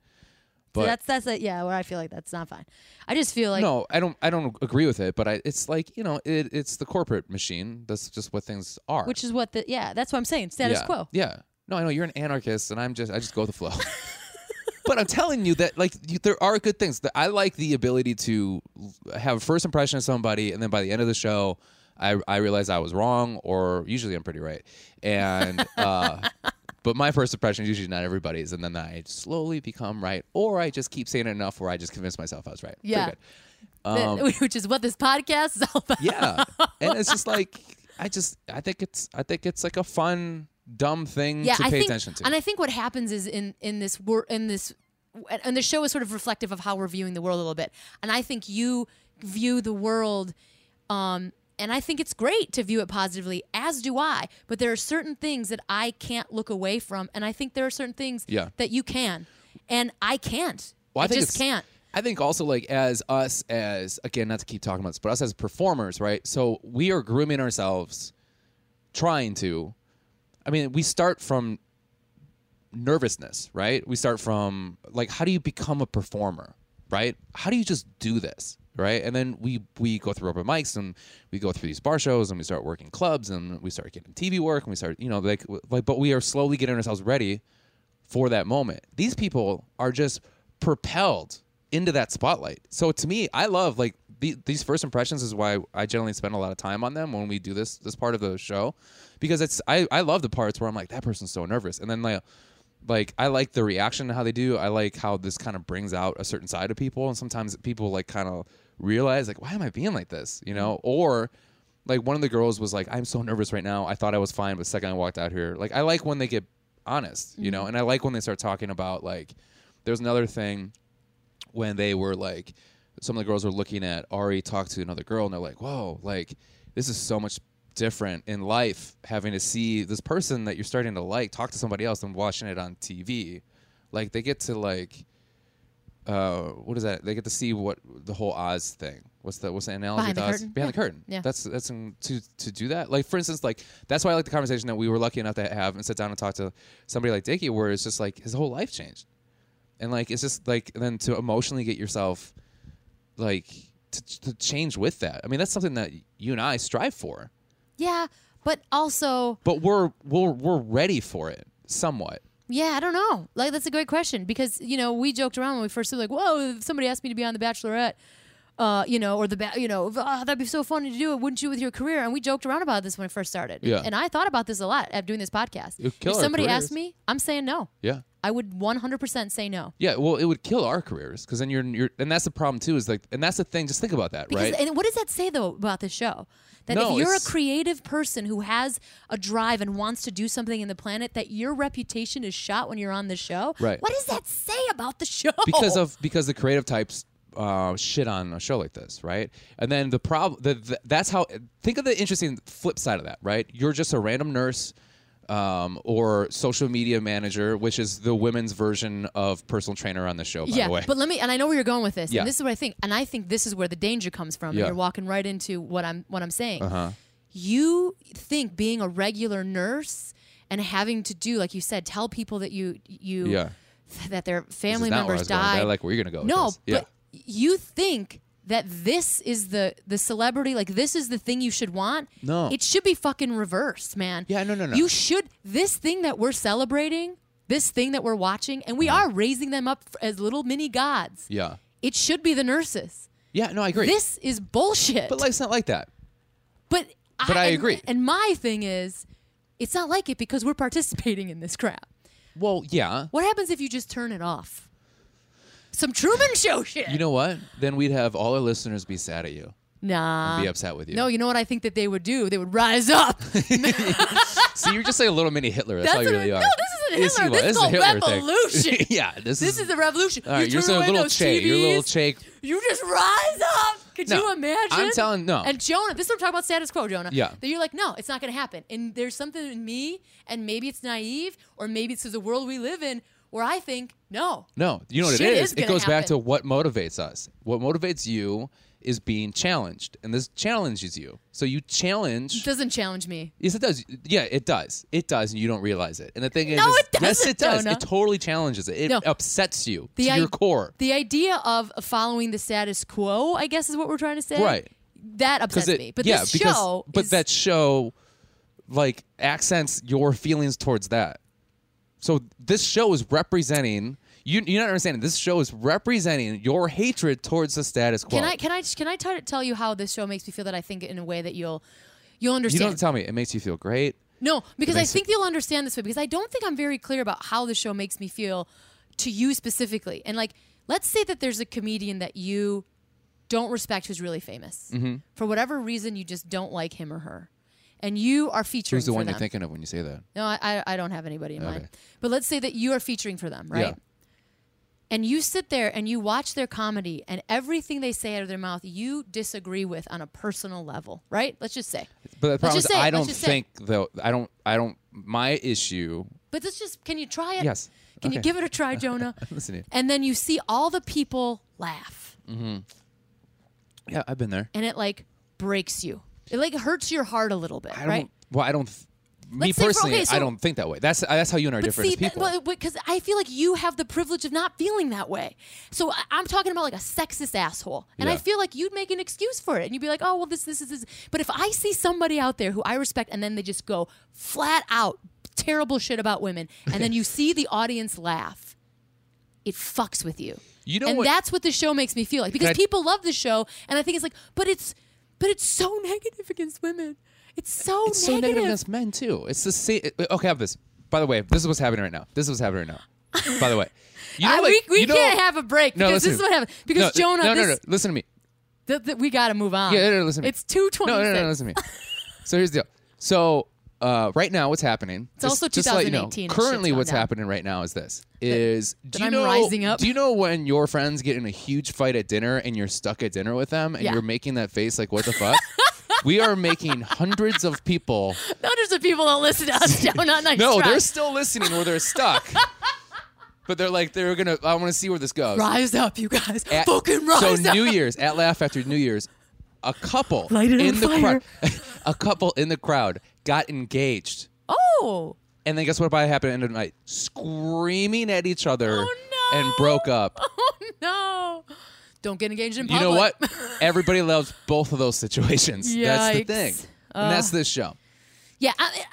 [SPEAKER 2] So
[SPEAKER 1] But
[SPEAKER 2] that's that's a, yeah, where I feel like that's not fine. I just feel like
[SPEAKER 1] no, I don't I don't agree with it. But I it's like you know it, it's the corporate machine. That's just what things are.
[SPEAKER 2] which is what the yeah, that's what I'm saying. Status
[SPEAKER 1] yeah.
[SPEAKER 2] quo.
[SPEAKER 1] Yeah. No, I know you're an anarchist, and I'm just I just go with the flow. but I'm telling you that like you, there are good things. The- I like the ability to l- have a first impression of somebody, and then by the end of the show, I I realize I was wrong, or usually I'm pretty right. And uh, but my first impression is usually not everybody's, and then I slowly become right, or I just keep saying it enough where I just convince myself I was right. Pretty
[SPEAKER 2] Yeah.
[SPEAKER 1] good. um,
[SPEAKER 2] That- which is what this podcast is all about.
[SPEAKER 1] Yeah, and it's just like I just I think it's I think it's like a fun dumb thing
[SPEAKER 2] yeah,
[SPEAKER 1] to
[SPEAKER 2] I
[SPEAKER 1] pay
[SPEAKER 2] think,
[SPEAKER 1] attention to.
[SPEAKER 2] And I think what happens is in in this wor- in this and the show is sort of reflective of how we're viewing the world a little bit. And I think you view the world um and I think it's great to view it positively, as do I. But there are certain things that I can't look away from, and I think there are certain things
[SPEAKER 1] Yeah.
[SPEAKER 2] that you can, and I can't.
[SPEAKER 1] Well, I
[SPEAKER 2] I,
[SPEAKER 1] think
[SPEAKER 2] just
[SPEAKER 1] it's-
[SPEAKER 2] can't.
[SPEAKER 1] I think also like as us as again not to keep talking about this, but us as performers, right? So we are grooming ourselves, trying to. I mean, we start from nervousness, right? We start from like how do you become a performer, right? How do you just do this, right? And then we we go through open mics and we go through these bar shows and we start working clubs and we start getting TV work and we start you know like like but we are slowly getting ourselves ready for that moment. These people are just propelled into that spotlight. So to me, I love like the, these first impressions is why I generally spend a lot of time on them when we do this this part of the show because it's I I love the parts where I'm like that person's so nervous and then like like I like the reaction to how they do. I like how this kind of brings out a certain side of people and sometimes people like kind of realize like why am I being like this, you know? Or like one of the girls was like, "I'm so nervous right now. I thought I was fine, but the second I walked out here, like I like when they get honest, you know, and I like when they start talking about like. There's another thing when they were like, some of the girls were looking at Ari talk to another girl, and they're like, "Whoa, like this is so much different in life having to see this person that you're starting to like talk to somebody else than watching it on TV." Like they get to like, uh, what is that? They get to see what the whole Oz thing. What's the what's the analogy? with
[SPEAKER 2] Behind the
[SPEAKER 1] Oz?
[SPEAKER 2] curtain?
[SPEAKER 1] Behind
[SPEAKER 2] Yeah.
[SPEAKER 1] the curtain.
[SPEAKER 2] Yeah.
[SPEAKER 1] That's that's in, to to do that. Like for instance, like that's why I like the conversation that we were lucky enough to have and sit down and talk to somebody like Dickie, where it's just like his whole life changed and like it's just like and then to emotionally get yourself like to, to change with that i mean that's something that you and i strive for
[SPEAKER 2] Yeah, but also
[SPEAKER 1] but we're we're, we're ready for it somewhat
[SPEAKER 2] Yeah, I don't know. Like that's a great question because you know we joked around when we first were like, "Whoa, if somebody asked me to be on The Bachelorette." Uh, you know, or the ba- you know, "Ah, that'd be so funny to do. It wouldn't you with your career? And we joked around about this when it first started.
[SPEAKER 1] Yeah.
[SPEAKER 2] And I thought about this a lot at doing this podcast.
[SPEAKER 1] It'd kill
[SPEAKER 2] if
[SPEAKER 1] our
[SPEAKER 2] somebody
[SPEAKER 1] careers.
[SPEAKER 2] asked me, I'm saying no.
[SPEAKER 1] yeah
[SPEAKER 2] I would 100% say no.
[SPEAKER 1] yeah well it would kill our careers because then you're you're and that's the problem too is like and that's the thing just think about that
[SPEAKER 2] Because
[SPEAKER 1] right
[SPEAKER 2] and what does that say though about this show? That
[SPEAKER 1] No,
[SPEAKER 2] if you're a
[SPEAKER 1] it's-
[SPEAKER 2] creative person who has a drive and wants to do something in the planet, that your reputation is shot when you're on the show.
[SPEAKER 1] Right.
[SPEAKER 2] What does that say about the show?
[SPEAKER 1] because of because the creative types uh, shit on a show like this, right? And then the problem the, the, that's how think of the interesting flip side of that, right? You're just a random nurse um, or social media manager, which is the women's version of personal trainer on the show, by
[SPEAKER 2] yeah,
[SPEAKER 1] the way.
[SPEAKER 2] but let me, and I know where you're going with this.
[SPEAKER 1] Yeah.
[SPEAKER 2] And this is what I think, and I think this is where the danger comes from.
[SPEAKER 1] Yeah. Uh-huh.
[SPEAKER 2] And you're walking right into what I'm what I'm saying. You think being a regular nurse and having to do, like you said, tell people that you you
[SPEAKER 1] Yeah.
[SPEAKER 2] that their
[SPEAKER 1] This is
[SPEAKER 2] family
[SPEAKER 1] not where I
[SPEAKER 2] members
[SPEAKER 1] was going, but
[SPEAKER 2] died.
[SPEAKER 1] I like where you're gonna go. with
[SPEAKER 2] no,
[SPEAKER 1] this. yeah.
[SPEAKER 2] but you think that this is the the celebrity, like this is the thing you should want.
[SPEAKER 1] No.
[SPEAKER 2] it should be fucking reversed, man.
[SPEAKER 1] Yeah, no, no, no.
[SPEAKER 2] You should this thing that we're celebrating. This thing that we're watching, and we are raising them up f- as little mini gods.
[SPEAKER 1] yeah,
[SPEAKER 2] It should be the nurses.
[SPEAKER 1] yeah. No, I agree.
[SPEAKER 2] This is bullshit.
[SPEAKER 1] but life's not like that.
[SPEAKER 2] but,
[SPEAKER 1] but I
[SPEAKER 2] and-
[SPEAKER 1] agree.
[SPEAKER 2] And my thing is, it's not like it because we're participating in this crap.
[SPEAKER 1] Well, yeah.
[SPEAKER 2] What happens if you just turn it off? Some Truman Show shit.
[SPEAKER 1] You know what? Then we'd have all our listeners be sad at you,
[SPEAKER 2] nah.
[SPEAKER 1] be upset with you.
[SPEAKER 2] Uh, No, you know what I think that they would do? They would rise up.
[SPEAKER 1] See, you're just like a little mini Hitler. That's, all you
[SPEAKER 2] what
[SPEAKER 1] really
[SPEAKER 2] I-
[SPEAKER 1] are.
[SPEAKER 2] No, this is wasn't
[SPEAKER 1] Yes, he
[SPEAKER 2] Hitler.
[SPEAKER 1] was.
[SPEAKER 2] This is
[SPEAKER 1] a
[SPEAKER 2] called
[SPEAKER 1] Hitler thing.
[SPEAKER 2] revolution.
[SPEAKER 1] yeah, this,
[SPEAKER 2] this is the revolution.
[SPEAKER 1] All right,
[SPEAKER 2] you
[SPEAKER 1] you're
[SPEAKER 2] turn
[SPEAKER 1] so
[SPEAKER 2] away
[SPEAKER 1] little
[SPEAKER 2] those
[SPEAKER 1] Che. You're a little
[SPEAKER 2] TVs.
[SPEAKER 1] Che.
[SPEAKER 2] You just rise up. Could
[SPEAKER 1] No,
[SPEAKER 2] you imagine?
[SPEAKER 1] I'm telling- no.
[SPEAKER 2] And Jonah, this is what I'm talking about status quo, Jonah.
[SPEAKER 1] Yeah.
[SPEAKER 2] That you're like, no, it's not going to happen. And there's something in me, and maybe it's naive, or maybe it's 'cause the world we live in, where I think, no.
[SPEAKER 1] No, you know what
[SPEAKER 2] Shit
[SPEAKER 1] it is.
[SPEAKER 2] is
[SPEAKER 1] it
[SPEAKER 2] gonna
[SPEAKER 1] goes back
[SPEAKER 2] happen.
[SPEAKER 1] to what motivates us. What motivates you is being challenged, and this challenges you. So you
[SPEAKER 2] It
[SPEAKER 1] challenge.
[SPEAKER 2] doesn't challenge me.
[SPEAKER 1] Yes, it does. Yeah, it does. It does, and you don't realize it. And the thing is,
[SPEAKER 2] No,
[SPEAKER 1] is-
[SPEAKER 2] it
[SPEAKER 1] yes,
[SPEAKER 2] doesn't,
[SPEAKER 1] it does.
[SPEAKER 2] Jonah.
[SPEAKER 1] It totally challenges it. It
[SPEAKER 2] No.
[SPEAKER 1] upsets you
[SPEAKER 2] The
[SPEAKER 1] to
[SPEAKER 2] i-
[SPEAKER 1] your core.
[SPEAKER 2] The idea of following the status quo, I guess, is what we're trying to say.
[SPEAKER 1] Right.
[SPEAKER 2] That upsets
[SPEAKER 1] it,
[SPEAKER 2] me. But
[SPEAKER 1] yeah,
[SPEAKER 2] this
[SPEAKER 1] because,
[SPEAKER 2] show,
[SPEAKER 1] but
[SPEAKER 2] is,
[SPEAKER 1] that show, like, accents your feelings towards that. So this show is representing. You, you're not understanding. This show is representing your hatred towards the status quo.
[SPEAKER 2] Can I can I can I t- tell you how this show makes me feel that I think in a way that you'll
[SPEAKER 1] you
[SPEAKER 2] you'll
[SPEAKER 1] don't
[SPEAKER 2] understand?
[SPEAKER 1] tell me. It makes you feel great.
[SPEAKER 2] no, because
[SPEAKER 1] It
[SPEAKER 2] I
[SPEAKER 1] makes
[SPEAKER 2] think you'll understand this way because I don't think I'm very clear about how the show makes me feel to you specifically. And like, let's say that there's a comedian that you don't respect who's really famous
[SPEAKER 1] Mm-hmm.
[SPEAKER 2] for whatever reason you just don't like him or her, and you are featuring
[SPEAKER 1] Who's the
[SPEAKER 2] for
[SPEAKER 1] one
[SPEAKER 2] them.
[SPEAKER 1] you're thinking of when you say that?
[SPEAKER 2] No, I, I, I don't have anybody in mind.
[SPEAKER 1] Okay.
[SPEAKER 2] But let's say that you are featuring for them, right?
[SPEAKER 1] Yeah.
[SPEAKER 2] And you sit there and you watch their comedy, and everything they say out of their mouth, you disagree with on a personal level, right? Let's just say.
[SPEAKER 1] But the problem
[SPEAKER 2] just
[SPEAKER 1] is,
[SPEAKER 2] say it,
[SPEAKER 1] I
[SPEAKER 2] let's
[SPEAKER 1] don't
[SPEAKER 2] just say
[SPEAKER 1] think though. I don't. I don't. My issue.
[SPEAKER 2] But let's just, can you try it?
[SPEAKER 1] Yes.
[SPEAKER 2] Can you
[SPEAKER 1] Okay.
[SPEAKER 2] give it a try, Jonah?
[SPEAKER 1] Listen to you.
[SPEAKER 2] and then you see all the people laugh,
[SPEAKER 1] Yeah, I've been there.
[SPEAKER 2] and it like breaks you. It like hurts your heart a little bit,
[SPEAKER 1] I don't.
[SPEAKER 2] right?
[SPEAKER 1] Well, I don't. Me
[SPEAKER 2] Let's say for-
[SPEAKER 1] personally,
[SPEAKER 2] okay, so-
[SPEAKER 1] I don't think that way. That's that's how you and I are different as people.
[SPEAKER 2] because I feel like you have the privilege of not feeling that way. So I- I'm talking about like a sexist asshole, and I
[SPEAKER 1] Yeah.
[SPEAKER 2] feel like you'd make an excuse for it, and you'd be like, "Oh, well, this, this is." This. But if I see somebody out there who I respect, and then they just go flat out terrible shit about women, and then you see the audience laugh, it fucks with you.
[SPEAKER 1] You know
[SPEAKER 2] and
[SPEAKER 1] what-
[SPEAKER 2] that's what the show makes me feel like because
[SPEAKER 1] Can I-
[SPEAKER 2] people love the show, and I think it's like, but it's, but it's so negative against women. It's so
[SPEAKER 1] it's so negative against men too. It's the same. Okay, I have this. By the way, this is what's happening right now. This is what's happening right now. By the way, you
[SPEAKER 2] I-
[SPEAKER 1] like-
[SPEAKER 2] we we
[SPEAKER 1] you know-
[SPEAKER 2] can't have a break
[SPEAKER 1] No,
[SPEAKER 2] because
[SPEAKER 1] listen
[SPEAKER 2] this is
[SPEAKER 1] to
[SPEAKER 2] what
[SPEAKER 1] me.
[SPEAKER 2] happened. Because
[SPEAKER 1] no,
[SPEAKER 2] Jonah,
[SPEAKER 1] No, no,
[SPEAKER 2] this,
[SPEAKER 1] no. Listen to me.
[SPEAKER 2] th- th- we got to move on.
[SPEAKER 1] Yeah, no, no, listen to me.
[SPEAKER 2] It's two twenty.
[SPEAKER 1] No, no, no, no, listen to me. So here's the deal. So uh, right now, what's happening? It's
[SPEAKER 2] also
[SPEAKER 1] just, to let you know,
[SPEAKER 2] 2018 and shit's
[SPEAKER 1] currently,
[SPEAKER 2] gone
[SPEAKER 1] what's
[SPEAKER 2] down.
[SPEAKER 1] happening right now is this: is do you
[SPEAKER 2] I'm
[SPEAKER 1] know?
[SPEAKER 2] rising up.
[SPEAKER 1] Do you know when your friends get in a huge fight at dinner and you're stuck at dinner with them and
[SPEAKER 2] Yeah.
[SPEAKER 1] you're making that face like, "What the fuck?" we are making hundreds of people.
[SPEAKER 2] Hundreds of people don't listen to us, Jonah. Nice
[SPEAKER 1] No,
[SPEAKER 2] try.
[SPEAKER 1] they're still listening where they're stuck. But they're like, they're gonna. I want to see where this goes.
[SPEAKER 2] rise up, you guys.
[SPEAKER 1] At-
[SPEAKER 2] Fucking rise
[SPEAKER 1] so
[SPEAKER 2] up.
[SPEAKER 1] New Year's at Laugh After New Year's, a couple
[SPEAKER 2] Light it on
[SPEAKER 1] in the
[SPEAKER 2] fire.
[SPEAKER 1] crowd, a couple in the crowd got engaged,
[SPEAKER 2] oh,
[SPEAKER 1] and then guess what? By happened at the end of the night, screaming at each other
[SPEAKER 2] Oh, no.
[SPEAKER 1] and broke up.
[SPEAKER 2] oh no! Don't get engaged in
[SPEAKER 1] You
[SPEAKER 2] public.
[SPEAKER 1] know what? Everybody loves both of those situations. That's the
[SPEAKER 2] Yikes.
[SPEAKER 1] thing, and that's this show.
[SPEAKER 2] Yeah, I,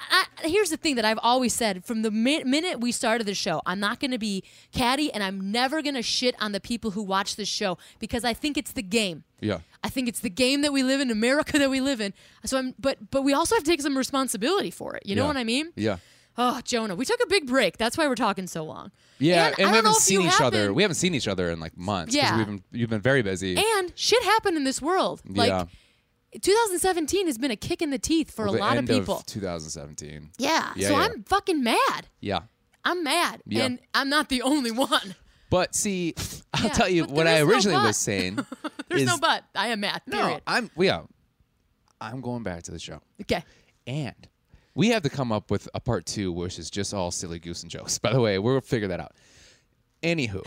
[SPEAKER 2] I, here's the thing that I've always said from the mi- minute we started the show. I'm not going to be catty, and I'm never going to shit on the people who watch this show because I think it's the game.
[SPEAKER 1] Yeah.
[SPEAKER 2] I think it's the game that we live in, America that we live in. So I'm, but but we also have to take some responsibility for it. You know
[SPEAKER 1] Yeah.
[SPEAKER 2] what I mean?
[SPEAKER 1] Yeah.
[SPEAKER 2] Oh, Jonah, we took a big break. That's why we're talking so long.
[SPEAKER 1] Yeah,
[SPEAKER 2] I
[SPEAKER 1] we
[SPEAKER 2] don't know
[SPEAKER 1] haven't
[SPEAKER 2] if you
[SPEAKER 1] seen each other.
[SPEAKER 2] haven't-
[SPEAKER 1] We haven't seen each other in like months. 'cause
[SPEAKER 2] Yeah.
[SPEAKER 1] we've been, you've been very busy.
[SPEAKER 2] And shit happened in this world. Like
[SPEAKER 1] yeah,
[SPEAKER 2] 2017 has been a kick in the teeth for
[SPEAKER 1] Well,
[SPEAKER 2] a
[SPEAKER 1] the
[SPEAKER 2] lot of
[SPEAKER 1] end
[SPEAKER 2] people.
[SPEAKER 1] 2017.
[SPEAKER 2] yeah.
[SPEAKER 1] Yeah,
[SPEAKER 2] So
[SPEAKER 1] yeah.
[SPEAKER 2] I'm fucking mad.
[SPEAKER 1] Yeah,
[SPEAKER 2] I'm mad,
[SPEAKER 1] Yeah.
[SPEAKER 2] and I'm not the only one.
[SPEAKER 1] but see, I'll
[SPEAKER 2] Yeah,
[SPEAKER 1] tell you
[SPEAKER 2] but
[SPEAKER 1] what
[SPEAKER 2] there
[SPEAKER 1] I
[SPEAKER 2] is no
[SPEAKER 1] originally
[SPEAKER 2] but.
[SPEAKER 1] was saying.
[SPEAKER 2] There's
[SPEAKER 1] is
[SPEAKER 2] no but. I am mad.
[SPEAKER 1] No,
[SPEAKER 2] Period.
[SPEAKER 1] I'm well, yeah. I'm going back to the show.
[SPEAKER 2] okay.
[SPEAKER 1] And we have to come up with a part two, which is just all silly goose and jokes. By the way, we'll figure that out. Anywho,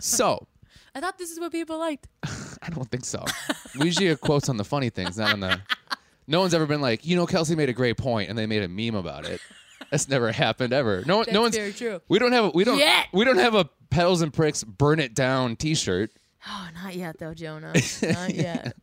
[SPEAKER 1] so
[SPEAKER 2] I thought this is what people liked.
[SPEAKER 1] I don't think so. We usually have quotes on the funny things, not on the. No one's ever been like, you know, Kelsey made a great point, and they made a meme about it. That's never happened ever. No, one-
[SPEAKER 2] That's
[SPEAKER 1] no one's.
[SPEAKER 2] very true.
[SPEAKER 1] We don't have. A, we don't.
[SPEAKER 2] Yet.
[SPEAKER 1] We don't have a pedals and pricks burn it down T-shirt.
[SPEAKER 2] Oh, not yet though, Jonah. Not yet.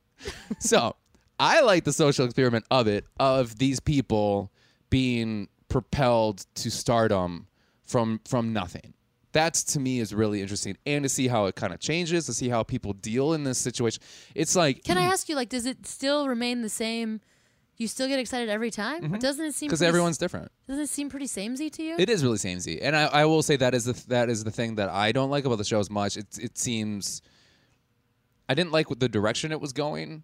[SPEAKER 1] So I like the social experiment of it, of these people being propelled to stardom from from nothing. That's to me is really interesting, and to see how it kind of changes, to see how people deal in this situation. It's like hmm,
[SPEAKER 2] Can I ask you, like, does it still remain the same? You still get excited every time? Doesn't it seem
[SPEAKER 1] because
[SPEAKER 2] pretty-
[SPEAKER 1] Mm-hmm. everyone's different.
[SPEAKER 2] doesn't it seem pretty samey to you?
[SPEAKER 1] It is really samey, and I, I will say that is the that is the thing that I don't like about the show as much. It it seems I didn't like what the direction it was going,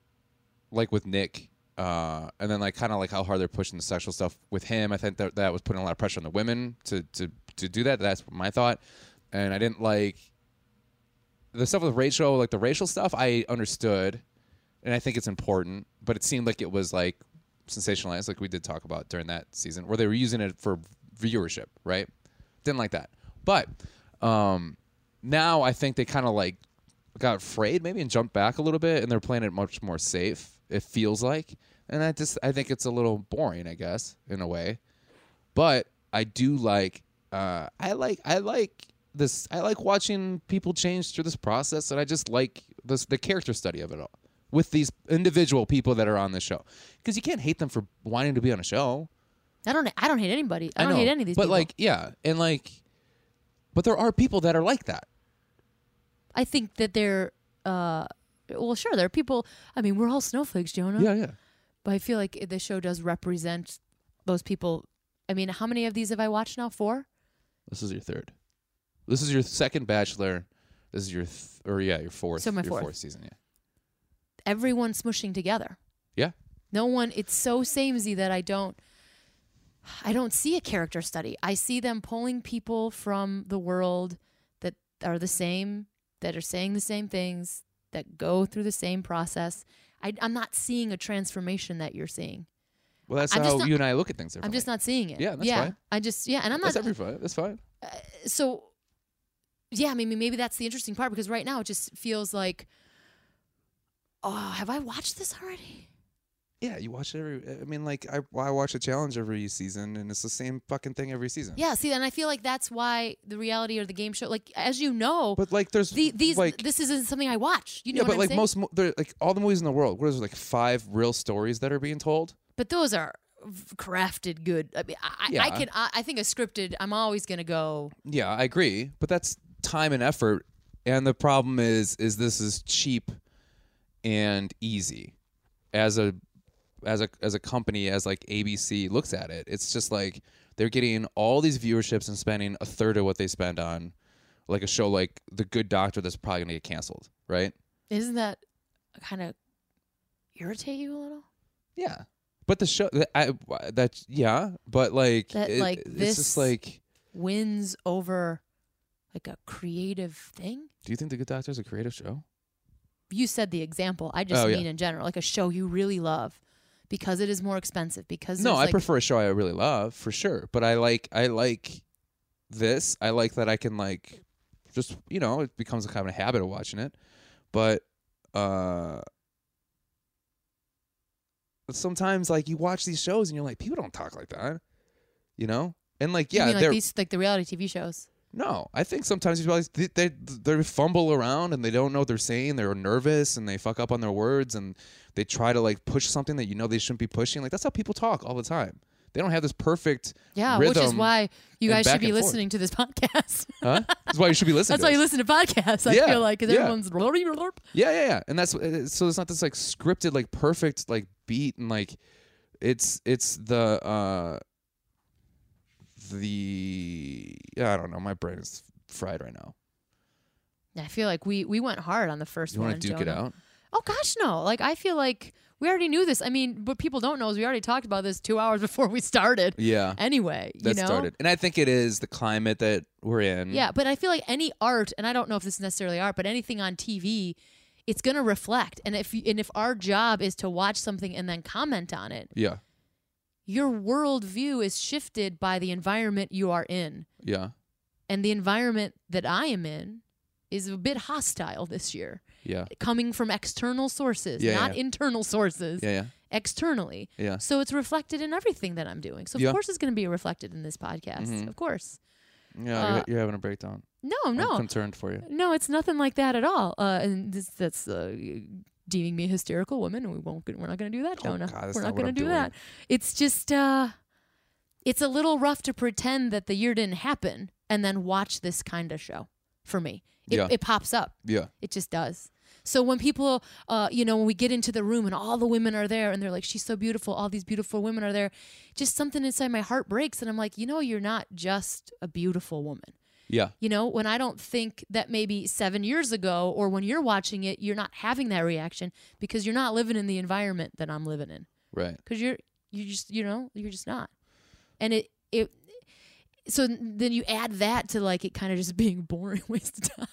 [SPEAKER 1] like with Nick, uh, and then like kind of like how hard they're pushing the sexual stuff with him. I think that that was putting a lot of pressure on the women to to to do that. That's my thought. And I didn't like the stuff with racial, like the racial stuff. I understood, and I think it's important. But it seemed like it was like sensationalized, like we did talk about during that season, where they were using it for viewership. Right? Didn't like that. But um, now I think they kind of like got afraid maybe and jumped back a little bit, and they're playing it much more safe. It feels like, and I just I think it's a little boring, I guess, in a way but I do like uh, I like I like this I like watching people change through this process and I just like this the character study of it all with these individual people that are on the show because you can't hate them for wanting to be on a show
[SPEAKER 2] I don't. I don't hate anybody. I don't
[SPEAKER 1] know,
[SPEAKER 2] hate any of these.
[SPEAKER 1] but
[SPEAKER 2] people.
[SPEAKER 1] like yeah and like but there are people that are like that
[SPEAKER 2] I think that they're. Uh, well, sure, there are people. I mean, we're all snowflakes, Jonah.
[SPEAKER 1] yeah yeah
[SPEAKER 2] But I feel like the show does represent those people. I mean, how many of these have I watched now? Four.
[SPEAKER 1] this is your third this is your second bachelor this is your th- or yeah your fourth
[SPEAKER 2] So my
[SPEAKER 1] your
[SPEAKER 2] fourth.
[SPEAKER 1] season yeah
[SPEAKER 2] Everyone smushing together.
[SPEAKER 1] yeah
[SPEAKER 2] No one. It's so samey that I don't. I don't see a character study. I see them pulling people from the world that are the same, that are saying the same things, that go through the same process. I, I'm not seeing a transformation that you're seeing.
[SPEAKER 1] well that's
[SPEAKER 2] I'm just
[SPEAKER 1] how
[SPEAKER 2] not-
[SPEAKER 1] you and I look at things differently
[SPEAKER 2] I'm just not seeing it.
[SPEAKER 1] Yeah, that's
[SPEAKER 2] yeah.
[SPEAKER 1] fine.
[SPEAKER 2] I just yeah, and I'm not
[SPEAKER 1] that's every fine that's fine
[SPEAKER 2] so. Yeah, I mean, maybe that's the interesting part because right now it just feels like, oh, have I watched this already?
[SPEAKER 1] Yeah, you watch it every. uh, I mean, like I, I watch a challenge every season, and it's the same fucking thing every season.
[SPEAKER 2] Yeah, see, and I feel like that's why the reality or the game show, like as you know,
[SPEAKER 1] but like there's
[SPEAKER 2] the, these
[SPEAKER 1] like
[SPEAKER 2] this isn't something I watch. You know
[SPEAKER 1] yeah,
[SPEAKER 2] what
[SPEAKER 1] but
[SPEAKER 2] I'm
[SPEAKER 1] like
[SPEAKER 2] saying?
[SPEAKER 1] most mo- there like all the movies in the world, what is there, like five real stories that are being told?
[SPEAKER 2] but those are v- crafted good. I mean, I, I I
[SPEAKER 1] Yeah.
[SPEAKER 2] can I, I think a scripted. I'm always gonna go.
[SPEAKER 1] Yeah, I agree, but that's time and effort, and the problem is is this is cheap and easy as a as a as a company as like ABC looks at it. It's just like they're getting all these viewerships and spending a third of what they spend on like a show like The Good Doctor that's probably going to get canceled, right?
[SPEAKER 2] Isn't that kind of irritate you a little?
[SPEAKER 1] Yeah. But the show that I that yeah, but like
[SPEAKER 2] That, like,
[SPEAKER 1] it's
[SPEAKER 2] this-
[SPEAKER 1] just like
[SPEAKER 2] Wins over like a creative thing.
[SPEAKER 1] do you think The Good Doctor is a creative show?
[SPEAKER 2] you said the example. I just
[SPEAKER 1] Oh, yeah.
[SPEAKER 2] mean in general, like a show you really love because it is more expensive. Because
[SPEAKER 1] No,
[SPEAKER 2] there's,
[SPEAKER 1] I
[SPEAKER 2] like,
[SPEAKER 1] prefer a show I really love for sure. But I like I like this. I like that I can like just you know it becomes a kind of habit of watching it. But uh, but sometimes like you watch these shows and you're like people don't talk like that, you know. And like
[SPEAKER 2] you
[SPEAKER 1] yeah,
[SPEAKER 2] mean, like
[SPEAKER 1] they're
[SPEAKER 2] these like the reality TV shows.
[SPEAKER 1] no. I think sometimes these guys they, they they fumble around and they don't know what they're saying. They're nervous and they fuck up on their words and they try to like push something that you know they shouldn't be pushing. Like that's how people talk all the time. They don't have this perfect
[SPEAKER 2] Yeah,
[SPEAKER 1] rhythm.
[SPEAKER 2] which is why you
[SPEAKER 1] and
[SPEAKER 2] guys should
[SPEAKER 1] back
[SPEAKER 2] be
[SPEAKER 1] and forth.
[SPEAKER 2] listening to this podcast.
[SPEAKER 1] Huh? That's why you should be listening.
[SPEAKER 2] That's
[SPEAKER 1] to
[SPEAKER 2] why you
[SPEAKER 1] us.
[SPEAKER 2] listen to podcasts. I
[SPEAKER 1] Yeah,
[SPEAKER 2] feel like because
[SPEAKER 1] yeah.
[SPEAKER 2] everyone's
[SPEAKER 1] Yeah, yeah, yeah. And that's uh, so it's not this like scripted, like perfect, like beat and like it's it's the uh the I don't know. My brain is fried right now.
[SPEAKER 2] I feel like we we went hard on the first
[SPEAKER 1] You
[SPEAKER 2] one.
[SPEAKER 1] want to duke it
[SPEAKER 2] Jonah.
[SPEAKER 1] out?
[SPEAKER 2] Oh gosh, no! Like I feel like we already knew this. I mean, what people don't know is we already talked about this two hours before we started.
[SPEAKER 1] Yeah.
[SPEAKER 2] Anyway,
[SPEAKER 1] that
[SPEAKER 2] you know.
[SPEAKER 1] started. Mm-hmm. And I think it is the climate that we're in.
[SPEAKER 2] Yeah, but I feel like any art, and I don't know if this is necessarily art, but anything on TV, it's going to reflect. And if you, and if our job is to watch something and then comment on it,
[SPEAKER 1] Yeah.
[SPEAKER 2] your worldview is shifted by the environment you are in,
[SPEAKER 1] Yeah.
[SPEAKER 2] and the environment that I am in is a bit hostile this year,
[SPEAKER 1] Yeah.
[SPEAKER 2] coming from external sources,
[SPEAKER 1] Yeah,
[SPEAKER 2] not
[SPEAKER 1] yeah.
[SPEAKER 2] internal sources,
[SPEAKER 1] Yeah. Yeah.
[SPEAKER 2] externally.
[SPEAKER 1] Yeah.
[SPEAKER 2] So it's reflected in everything that I'm doing. So of
[SPEAKER 1] Yeah.
[SPEAKER 2] course it's going to be reflected in this podcast.
[SPEAKER 1] Mhm.
[SPEAKER 2] Of course.
[SPEAKER 1] Yeah.
[SPEAKER 2] Uh,
[SPEAKER 1] you're, you're having a breakdown.
[SPEAKER 2] No, no.
[SPEAKER 1] I'm concerned for you.
[SPEAKER 2] No, it's nothing like that at all. Uh, and this, that's uh, deeming me a hysterical woman. and We won't. We're not going to do that,
[SPEAKER 1] Oh,
[SPEAKER 2] Jonah.
[SPEAKER 1] God, that's
[SPEAKER 2] we're
[SPEAKER 1] not
[SPEAKER 2] not
[SPEAKER 1] what
[SPEAKER 2] gonna
[SPEAKER 1] I'm
[SPEAKER 2] do
[SPEAKER 1] doing.
[SPEAKER 2] that. It's just. Uh, it's a little rough to pretend that the year didn't happen and then watch this kind of show. For me, it,
[SPEAKER 1] Yeah.
[SPEAKER 2] it pops up.
[SPEAKER 1] Yeah.
[SPEAKER 2] It just does. So when people, uh, you know, when we get into the room and all the women are there and they're like, she's so beautiful, all these beautiful women are there, just something inside my heart breaks. And I'm like, you know, you're not just a beautiful woman.
[SPEAKER 1] Yeah.
[SPEAKER 2] You know, when I don't think that maybe seven years ago or when you're watching it, you're not having that reaction because you're not living in the environment that I'm living in.
[SPEAKER 1] Right.
[SPEAKER 2] Because you're, you just, you know, you're just not. And it, it, so then you add that to like it kind of just being boring waste of time.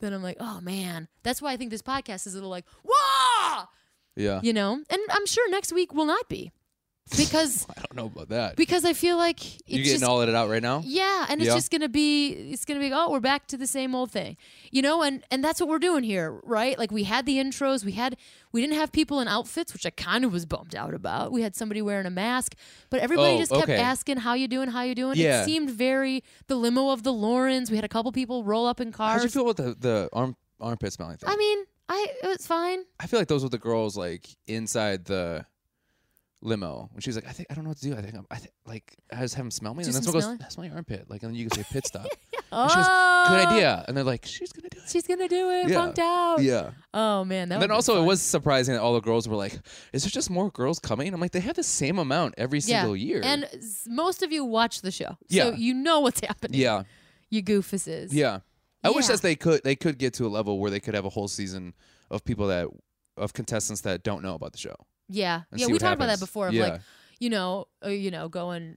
[SPEAKER 2] then I'm like, oh man, that's why I think this podcast is a little like, whoa,
[SPEAKER 1] Yeah.
[SPEAKER 2] you know. And I'm sure next week will not be because
[SPEAKER 1] I don't know about that.
[SPEAKER 2] because I feel like it's
[SPEAKER 1] you getting
[SPEAKER 2] just
[SPEAKER 1] all of it out right now?
[SPEAKER 2] yeah, and it's
[SPEAKER 1] Yeah.
[SPEAKER 2] just gonna be it's gonna be oh we're back to the same old thing, you know, and and that's what we're doing here, right? Like we had the intros, we had we didn't have people in outfits, which I kind of was bummed out about. We had somebody wearing a mask, but everybody
[SPEAKER 1] Oh,
[SPEAKER 2] just kept
[SPEAKER 1] okay.
[SPEAKER 2] asking how you doing, how you doing.
[SPEAKER 1] Yeah.
[SPEAKER 2] It seemed very the limo of the Laurens. We had a couple people roll up in
[SPEAKER 1] How would you
[SPEAKER 2] cars.
[SPEAKER 1] feel about the, the arm armpit smelling thing?
[SPEAKER 2] I mean, I it was fine.
[SPEAKER 1] I feel like those were the girls like inside the limo when she was like, I think I don't know what to do. I think I'm I think like I just have them smell me, and
[SPEAKER 2] Just
[SPEAKER 1] then
[SPEAKER 2] some
[SPEAKER 1] someone
[SPEAKER 2] smelling?
[SPEAKER 1] goes, "That's my armpit." Like, and then you can say pit stop.
[SPEAKER 2] Oh,
[SPEAKER 1] And she goes, "Good idea," and they're like, "She's gonna do it."
[SPEAKER 2] She's gonna do it.
[SPEAKER 1] Yeah.
[SPEAKER 2] Punked out.
[SPEAKER 1] Yeah.
[SPEAKER 2] Oh man, that.
[SPEAKER 1] And
[SPEAKER 2] would've
[SPEAKER 1] then
[SPEAKER 2] been
[SPEAKER 1] also,
[SPEAKER 2] fun.
[SPEAKER 1] it was surprising that all the girls were like, "Is there just more girls coming?" I'm like, they have the same amount every single year.
[SPEAKER 2] And s- most of you watch the show,
[SPEAKER 1] Yeah.
[SPEAKER 2] so you know what's happening.
[SPEAKER 1] yeah,
[SPEAKER 2] you goofuses.
[SPEAKER 1] yeah. I wish
[SPEAKER 2] Yeah.
[SPEAKER 1] that they could they could get to a level where they could have a whole season of people that of contestants that don't know about the show.
[SPEAKER 2] yeah,
[SPEAKER 1] and see
[SPEAKER 2] yeah. We
[SPEAKER 1] what
[SPEAKER 2] talked about that
[SPEAKER 1] happens.
[SPEAKER 2] before. Of
[SPEAKER 1] yeah.
[SPEAKER 2] like, you know, uh, you know, going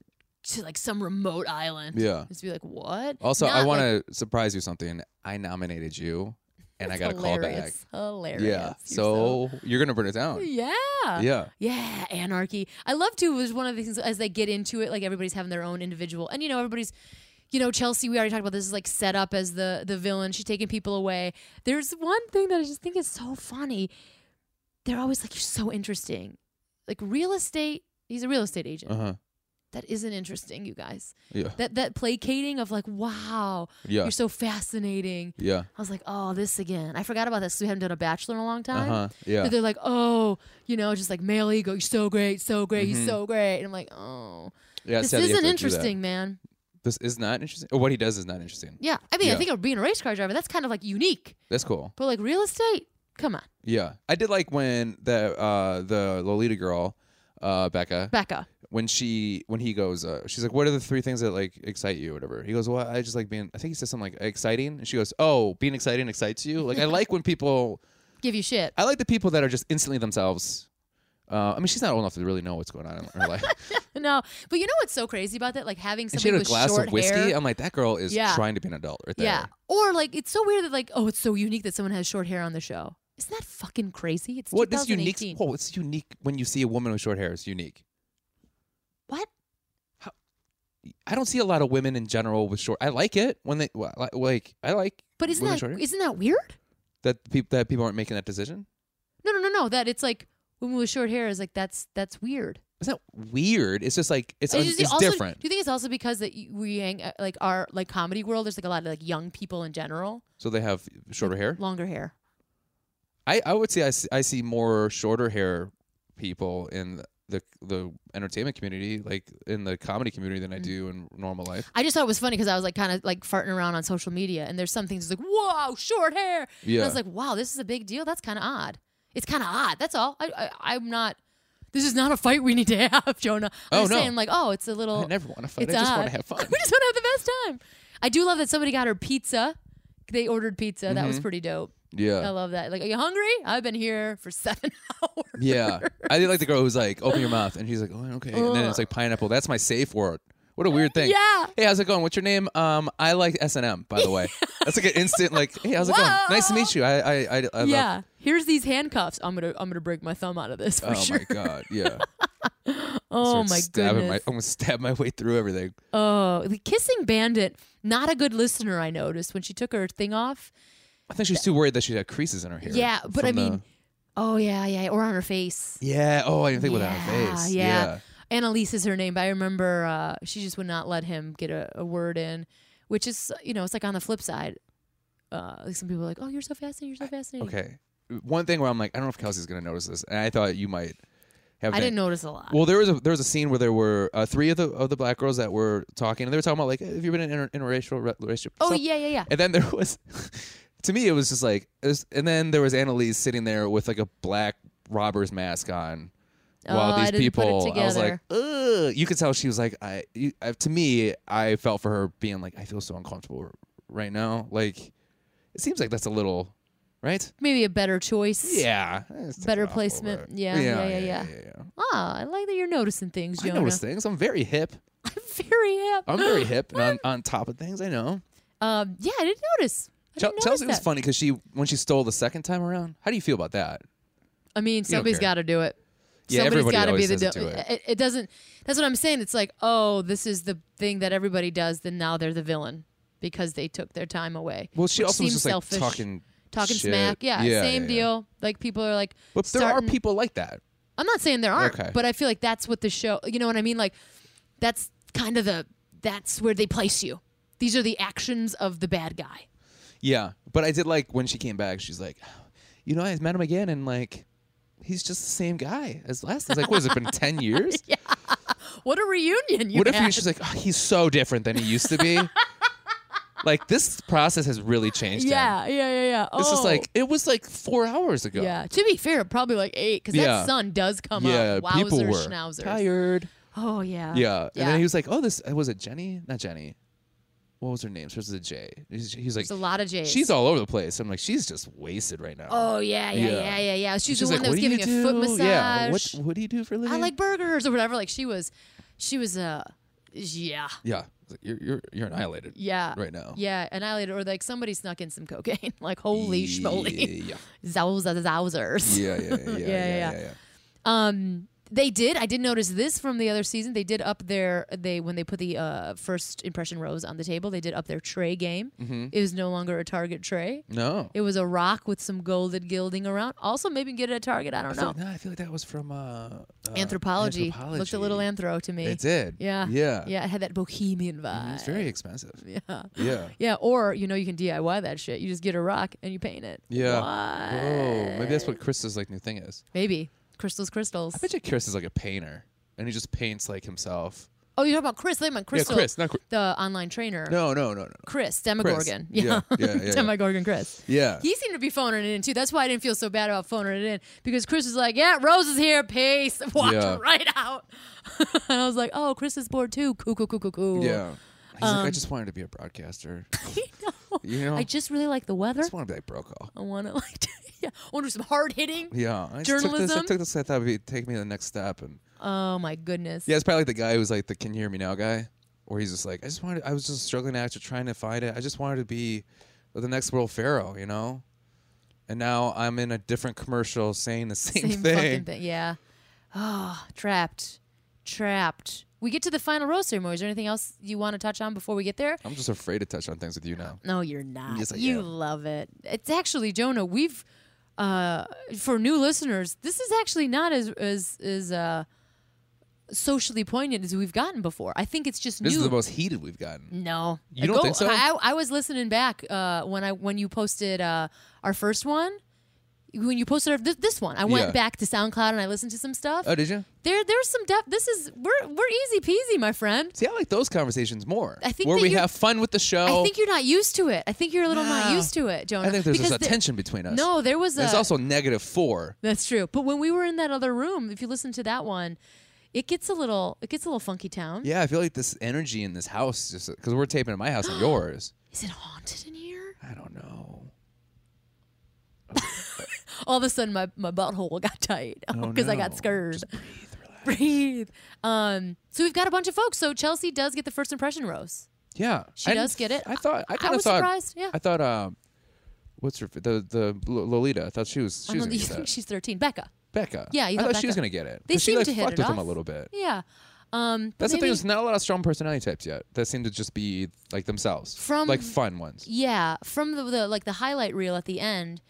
[SPEAKER 2] to like some remote island.
[SPEAKER 1] Yeah.
[SPEAKER 2] just be like, what?
[SPEAKER 1] Also, I
[SPEAKER 2] Not,
[SPEAKER 1] want
[SPEAKER 2] like,
[SPEAKER 1] to surprise you something. I nominated you, and I got a call back.
[SPEAKER 2] hilarious, Hilarious.
[SPEAKER 1] Yeah.
[SPEAKER 2] You're
[SPEAKER 1] So, you're gonna burn it down.
[SPEAKER 2] Yeah.
[SPEAKER 1] Yeah.
[SPEAKER 2] Yeah, anarchy. I love too was one of the things as they get into it, like everybody's having their own individual, and you know everybody's, you know Chelsea. We already talked about this is like set up as the the villain. She's taking people away. There's one thing that I just think is so funny. They're always like you're so interesting, like real estate. He's a real estate agent.
[SPEAKER 1] Uh huh.
[SPEAKER 2] That isn't interesting, you guys.
[SPEAKER 1] Yeah.
[SPEAKER 2] That that placating of like, wow,
[SPEAKER 1] Yeah.
[SPEAKER 2] you're so fascinating.
[SPEAKER 1] Yeah.
[SPEAKER 2] I was like, oh, this again. I forgot about this 'cause we haven't done a bachelor in a long
[SPEAKER 1] Uh
[SPEAKER 2] time.
[SPEAKER 1] huh. Yeah.
[SPEAKER 2] That they're like, oh, you know, just like male ego, you're so great, so great, he's so great. And I'm like, oh,
[SPEAKER 1] Yeah. it's
[SPEAKER 2] this
[SPEAKER 1] sad that Mm-hmm. you have
[SPEAKER 2] isn't
[SPEAKER 1] to do that.
[SPEAKER 2] interesting, man.
[SPEAKER 1] This is not interesting. Or what he does is not interesting.
[SPEAKER 2] Yeah, I mean,
[SPEAKER 1] Yeah.
[SPEAKER 2] I think of being a race car driver, that's kind of like unique,
[SPEAKER 1] That's cool.
[SPEAKER 2] but like real estate, come on,
[SPEAKER 1] Yeah, I did like when the uh, the Lolita girl, uh, Becca,
[SPEAKER 2] Becca.
[SPEAKER 1] when she when he goes, uh, she's like, "What are the three things that like excite you?" or Whatever. He goes, "Well, I just like being." I think he says something like exciting, and she goes, "Oh, being exciting excites you." Like I like when people.
[SPEAKER 2] Give you shit.
[SPEAKER 1] I like the people that are just instantly themselves. Uh, I mean, she's not old enough to really know what's going on in her life.
[SPEAKER 2] No, but you know what's so crazy about that? Like having
[SPEAKER 1] and she
[SPEAKER 2] somebody
[SPEAKER 1] had a
[SPEAKER 2] with
[SPEAKER 1] glass
[SPEAKER 2] short
[SPEAKER 1] of whiskey.
[SPEAKER 2] hair.
[SPEAKER 1] I'm like, that girl is
[SPEAKER 2] Yeah.
[SPEAKER 1] trying to be an adult right there.
[SPEAKER 2] yeah, or like it's so weird that like, oh, it's so unique that someone has short hair on the show. Isn't that fucking crazy? It's
[SPEAKER 1] What is unique?
[SPEAKER 2] 2018.
[SPEAKER 1] Whoa, it's unique when you see a woman with short hair. It's unique.
[SPEAKER 2] What?
[SPEAKER 1] I don't see a lot of women in general with short. I like it when they well, I li- like. I like
[SPEAKER 2] But isn't
[SPEAKER 1] Women
[SPEAKER 2] that
[SPEAKER 1] short hair?
[SPEAKER 2] isn't that weird?
[SPEAKER 1] that people that people aren't making that decision.
[SPEAKER 2] No, no, no, no. That it's like women with short hair is like that's that's weird.
[SPEAKER 1] It's not weird. It's just like it's
[SPEAKER 2] And
[SPEAKER 1] un-
[SPEAKER 2] do you
[SPEAKER 1] it's,
[SPEAKER 2] think also-
[SPEAKER 1] different.
[SPEAKER 2] Do you think it's also because that you- we hang uh, like our like comedy world? There's like a lot of like young people in general,
[SPEAKER 1] So they have shorter hair.
[SPEAKER 2] longer hair.
[SPEAKER 1] I, I would say I see, I see more shorter hair people in the the entertainment community, like in the comedy community,
[SPEAKER 2] Mm.
[SPEAKER 1] than I do in normal life.
[SPEAKER 2] I just thought it was funny because I was like kind of like farting around on social media, and there's some things that's like whoa, short hair. And
[SPEAKER 1] Yeah,
[SPEAKER 2] I was like, wow, this is a big deal. That's kind of odd. It's kind of odd. That's all. I, I I'm not. This is not a fight we need to have, Jonah. I'm
[SPEAKER 1] Oh,
[SPEAKER 2] just
[SPEAKER 1] no.
[SPEAKER 2] saying like, oh, it's a little.
[SPEAKER 1] I never want to fight. I
[SPEAKER 2] it's
[SPEAKER 1] just
[SPEAKER 2] odd.
[SPEAKER 1] want to have fun.
[SPEAKER 2] we just want to have the best time. I do love that somebody got her pizza. They ordered pizza. That was pretty dope. I
[SPEAKER 1] Mm-hmm. yeah,
[SPEAKER 2] love that. Like, are you hungry? I've been here for seven hours.
[SPEAKER 1] yeah. I did like the girl who's like, "Open your mouth," and she's like, "Oh, okay," and then it's like pineapple. That's my safe word. What a weird thing.
[SPEAKER 2] Yeah.
[SPEAKER 1] Hey, how's it going? What's your name? Um, I like S and M. By the way, that's like an instant. Like, hey, how's it going?
[SPEAKER 2] Whoa.
[SPEAKER 1] Nice to meet you. I, I, I, I
[SPEAKER 2] yeah.
[SPEAKER 1] Love,
[SPEAKER 2] Here's these handcuffs. I'm gonna I'm gonna break my thumb out of this for
[SPEAKER 1] oh
[SPEAKER 2] sure.
[SPEAKER 1] my god. Yeah.
[SPEAKER 2] Oh
[SPEAKER 1] Start
[SPEAKER 2] my
[SPEAKER 1] stabbing
[SPEAKER 2] goodness.
[SPEAKER 1] my, I'm gonna stab my way through everything.
[SPEAKER 2] oh, the kissing bandit. Not a good listener. I noticed when she took her thing off.
[SPEAKER 1] I think she's too worried that she had creases in her hair.
[SPEAKER 2] Yeah, but I
[SPEAKER 1] from the-
[SPEAKER 2] mean, oh yeah, yeah, or on her face.
[SPEAKER 1] yeah. Oh, I didn't think about that on
[SPEAKER 2] yeah,
[SPEAKER 1] her face.
[SPEAKER 2] yeah. Annalise is her name, but I remember uh, she just would not let him get a, a word in, which is you know it's like on the flip side. Uh, like some people are like, oh, you're so fascinating, you're so fascinating.
[SPEAKER 1] Okay. One thing where I'm like, I don't know if Kelsey's gonna notice this, and I thought you might have.
[SPEAKER 2] I
[SPEAKER 1] been-
[SPEAKER 2] didn't notice a lot.
[SPEAKER 1] Well, there was a there was a scene where there were uh, three of the of the black girls that were talking, and they were talking about like, have you been in an inter- interracial re- relationship?
[SPEAKER 2] oh
[SPEAKER 1] Stuff.
[SPEAKER 2] yeah, yeah, yeah.
[SPEAKER 1] And then there was, to me, it was just like, it was- and then there was Annalise sitting there with like a black robber's mask on. While
[SPEAKER 2] Oh,
[SPEAKER 1] these
[SPEAKER 2] I didn't put it
[SPEAKER 1] people, I was like, ugh. You could tell she was like, I, you, I. To me, I felt for her being like, I feel so uncomfortable r- right now. Like, it seems like that's a little, right?
[SPEAKER 2] Maybe a better choice.
[SPEAKER 1] Yeah. Let's take
[SPEAKER 2] Better
[SPEAKER 1] it off a little
[SPEAKER 2] placement.
[SPEAKER 1] bit.
[SPEAKER 2] Yeah, yeah, yeah,
[SPEAKER 1] yeah,
[SPEAKER 2] yeah. Ah, I like that you're noticing things,
[SPEAKER 1] I
[SPEAKER 2] Jonah.
[SPEAKER 1] notice things. I'm very hip.
[SPEAKER 2] I'm very hip.
[SPEAKER 1] I'm very hip and on, on top of things. I know.
[SPEAKER 2] Um, yeah, I didn't notice. I
[SPEAKER 1] Chel-
[SPEAKER 2] didn't notice
[SPEAKER 1] Chelsea was
[SPEAKER 2] that.
[SPEAKER 1] funny because she when she stole the second time around. How do you feel about that?
[SPEAKER 2] I mean, somebody's
[SPEAKER 1] care.
[SPEAKER 2] got to do it.
[SPEAKER 1] Yeah,
[SPEAKER 2] somebody's
[SPEAKER 1] everybody
[SPEAKER 2] got to be
[SPEAKER 1] always
[SPEAKER 2] the.
[SPEAKER 1] does it
[SPEAKER 2] do-
[SPEAKER 1] to it.
[SPEAKER 2] it, it doesn't. That's what I'm saying. It's like, oh, this is the thing that everybody does. Then now they're the villain because they took their time away.
[SPEAKER 1] Well, she
[SPEAKER 2] which
[SPEAKER 1] also was
[SPEAKER 2] seems
[SPEAKER 1] just like
[SPEAKER 2] selfish.
[SPEAKER 1] talking
[SPEAKER 2] talking
[SPEAKER 1] shit.
[SPEAKER 2] smack. Yeah, same
[SPEAKER 1] yeah.
[SPEAKER 2] deal. Like people are like,
[SPEAKER 1] But there are
[SPEAKER 2] starting-
[SPEAKER 1] people like that.
[SPEAKER 2] I'm not saying there aren't,
[SPEAKER 1] Okay.
[SPEAKER 2] but I feel like that's what the show. You know what I mean? Like, that's kind of the. That's where they place you. These are the actions of the bad guy.
[SPEAKER 1] Yeah, but I did like when she came back. She's like, you know, I met him again, and like, he's just the same guy as last. It's like, what has it been ten years?
[SPEAKER 2] What a reunion you
[SPEAKER 1] what if
[SPEAKER 2] had.
[SPEAKER 1] you, she's like, oh, he's so different than he used to be? like this process has really changed. him.
[SPEAKER 2] yeah, yeah, yeah, yeah. Oh.
[SPEAKER 1] This is like it was like four hours ago.
[SPEAKER 2] Yeah. To be fair, probably like eight, because
[SPEAKER 1] Yeah.
[SPEAKER 2] that sun does come
[SPEAKER 1] Yeah,
[SPEAKER 2] up. Wowzer,
[SPEAKER 1] people were
[SPEAKER 2] schnauzers.
[SPEAKER 1] tired.
[SPEAKER 2] Oh yeah.
[SPEAKER 1] Yeah.
[SPEAKER 2] Yeah.
[SPEAKER 1] And then he was like, oh, this was it Jenny? Not Jenny. What was her name? She was a J. He's, he's like,
[SPEAKER 2] There's a lot of J's.
[SPEAKER 1] she's all over the place. I'm like, she's just wasted right now.
[SPEAKER 2] Oh yeah, yeah,
[SPEAKER 1] Yeah.
[SPEAKER 2] yeah, yeah, yeah. She's,
[SPEAKER 1] she's
[SPEAKER 2] the
[SPEAKER 1] like,
[SPEAKER 2] one that
[SPEAKER 1] what
[SPEAKER 2] was
[SPEAKER 1] do you
[SPEAKER 2] giving a foot
[SPEAKER 1] do?
[SPEAKER 2] massage.
[SPEAKER 1] Yeah. What, what do you do for a living?
[SPEAKER 2] I like burgers or whatever. Like she was, she was uh, yeah,
[SPEAKER 1] Yeah. It's like, You're, you're, you're annihilated
[SPEAKER 2] yeah,
[SPEAKER 1] right now.
[SPEAKER 2] yeah, annihilated or like somebody snuck in some cocaine. like holy schmoly,
[SPEAKER 1] Yeah.
[SPEAKER 2] Zowza zowzers.
[SPEAKER 1] Yeah. Yeah. Yeah. Yeah. yeah,
[SPEAKER 2] yeah.
[SPEAKER 1] yeah, yeah.
[SPEAKER 2] Um, they did. I did notice this from the other season. They did up their they when they put the uh, first impression rose on the table. They did up their tray game.
[SPEAKER 1] Mm-hmm.
[SPEAKER 2] It was no longer a Target tray.
[SPEAKER 1] No.
[SPEAKER 2] It was a rock with some golden gilding around. Also, maybe get it at Target. I don't
[SPEAKER 1] I feel,
[SPEAKER 2] know.
[SPEAKER 1] no, I feel like that was from uh, uh,
[SPEAKER 2] anthropology. looked a little anthro to me.
[SPEAKER 1] It did.
[SPEAKER 2] Yeah.
[SPEAKER 1] Yeah. Mm-hmm.
[SPEAKER 2] Yeah. It had that bohemian vibe.
[SPEAKER 1] It's very expensive.
[SPEAKER 2] Yeah.
[SPEAKER 1] Yeah.
[SPEAKER 2] Yeah. Or you know you can DIY that shit. You just get a rock and you paint it.
[SPEAKER 1] Yeah.
[SPEAKER 2] What?
[SPEAKER 1] Oh, maybe that's what Chris's like new thing is.
[SPEAKER 2] Maybe crystals, crystals.
[SPEAKER 1] I bet you Chris is like a painter, and he just paints like himself.
[SPEAKER 2] Oh, you talk about Chris. I meant Crystal,
[SPEAKER 1] Chris, not Chris.
[SPEAKER 2] the online trainer.
[SPEAKER 1] No, no, no, no.
[SPEAKER 2] Chris Demogorgon. Yeah.
[SPEAKER 1] Yeah, yeah, yeah, yeah.
[SPEAKER 2] Demogorgon Chris.
[SPEAKER 1] Yeah.
[SPEAKER 2] He seemed to be phoning it in too. That's why I didn't feel so bad about phoning it in because Chris was like, "Yeah, Rose is here. Peace." Walked
[SPEAKER 1] Yeah.
[SPEAKER 2] right out, and I was like, "Oh, Chris is bored too. Cool, cool, cool, cool, cool."
[SPEAKER 1] yeah. He's like, I just wanted to be a broadcaster. You know,
[SPEAKER 2] I just really like the weather.
[SPEAKER 1] just want to be like Brokaw.
[SPEAKER 2] I want to like, do- yeah, I want to do some hard hitting.
[SPEAKER 1] Yeah. I just took this-
[SPEAKER 2] Journalism?
[SPEAKER 1] I took this. I thought it would take me to the next step, and
[SPEAKER 2] Oh my goodness.
[SPEAKER 1] yeah, it's probably like the guy who's like the "Can you hear me now" guy, where he's just like, I just wanted. I was just struggling after trying to find it. I just wanted to be the next world pharaoh, you know. And now I'm in a different commercial saying the same,
[SPEAKER 2] Same fucking thing. Yeah. Oh, trapped, trapped. We get to the final rose ceremony. Is there anything else you want to touch on before we get there?
[SPEAKER 1] I'm just afraid to touch on things with you now.
[SPEAKER 2] No, you're not.
[SPEAKER 1] Yes, I
[SPEAKER 2] you
[SPEAKER 1] am.
[SPEAKER 2] love it. It's actually Jonah. We've uh, for new listeners, this is actually not as as as uh, socially poignant as we've gotten before. I think it's just
[SPEAKER 1] This
[SPEAKER 2] new.
[SPEAKER 1] is the most heated we've gotten.
[SPEAKER 2] no,
[SPEAKER 1] You don't
[SPEAKER 2] Go-
[SPEAKER 1] think so?
[SPEAKER 2] I, I was listening back uh, when I when you posted uh, our first one. When you posted our, th- this one, I went
[SPEAKER 1] Yeah.
[SPEAKER 2] back to SoundCloud and I listened to some stuff.
[SPEAKER 1] Oh, did you?
[SPEAKER 2] there, there's some depth. This is we're we're easy peasy, my friend.
[SPEAKER 1] See, I like those conversations more.
[SPEAKER 2] I think
[SPEAKER 1] where
[SPEAKER 2] that
[SPEAKER 1] we
[SPEAKER 2] you-
[SPEAKER 1] have fun with the show.
[SPEAKER 2] I think you're not used to it. I think you're a little not
[SPEAKER 1] No.
[SPEAKER 2] used to it, Jonah.
[SPEAKER 1] I think there's just
[SPEAKER 2] because
[SPEAKER 1] a
[SPEAKER 2] the-
[SPEAKER 1] tension between us.
[SPEAKER 2] No, there was a.
[SPEAKER 1] there's also negative four.
[SPEAKER 2] that's true. But when we were in that other room, if you listen to that one, it gets a little it gets a little funky town.
[SPEAKER 1] Yeah, I feel like this energy in this house, just because we're taping in my house and yours.
[SPEAKER 2] Is it haunted in here?
[SPEAKER 1] I don't know.
[SPEAKER 2] All of a sudden, my my butthole got tight
[SPEAKER 1] Oh,
[SPEAKER 2] because I got
[SPEAKER 1] no.
[SPEAKER 2] scared.
[SPEAKER 1] Just breathe, relax.
[SPEAKER 2] Breathe. Um. So we've got a bunch of folks. So Chelsea does get the first impression rose.
[SPEAKER 1] Yeah,
[SPEAKER 2] She
[SPEAKER 1] didn't
[SPEAKER 2] does get
[SPEAKER 1] th-
[SPEAKER 2] it.
[SPEAKER 1] I thought. I
[SPEAKER 2] I
[SPEAKER 1] kind of
[SPEAKER 2] was
[SPEAKER 1] thought.
[SPEAKER 2] surprised, yeah.
[SPEAKER 1] I thought. Um, what's her the the L- Lolita? I thought she was.
[SPEAKER 2] I
[SPEAKER 1] She was
[SPEAKER 2] don't
[SPEAKER 1] gonna
[SPEAKER 2] you
[SPEAKER 1] get
[SPEAKER 2] think
[SPEAKER 1] that.
[SPEAKER 2] she's thirteen? Becca.
[SPEAKER 1] Becca.
[SPEAKER 2] Yeah, you
[SPEAKER 1] I
[SPEAKER 2] thought
[SPEAKER 1] thought she was
[SPEAKER 2] Becca.
[SPEAKER 1] gonna get it.
[SPEAKER 2] They
[SPEAKER 1] 'Cause she
[SPEAKER 2] seem
[SPEAKER 1] like
[SPEAKER 2] to hit
[SPEAKER 1] fucked
[SPEAKER 2] it
[SPEAKER 1] with him
[SPEAKER 2] off.
[SPEAKER 1] a little bit.
[SPEAKER 2] Yeah. Um. but
[SPEAKER 1] That's the
[SPEAKER 2] maybe-
[SPEAKER 1] thing. There's not a lot of strong personality types yet that seem to just be like themselves,
[SPEAKER 2] From-
[SPEAKER 1] like fun ones.
[SPEAKER 2] Yeah, from the, the like the highlight reel at the end,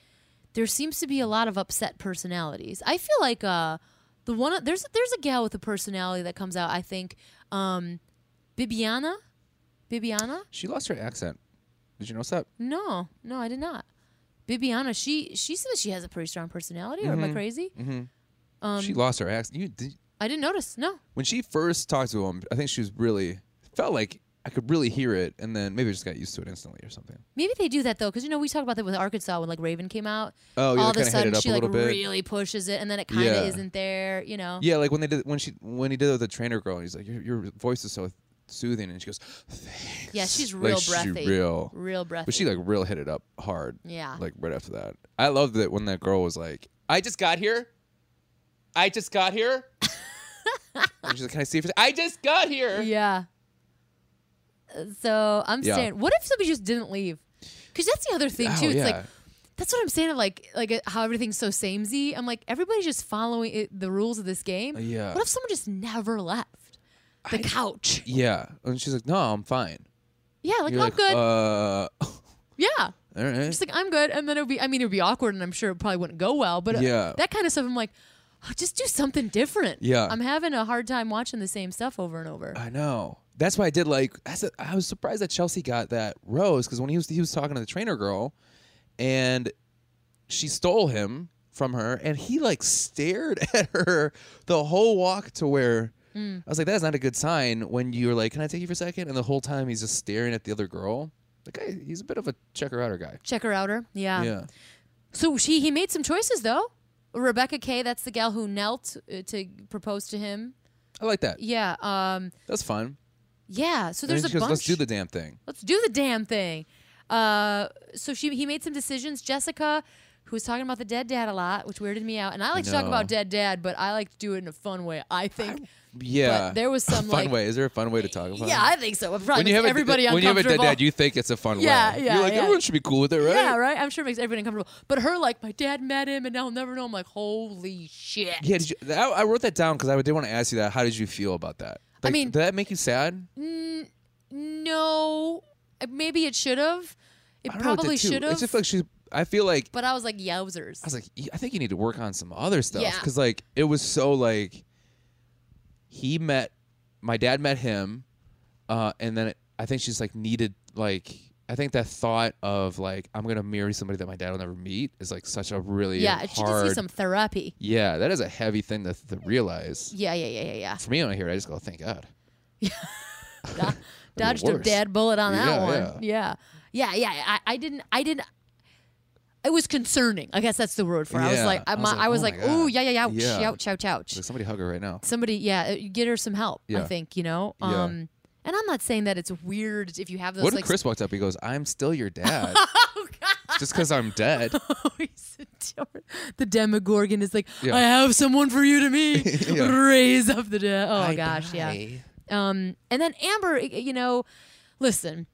[SPEAKER 2] there seems to be a lot of upset personalities. I feel like uh the one there's there's a gal with a personality that comes out. I think um Bibiana, Bibiana.
[SPEAKER 1] She lost her accent. Did you notice that?
[SPEAKER 2] No, no, I did not. Bibiana. She she says she has a pretty strong personality. Or am
[SPEAKER 1] Mm-hmm.
[SPEAKER 2] I crazy? Um,
[SPEAKER 1] she lost her accent. You did,
[SPEAKER 2] I didn't notice. No.
[SPEAKER 1] when she first talked to him, I think she was really felt like I could really hear it, and then maybe I just got used to it instantly or something.
[SPEAKER 2] Maybe they do that though, because you know we talked about that with Arkansas when like Raven came out.
[SPEAKER 1] Oh, yeah,
[SPEAKER 2] all of
[SPEAKER 1] they
[SPEAKER 2] a
[SPEAKER 1] kinda hit it
[SPEAKER 2] sudden
[SPEAKER 1] up
[SPEAKER 2] she
[SPEAKER 1] a
[SPEAKER 2] like
[SPEAKER 1] little bit.
[SPEAKER 2] really pushes it, and then it kind of
[SPEAKER 1] Yeah.
[SPEAKER 2] isn't there. You know.
[SPEAKER 1] Yeah, like when they did when she when he did it with the trainer girl, he's like, "Your, your voice is so soothing," and she goes, "Thanks."
[SPEAKER 2] Yeah, she's
[SPEAKER 1] Like,
[SPEAKER 2] real
[SPEAKER 1] she
[SPEAKER 2] breathy.
[SPEAKER 1] real,
[SPEAKER 2] Real breathy.
[SPEAKER 1] but she like real hit it up hard.
[SPEAKER 2] Yeah.
[SPEAKER 1] like right after that. I love that when that girl was like, "I just got here, I just got here." And she's like, "Can I see your?" I just got here.
[SPEAKER 2] Yeah. Uh, So I'm
[SPEAKER 1] Yeah.
[SPEAKER 2] saying, what if somebody just didn't leave? Because that's the other thing
[SPEAKER 1] Oh,
[SPEAKER 2] too. It's
[SPEAKER 1] yeah.
[SPEAKER 2] like that's what I'm saying. of Like like uh, how everything's so samey. I'm like everybody's just following it, the rules of this game.
[SPEAKER 1] Uh, yeah.
[SPEAKER 2] What if someone just never left the couch?
[SPEAKER 1] yeah. And she's like, "No, I'm fine."
[SPEAKER 2] Yeah, like
[SPEAKER 1] You're
[SPEAKER 2] I'm good.
[SPEAKER 1] Uh,
[SPEAKER 2] yeah.
[SPEAKER 1] all right.
[SPEAKER 2] Just like I'm good, and then it would be. I mean, it would be awkward, and I'm sure it probably wouldn't go well. But uh,
[SPEAKER 1] Yeah.
[SPEAKER 2] that kind of stuff, I'm like, "Oh, just do something different.
[SPEAKER 1] Yeah. Uh,
[SPEAKER 2] I'm having a hard time watching the same stuff over and over.
[SPEAKER 1] I know. That's why I did like. That's a, I was surprised that Chelsea got that rose because when he was he was talking to the trainer girl, and she stole him from her, and he like stared at her the whole walk to where
[SPEAKER 2] Mm.
[SPEAKER 1] I was like, that's not a good sign when you're like, can I take you for a second? And the whole time he's just staring at the other girl. The guy, he's a bit of a checker outer guy.
[SPEAKER 2] Check her outer. Yeah.
[SPEAKER 1] yeah.
[SPEAKER 2] So she he made some choices though. Rebecca Kay, that's the gal who knelt uh, to propose to him.
[SPEAKER 1] I like that.
[SPEAKER 2] Yeah. Um.
[SPEAKER 1] That's fun.
[SPEAKER 2] Yeah. So
[SPEAKER 1] And then
[SPEAKER 2] there's a
[SPEAKER 1] she goes,
[SPEAKER 2] bunch.
[SPEAKER 1] let's do the damn thing.
[SPEAKER 2] Let's do the damn thing. Uh, so she he made some decisions. Jessica, who was talking about the dead dad a lot, which weirded me out, and I like to talk
[SPEAKER 1] know.
[SPEAKER 2] about dead dad, but I like to do it in a fun way. I think.
[SPEAKER 1] Yeah.
[SPEAKER 2] there was some,
[SPEAKER 1] fun
[SPEAKER 2] like-
[SPEAKER 1] way. Is there a fun way to talk about?
[SPEAKER 2] yeah,
[SPEAKER 1] it?
[SPEAKER 2] I think so. It probably
[SPEAKER 1] when you
[SPEAKER 2] makes
[SPEAKER 1] have a,
[SPEAKER 2] everybody
[SPEAKER 1] when you have a
[SPEAKER 2] uncomfortable.
[SPEAKER 1] dead dad, you think it's a fun
[SPEAKER 2] Yeah,
[SPEAKER 1] way.
[SPEAKER 2] yeah,
[SPEAKER 1] You're like
[SPEAKER 2] yeah.
[SPEAKER 1] everyone should be cool with it, right?
[SPEAKER 2] yeah, right. I'm sure it makes everybody uncomfortable. But her, like, my dad met him, and now I'll never know. I'm like, holy shit.
[SPEAKER 1] Yeah, did you, that- I wrote that down because I did want to ask you that. How did you feel about that?
[SPEAKER 2] I
[SPEAKER 1] Like,
[SPEAKER 2] mean-
[SPEAKER 1] did that make you sad?
[SPEAKER 2] No, Uh, maybe it should have. It
[SPEAKER 1] I don't know what did,
[SPEAKER 2] probably
[SPEAKER 1] too.
[SPEAKER 2] should
[SPEAKER 1] It's
[SPEAKER 2] have.
[SPEAKER 1] just like she. I feel like
[SPEAKER 2] but I was like, yowzers.
[SPEAKER 1] I was like, "Y- I think you need to work on some other stuff
[SPEAKER 2] Yeah.
[SPEAKER 1] because like it was so like he met my dad met him, uh, and then it, I think she's like needed like I think that thought of like I'm gonna marry somebody that my dad will never meet is like such a really
[SPEAKER 2] yeah, it should just
[SPEAKER 1] hard
[SPEAKER 2] be some therapy.
[SPEAKER 1] yeah that is a heavy thing to, to realize.
[SPEAKER 2] Yeah, yeah, yeah, yeah, yeah.
[SPEAKER 1] For me, when I hear it, I just go, thank God.
[SPEAKER 2] Dodged a
[SPEAKER 1] worse.
[SPEAKER 2] dad bullet on that
[SPEAKER 1] Yeah,
[SPEAKER 2] one. Yeah, yeah, yeah. I, I didn't. I didn't. It was concerning. I guess that's the word for. it. I was
[SPEAKER 1] Yeah,
[SPEAKER 2] like, I, my, I was
[SPEAKER 1] oh
[SPEAKER 2] like,
[SPEAKER 1] my God.
[SPEAKER 2] ooh, yeah, yeah, yeah, ouch,
[SPEAKER 1] Yeah.
[SPEAKER 2] ouch, ouch, ouch.
[SPEAKER 1] Like, somebody hug her right now.
[SPEAKER 2] Somebody, yeah, uh, get her some help. I
[SPEAKER 1] Yeah.
[SPEAKER 2] think you know.
[SPEAKER 1] Yeah.
[SPEAKER 2] Um, and I'm not saying that it's weird if you have those.
[SPEAKER 1] What if
[SPEAKER 2] like,
[SPEAKER 1] Chris walked up? He goes, "I'm still your dad,
[SPEAKER 2] Oh God.
[SPEAKER 1] just because I'm dead."
[SPEAKER 2] He's a terror. the Demogorgon is like,
[SPEAKER 1] Yeah.
[SPEAKER 2] I have someone for you to meet.
[SPEAKER 1] Yeah.
[SPEAKER 2] Raise up the dead. Oh
[SPEAKER 1] I
[SPEAKER 2] gosh, yeah.
[SPEAKER 1] die.
[SPEAKER 2] Um, and then Amber, i- you know, listen.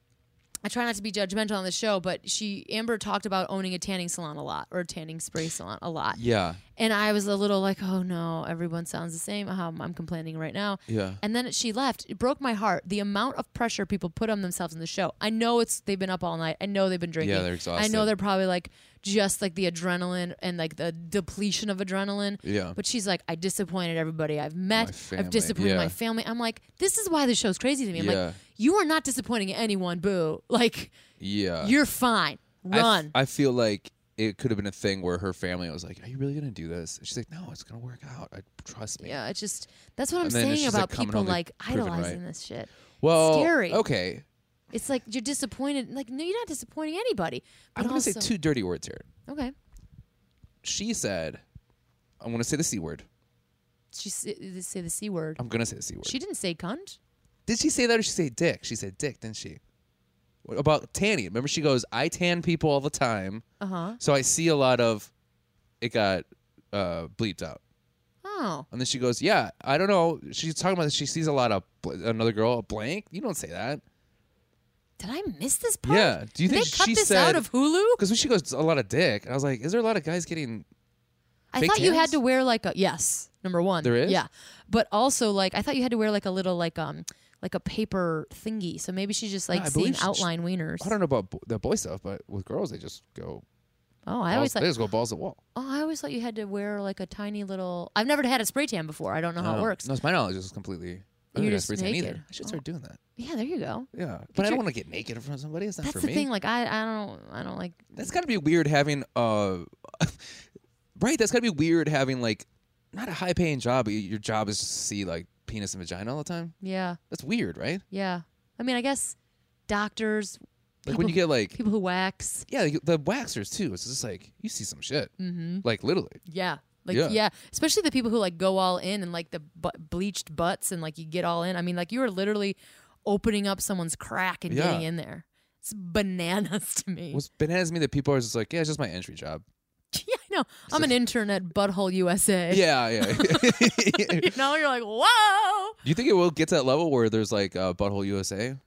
[SPEAKER 2] I try not to be judgmental on the show, but she Amber talked about owning a tanning salon a lot or a tanning spray salon a lot,
[SPEAKER 1] Yeah,
[SPEAKER 2] and I was a little like, oh no, everyone sounds the same. Um, I'm complaining right now.
[SPEAKER 1] yeah.
[SPEAKER 2] And then she left. It broke my heart. The amount of pressure people put on themselves in the show. I know it's they've been up all night. I know they've been drinking.
[SPEAKER 1] they're
[SPEAKER 2] I know
[SPEAKER 1] exhausted.
[SPEAKER 2] they're probably like just like the adrenaline and like the depletion of adrenaline.
[SPEAKER 1] Yeah.
[SPEAKER 2] But she's like, I disappointed everybody I've met.
[SPEAKER 1] family,
[SPEAKER 2] I've disappointed my
[SPEAKER 1] yeah.
[SPEAKER 2] family. I'm like, this is why the show's crazy to me. I'm
[SPEAKER 1] Yeah.
[SPEAKER 2] like, you are not disappointing anyone, boo. Like,
[SPEAKER 1] yeah.
[SPEAKER 2] you're fine.
[SPEAKER 1] Uh, I f-
[SPEAKER 2] Run.
[SPEAKER 1] I feel like it could have been a thing where her family was like, "Are you really gonna do this?" And she's like, "No, it's gonna work out. I, trust me."
[SPEAKER 2] yeah, it's just that's what I'm
[SPEAKER 1] And then it's
[SPEAKER 2] saying
[SPEAKER 1] just, like,
[SPEAKER 2] about
[SPEAKER 1] coming
[SPEAKER 2] people
[SPEAKER 1] home to
[SPEAKER 2] like
[SPEAKER 1] prove it right.
[SPEAKER 2] idolizing this shit.
[SPEAKER 1] Well,
[SPEAKER 2] Scary.
[SPEAKER 1] Okay,
[SPEAKER 2] It's like you're disappointed. Like, no, you're not disappointing anybody. But
[SPEAKER 1] I'm gonna
[SPEAKER 2] also,
[SPEAKER 1] say two dirty words here.
[SPEAKER 2] Okay.
[SPEAKER 1] She said, "I'm gonna say the c word.
[SPEAKER 2] She s- uh, say the c word.
[SPEAKER 1] I'm gonna say the c word."
[SPEAKER 2] She didn't say cunt.
[SPEAKER 1] Did she say that or she say dick? She said dick, didn't she? What about tanning? Remember, she goes, "I tan people all the time."
[SPEAKER 2] Uh huh.
[SPEAKER 1] So I see a lot of it got uh, bleeped out.
[SPEAKER 2] Oh.
[SPEAKER 1] And then she goes, Yeah, I don't know. She's talking about this. She sees a lot of bl- another girl, a blank. You don't say that.
[SPEAKER 2] Did I miss this part?
[SPEAKER 1] Yeah. Do you
[SPEAKER 2] Did
[SPEAKER 1] think
[SPEAKER 2] they cut
[SPEAKER 1] she
[SPEAKER 2] this
[SPEAKER 1] said-
[SPEAKER 2] out of Hulu?
[SPEAKER 1] Because when she goes, A lot of dick. And I was like, Is there a lot of guys getting.
[SPEAKER 2] I
[SPEAKER 1] fake
[SPEAKER 2] thought you had
[SPEAKER 1] tans?
[SPEAKER 2] to wear like a yes. Number one.
[SPEAKER 1] There is?
[SPEAKER 2] Yeah. But also like I thought you had to wear like a little like um like a paper thingy. So maybe she's just like
[SPEAKER 1] I
[SPEAKER 2] seeing
[SPEAKER 1] believe she-
[SPEAKER 2] outline wieners.
[SPEAKER 1] I don't know about bo- the boy stuff, but with girls, they just go.
[SPEAKER 2] oh, I
[SPEAKER 1] Balls,
[SPEAKER 2] always thought
[SPEAKER 1] they just go balls to the wall.
[SPEAKER 2] oh I always thought you had to wear like a tiny little. I've never had a spray tan before. I don't know how it
[SPEAKER 1] No, Oh,
[SPEAKER 2] works.
[SPEAKER 1] Um, No, it's my knowledge is completely. I don't think
[SPEAKER 2] You're
[SPEAKER 1] I
[SPEAKER 2] just
[SPEAKER 1] spray tan
[SPEAKER 2] naked. Oh.
[SPEAKER 1] either. I should start doing that.
[SPEAKER 2] Yeah, there you go.
[SPEAKER 1] Yeah, but I
[SPEAKER 2] your-
[SPEAKER 1] don't want to get naked in front of somebody. It's not
[SPEAKER 2] That's
[SPEAKER 1] for
[SPEAKER 2] the
[SPEAKER 1] me.
[SPEAKER 2] thing. Like I I don't I don't like
[SPEAKER 1] That's got to be weird having uh right, that's got to be weird having like not a high paying job, but your job is just to see like penis and vagina all the time.
[SPEAKER 2] yeah
[SPEAKER 1] That's weird, right?
[SPEAKER 2] yeah. I mean I guess doctors
[SPEAKER 1] Like when
[SPEAKER 2] People-
[SPEAKER 1] you get like
[SPEAKER 2] people who wax.
[SPEAKER 1] yeah, like, the waxers too. It's just like you see some shit. Mm-hmm. Like literally.
[SPEAKER 2] Yeah. Like yeah.
[SPEAKER 1] Yeah.
[SPEAKER 2] especially the people who like go all in and like the but- bleached butts and like you get all in. I mean, like you are literally opening up someone's crack and
[SPEAKER 1] Yeah.
[SPEAKER 2] getting in there. It's bananas to me.
[SPEAKER 1] What's bananas to me that people are just like, yeah, it's just my entry job.
[SPEAKER 2] yeah, No, I'm an internet butthole USA.
[SPEAKER 1] Yeah, yeah. Do
[SPEAKER 2] You know, you're like, whoa.
[SPEAKER 1] you think it will get to that level where there's like uh, Butthole USA?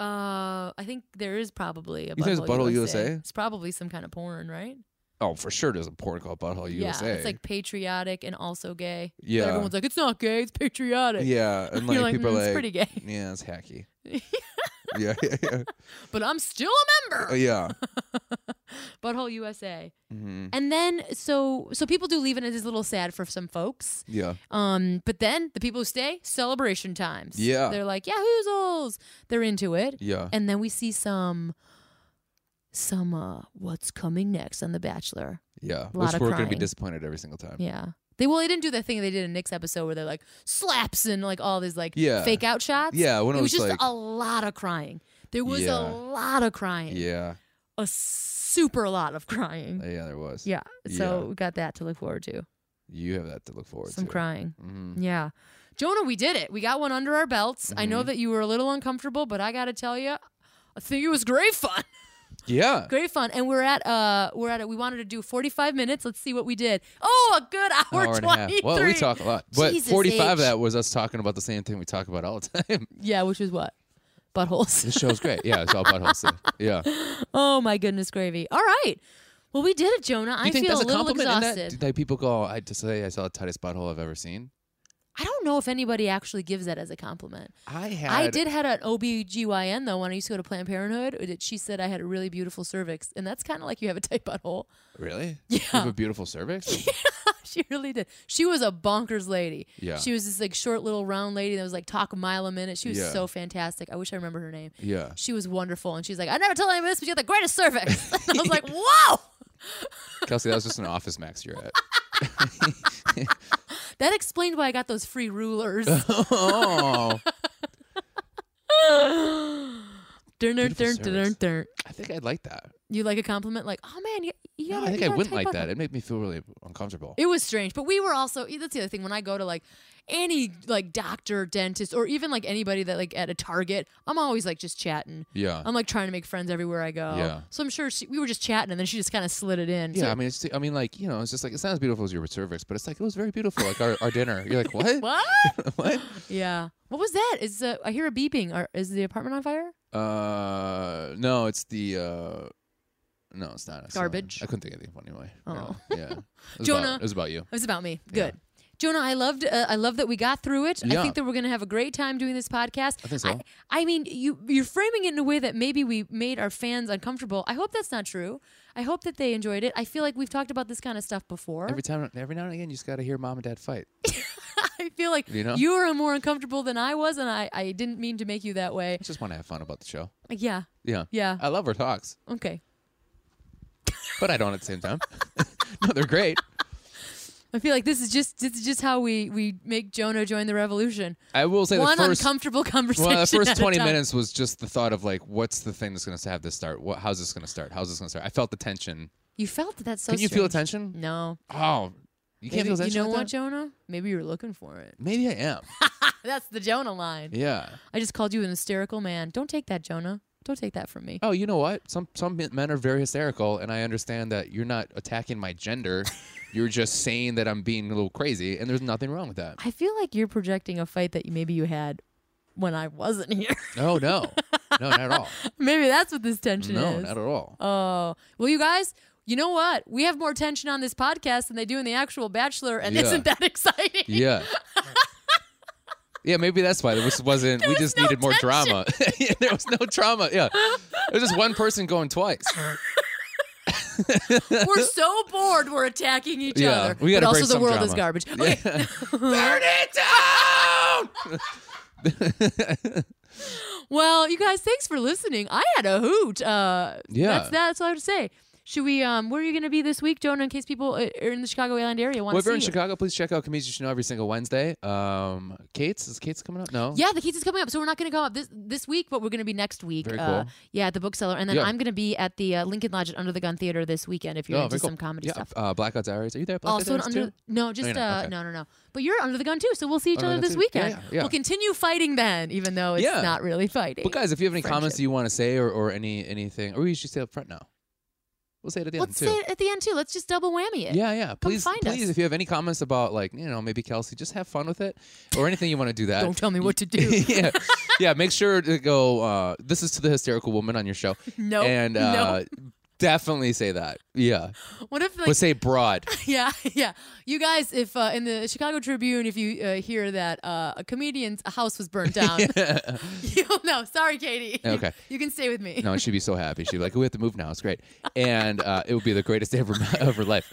[SPEAKER 2] Uh, I think there is probably a
[SPEAKER 1] You think there's
[SPEAKER 2] butthole,
[SPEAKER 1] Butthole USA?
[SPEAKER 2] It's probably some kind of porn, right?
[SPEAKER 1] Oh, for sure there's a porn called Butthole USA.
[SPEAKER 2] Yeah, it's like patriotic and also gay. But
[SPEAKER 1] Yeah.
[SPEAKER 2] everyone's like, it's not gay, it's patriotic.
[SPEAKER 1] yeah, and
[SPEAKER 2] You're
[SPEAKER 1] like,
[SPEAKER 2] like,
[SPEAKER 1] people
[SPEAKER 2] "Mm,
[SPEAKER 1] are
[SPEAKER 2] it's
[SPEAKER 1] like,
[SPEAKER 2] pretty gay."
[SPEAKER 1] Yeah, it's hacky. yeah, yeah, yeah.
[SPEAKER 2] But I'm still a
[SPEAKER 1] Oh,
[SPEAKER 2] member.
[SPEAKER 1] yeah.
[SPEAKER 2] Butthole USA.
[SPEAKER 1] hmm
[SPEAKER 2] And then so so people do leave and it is a little sad for some folks.
[SPEAKER 1] Yeah.
[SPEAKER 2] Um, but then the people who stay, celebration times.
[SPEAKER 1] Yeah.
[SPEAKER 2] They're like, Yahoozles. They're into it.
[SPEAKER 1] Yeah.
[SPEAKER 2] And then we see some some uh what's coming next on The Bachelor.
[SPEAKER 1] Yeah.
[SPEAKER 2] lot
[SPEAKER 1] Which
[SPEAKER 2] of
[SPEAKER 1] we're gonna be
[SPEAKER 2] crying.
[SPEAKER 1] disappointed every single time.
[SPEAKER 2] Yeah. They well, they didn't do that thing they did in Nick's episode where they're like slaps and like all these like
[SPEAKER 1] Yeah.
[SPEAKER 2] fake out shots.
[SPEAKER 1] Yeah, when
[SPEAKER 2] it
[SPEAKER 1] it
[SPEAKER 2] was
[SPEAKER 1] was
[SPEAKER 2] just
[SPEAKER 1] like-
[SPEAKER 2] a lot of crying. There was
[SPEAKER 1] Yeah.
[SPEAKER 2] a lot of crying.
[SPEAKER 1] Yeah.
[SPEAKER 2] A super lot of crying.
[SPEAKER 1] Yeah, there was.
[SPEAKER 2] Yeah. So
[SPEAKER 1] Yeah.
[SPEAKER 2] we got that to look forward to.
[SPEAKER 1] You have that to look forward
[SPEAKER 2] Some
[SPEAKER 1] to.
[SPEAKER 2] crying.
[SPEAKER 1] Mhm.
[SPEAKER 2] Yeah. Jonah, we did it. We got one under our belts. I know
[SPEAKER 1] Mhm.
[SPEAKER 2] that you were a little uncomfortable, but I got to tell you, I think it was great fun.
[SPEAKER 1] Yeah.
[SPEAKER 2] great fun. And we're at uh we're at it. We wanted to do 45 minutes. Let's see what we did. Oh, a good hour,
[SPEAKER 1] Hour and a half.
[SPEAKER 2] 23.
[SPEAKER 1] Well, we talk a lot. But
[SPEAKER 2] Jesus
[SPEAKER 1] 45 of
[SPEAKER 2] H.
[SPEAKER 1] that was us talking about the same thing we talk about all the time.
[SPEAKER 2] Yeah, which is what? Buttholes.
[SPEAKER 1] this show's great. Yeah, it's all buttholes. today. Yeah. You
[SPEAKER 2] oh my goodness, gravy. All right. Well, we did it, Jonah. I
[SPEAKER 1] think
[SPEAKER 2] feel
[SPEAKER 1] that's
[SPEAKER 2] a little
[SPEAKER 1] compliment in
[SPEAKER 2] exhausted.
[SPEAKER 1] that? Like people go, I just say I saw the tightest butthole I've ever seen.
[SPEAKER 2] I don't know if anybody actually gives that as a compliment.
[SPEAKER 1] I had
[SPEAKER 2] I did had an OBGYN though when I used to go to Planned Parenthood. That she said I had a really beautiful cervix, and that's kind of like you have a tight butthole.
[SPEAKER 1] Really? You have
[SPEAKER 2] Yeah,
[SPEAKER 1] a beautiful cervix?
[SPEAKER 2] she really did. She was a bonkers lady.
[SPEAKER 1] Yeah.
[SPEAKER 2] she was this like short little round lady that was like talk a mile a minute. She was
[SPEAKER 1] Yeah.
[SPEAKER 2] so fantastic. I wish I remember her name.
[SPEAKER 1] yeah.
[SPEAKER 2] She was wonderful, and she's like, I never told anyone this, but you got the greatest cervix. and I was like, whoa,
[SPEAKER 1] Kelsey, that was just an office max you're at.
[SPEAKER 2] that explained why I got those free rulers.
[SPEAKER 1] oh.
[SPEAKER 2] Dun, dun,
[SPEAKER 1] Beautiful
[SPEAKER 2] dun, dun, dun,
[SPEAKER 1] cervix.
[SPEAKER 2] dun.
[SPEAKER 1] I think I'd like that.
[SPEAKER 2] You like a compliment, like, oh man, you, you
[SPEAKER 1] No,
[SPEAKER 2] got.
[SPEAKER 1] I think
[SPEAKER 2] you
[SPEAKER 1] I
[SPEAKER 2] got a
[SPEAKER 1] wouldn't like
[SPEAKER 2] tight butthole."
[SPEAKER 1] that. It made me feel really uncomfortable.
[SPEAKER 2] It was strange, but we were also e, that's the other thing. When I go to like any like doctor, dentist, or even like anybody that like at a Target, I'm always like just chatting.
[SPEAKER 1] yeah.
[SPEAKER 2] I'm like trying to make friends everywhere I go.
[SPEAKER 1] Yeah.
[SPEAKER 2] So I'm sure she, we were just chatting, and then she just kind of slid it in.
[SPEAKER 1] yeah,
[SPEAKER 2] So-
[SPEAKER 1] I mean, it's, I mean, like you know, it's just like it sounds beautiful as your cervix, but it's like it was very beautiful, like our, our dinner. You're like, what?
[SPEAKER 2] what?
[SPEAKER 1] what?
[SPEAKER 2] yeah. What was that? Is uh, I hear a beeping? Are, is the apartment on fire?
[SPEAKER 1] Uh, no, it's the uh, no, it's not it's not-
[SPEAKER 2] Garbage?
[SPEAKER 1] I couldn't think of anything funny way.
[SPEAKER 2] Oh.
[SPEAKER 1] yeah, yeah. It was
[SPEAKER 2] Jonah.
[SPEAKER 1] about, it was about you.
[SPEAKER 2] It was about me. Good. Jonah, I loved. Uh, I love that we got through it. I
[SPEAKER 1] Yeah.
[SPEAKER 2] think that we're gonna have a great time doing this podcast. I
[SPEAKER 1] think so.
[SPEAKER 2] I, mean, you you're framing it in a way that maybe we made our fans uncomfortable. I hope that's not true. I hope that they enjoyed it. I feel like we've talked about this kind of stuff before.
[SPEAKER 1] Every time, every now and again, you just got to hear mom and dad fight.
[SPEAKER 2] I feel like you,
[SPEAKER 1] You know?
[SPEAKER 2] were more uncomfortable than I was, and I I didn't mean to make you that way.
[SPEAKER 1] I just want to have fun about the show.
[SPEAKER 2] Yeah.
[SPEAKER 1] Yeah,
[SPEAKER 2] Yeah.
[SPEAKER 1] I love our talks,
[SPEAKER 2] Okay.
[SPEAKER 1] but I don't at the same time. no, they're great.
[SPEAKER 2] I feel like this is just this is just how we we make Jonah join the revolution.
[SPEAKER 1] I will say
[SPEAKER 2] One
[SPEAKER 1] the first.
[SPEAKER 2] uncomfortable conversation.
[SPEAKER 1] Well, the
[SPEAKER 2] at
[SPEAKER 1] first
[SPEAKER 2] a
[SPEAKER 1] 20
[SPEAKER 2] time.
[SPEAKER 1] minutes was just the thought of like, what's the thing that's going to have this start? What, how's this going to start? How's this going to start? I felt the tension.
[SPEAKER 2] You felt that that's so.
[SPEAKER 1] Can you feel the
[SPEAKER 2] strange.
[SPEAKER 1] tension?
[SPEAKER 2] No.
[SPEAKER 1] Oh, you can't
[SPEAKER 2] Maybe-
[SPEAKER 1] feel tension.
[SPEAKER 2] you know
[SPEAKER 1] like
[SPEAKER 2] what,
[SPEAKER 1] that?
[SPEAKER 2] Jonah? Maybe you're looking for it.
[SPEAKER 1] Maybe I am.
[SPEAKER 2] That's the Jonah line.
[SPEAKER 1] Yeah.
[SPEAKER 2] I just called you an hysterical man. Don't take that, Jonah. Don't take that from me.
[SPEAKER 1] Oh, you know what? Some some men are very hysterical, and I understand that you're not attacking my gender. you're just saying that I'm being a little crazy, and there's nothing wrong with that.
[SPEAKER 2] I feel like you're projecting a fight that maybe you had when I wasn't here.
[SPEAKER 1] No, no, no, not at all.
[SPEAKER 2] maybe that's what this tension
[SPEAKER 1] No,
[SPEAKER 2] is.
[SPEAKER 1] not at all.
[SPEAKER 2] oh, well, you guys. You know what? We have more tension on this podcast than they do in the actual Bachelor, and
[SPEAKER 1] Yeah.
[SPEAKER 2] isn't that exciting?
[SPEAKER 1] Yeah. Yeah, maybe that's why there was, wasn't. we just
[SPEAKER 2] no
[SPEAKER 1] needed more
[SPEAKER 2] tension.
[SPEAKER 1] drama. Yeah, there was no drama. Yeah, it was just one person going twice.
[SPEAKER 2] we're so bored, we're attacking each
[SPEAKER 1] Yeah,
[SPEAKER 2] other.
[SPEAKER 1] we gotta
[SPEAKER 2] but also,
[SPEAKER 1] break
[SPEAKER 2] the
[SPEAKER 1] some
[SPEAKER 2] world is
[SPEAKER 1] drama.
[SPEAKER 2] garbage.
[SPEAKER 1] Yeah.
[SPEAKER 2] Okay,
[SPEAKER 1] Burn it down.
[SPEAKER 2] Well, you guys, thanks for listening. I had a hoot. Uh,
[SPEAKER 1] Yeah.
[SPEAKER 2] that's that's all I have to say. Should we? Um, where are you going to be this week, Jonah? In case people uh, are in the Chicago land area
[SPEAKER 1] Well,
[SPEAKER 2] want to
[SPEAKER 1] if
[SPEAKER 2] see
[SPEAKER 1] you're in
[SPEAKER 2] you.
[SPEAKER 1] Chicago, please check out Comedians You Know every single Wednesday. Um, Kate's is Kate's coming up? No.
[SPEAKER 2] Yeah, the Keats is coming up, so we're not going to go up this this week, but we're going to be next week.
[SPEAKER 1] Very
[SPEAKER 2] uh,
[SPEAKER 1] cool.
[SPEAKER 2] yeah, at the bookseller, and then
[SPEAKER 1] Yeah.
[SPEAKER 2] I'm going to be at the uh, Lincoln Lodge at Under the Gun Theater this weekend. If you're
[SPEAKER 1] Oh,
[SPEAKER 2] into
[SPEAKER 1] very cool.
[SPEAKER 2] some comedy
[SPEAKER 1] yeah,
[SPEAKER 2] stuff,
[SPEAKER 1] Uh, Blackout Diaries. Are you there? at Blackout
[SPEAKER 2] also an
[SPEAKER 1] Diaries
[SPEAKER 2] under
[SPEAKER 1] too? Oh,
[SPEAKER 2] no, just
[SPEAKER 1] you're not.
[SPEAKER 2] uh,
[SPEAKER 1] Okay.
[SPEAKER 2] no, no, no. But you're under the gun too, so we'll see each
[SPEAKER 1] Under
[SPEAKER 2] other
[SPEAKER 1] the Gun
[SPEAKER 2] this
[SPEAKER 1] too. Yeah,
[SPEAKER 2] weekend.
[SPEAKER 1] yeah, yeah.
[SPEAKER 2] We'll continue fighting then, even though it's
[SPEAKER 1] Yeah.
[SPEAKER 2] not really fighting.
[SPEAKER 1] But guys, if you have any comments
[SPEAKER 2] Friendship.
[SPEAKER 1] that you want to say or, or any anything, or we should stay up front now. We'll say it at the
[SPEAKER 2] Let's
[SPEAKER 1] end
[SPEAKER 2] say
[SPEAKER 1] too.
[SPEAKER 2] it at the end too. Let's just double whammy it.
[SPEAKER 1] yeah, yeah. Please,
[SPEAKER 2] find
[SPEAKER 1] please,
[SPEAKER 2] us.
[SPEAKER 1] if you have any comments about like you know maybe Kelsey, just have fun with it or anything you want to do that.
[SPEAKER 2] Don't tell me what to do.
[SPEAKER 1] yeah, yeah. Make sure to go. Uh, this is to the hysterical woman on your show.
[SPEAKER 2] No,
[SPEAKER 1] and uh, definitely say that. Yeah,
[SPEAKER 2] What if like
[SPEAKER 1] but say broad.
[SPEAKER 2] yeah, yeah. You guys, if uh, in the Chicago Tribune, if you uh, hear that uh, a comedian's house was burnt down, you no, sorry, Katie. You-
[SPEAKER 1] Okay.
[SPEAKER 2] you, can stay with me.
[SPEAKER 1] No, and she'd be so happy. She'd be like, "We have to move now. It's great," and uh, it would be the greatest day of her, of her life.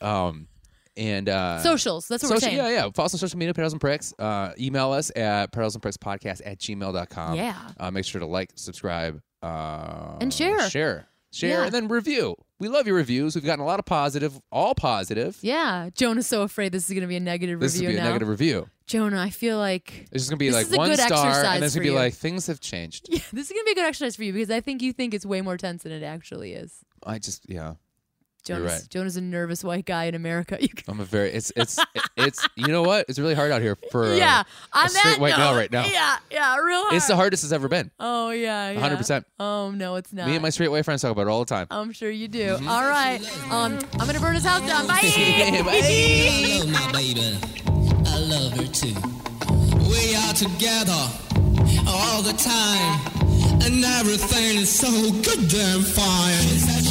[SPEAKER 1] Um, and uh,
[SPEAKER 2] Socials. That's what
[SPEAKER 1] social-
[SPEAKER 2] we're
[SPEAKER 1] yeah,
[SPEAKER 2] saying.
[SPEAKER 1] yeah. Follow us on social media, Pedals and Pricks. Uh, email us at pedals and pricks podcast at gmail.com.
[SPEAKER 2] Yeah.
[SPEAKER 1] Uh, make sure to like, subscribe, uh,
[SPEAKER 2] And share.
[SPEAKER 1] Share. Share
[SPEAKER 2] Yeah.
[SPEAKER 1] and then review. We love your reviews. We've gotten a lot of positive, all positive.
[SPEAKER 2] Yeah. Jonah's so afraid this is going to be a negative
[SPEAKER 1] This is
[SPEAKER 2] review
[SPEAKER 1] gonna be
[SPEAKER 2] now.
[SPEAKER 1] a negative review.
[SPEAKER 2] Jonah, I feel like
[SPEAKER 1] It's just gonna be
[SPEAKER 2] This is
[SPEAKER 1] like
[SPEAKER 2] a
[SPEAKER 1] one
[SPEAKER 2] good
[SPEAKER 1] star,
[SPEAKER 2] exercise
[SPEAKER 1] and there's
[SPEAKER 2] for
[SPEAKER 1] gonna be
[SPEAKER 2] you.
[SPEAKER 1] like things have changed.
[SPEAKER 2] yeah, this is going to be a good exercise for you because I think you think it's way more tense than it actually is.
[SPEAKER 1] I just yeah. You're
[SPEAKER 2] Jonah's,
[SPEAKER 1] right.
[SPEAKER 2] Jonah's a nervous white guy in America. You can,
[SPEAKER 1] I'm a very it's it's it's you know what? It's really hard out here for uh,
[SPEAKER 2] yeah, on
[SPEAKER 1] straight
[SPEAKER 2] that
[SPEAKER 1] white male
[SPEAKER 2] note-
[SPEAKER 1] right now.
[SPEAKER 2] Yeah, yeah, real hard.
[SPEAKER 1] it's the hardest it's ever been.
[SPEAKER 2] oh yeah, Oh. yeah,
[SPEAKER 1] 100%.
[SPEAKER 2] Oh no, it's not.
[SPEAKER 1] Me and my straight white friends talk about it all the time.
[SPEAKER 2] I'm sure you do. All right. Um, I'm gonna burn his house down. Bye.
[SPEAKER 1] Bye.
[SPEAKER 4] love my baby. I love her too. We are together all the time, and everything is so good damn fine.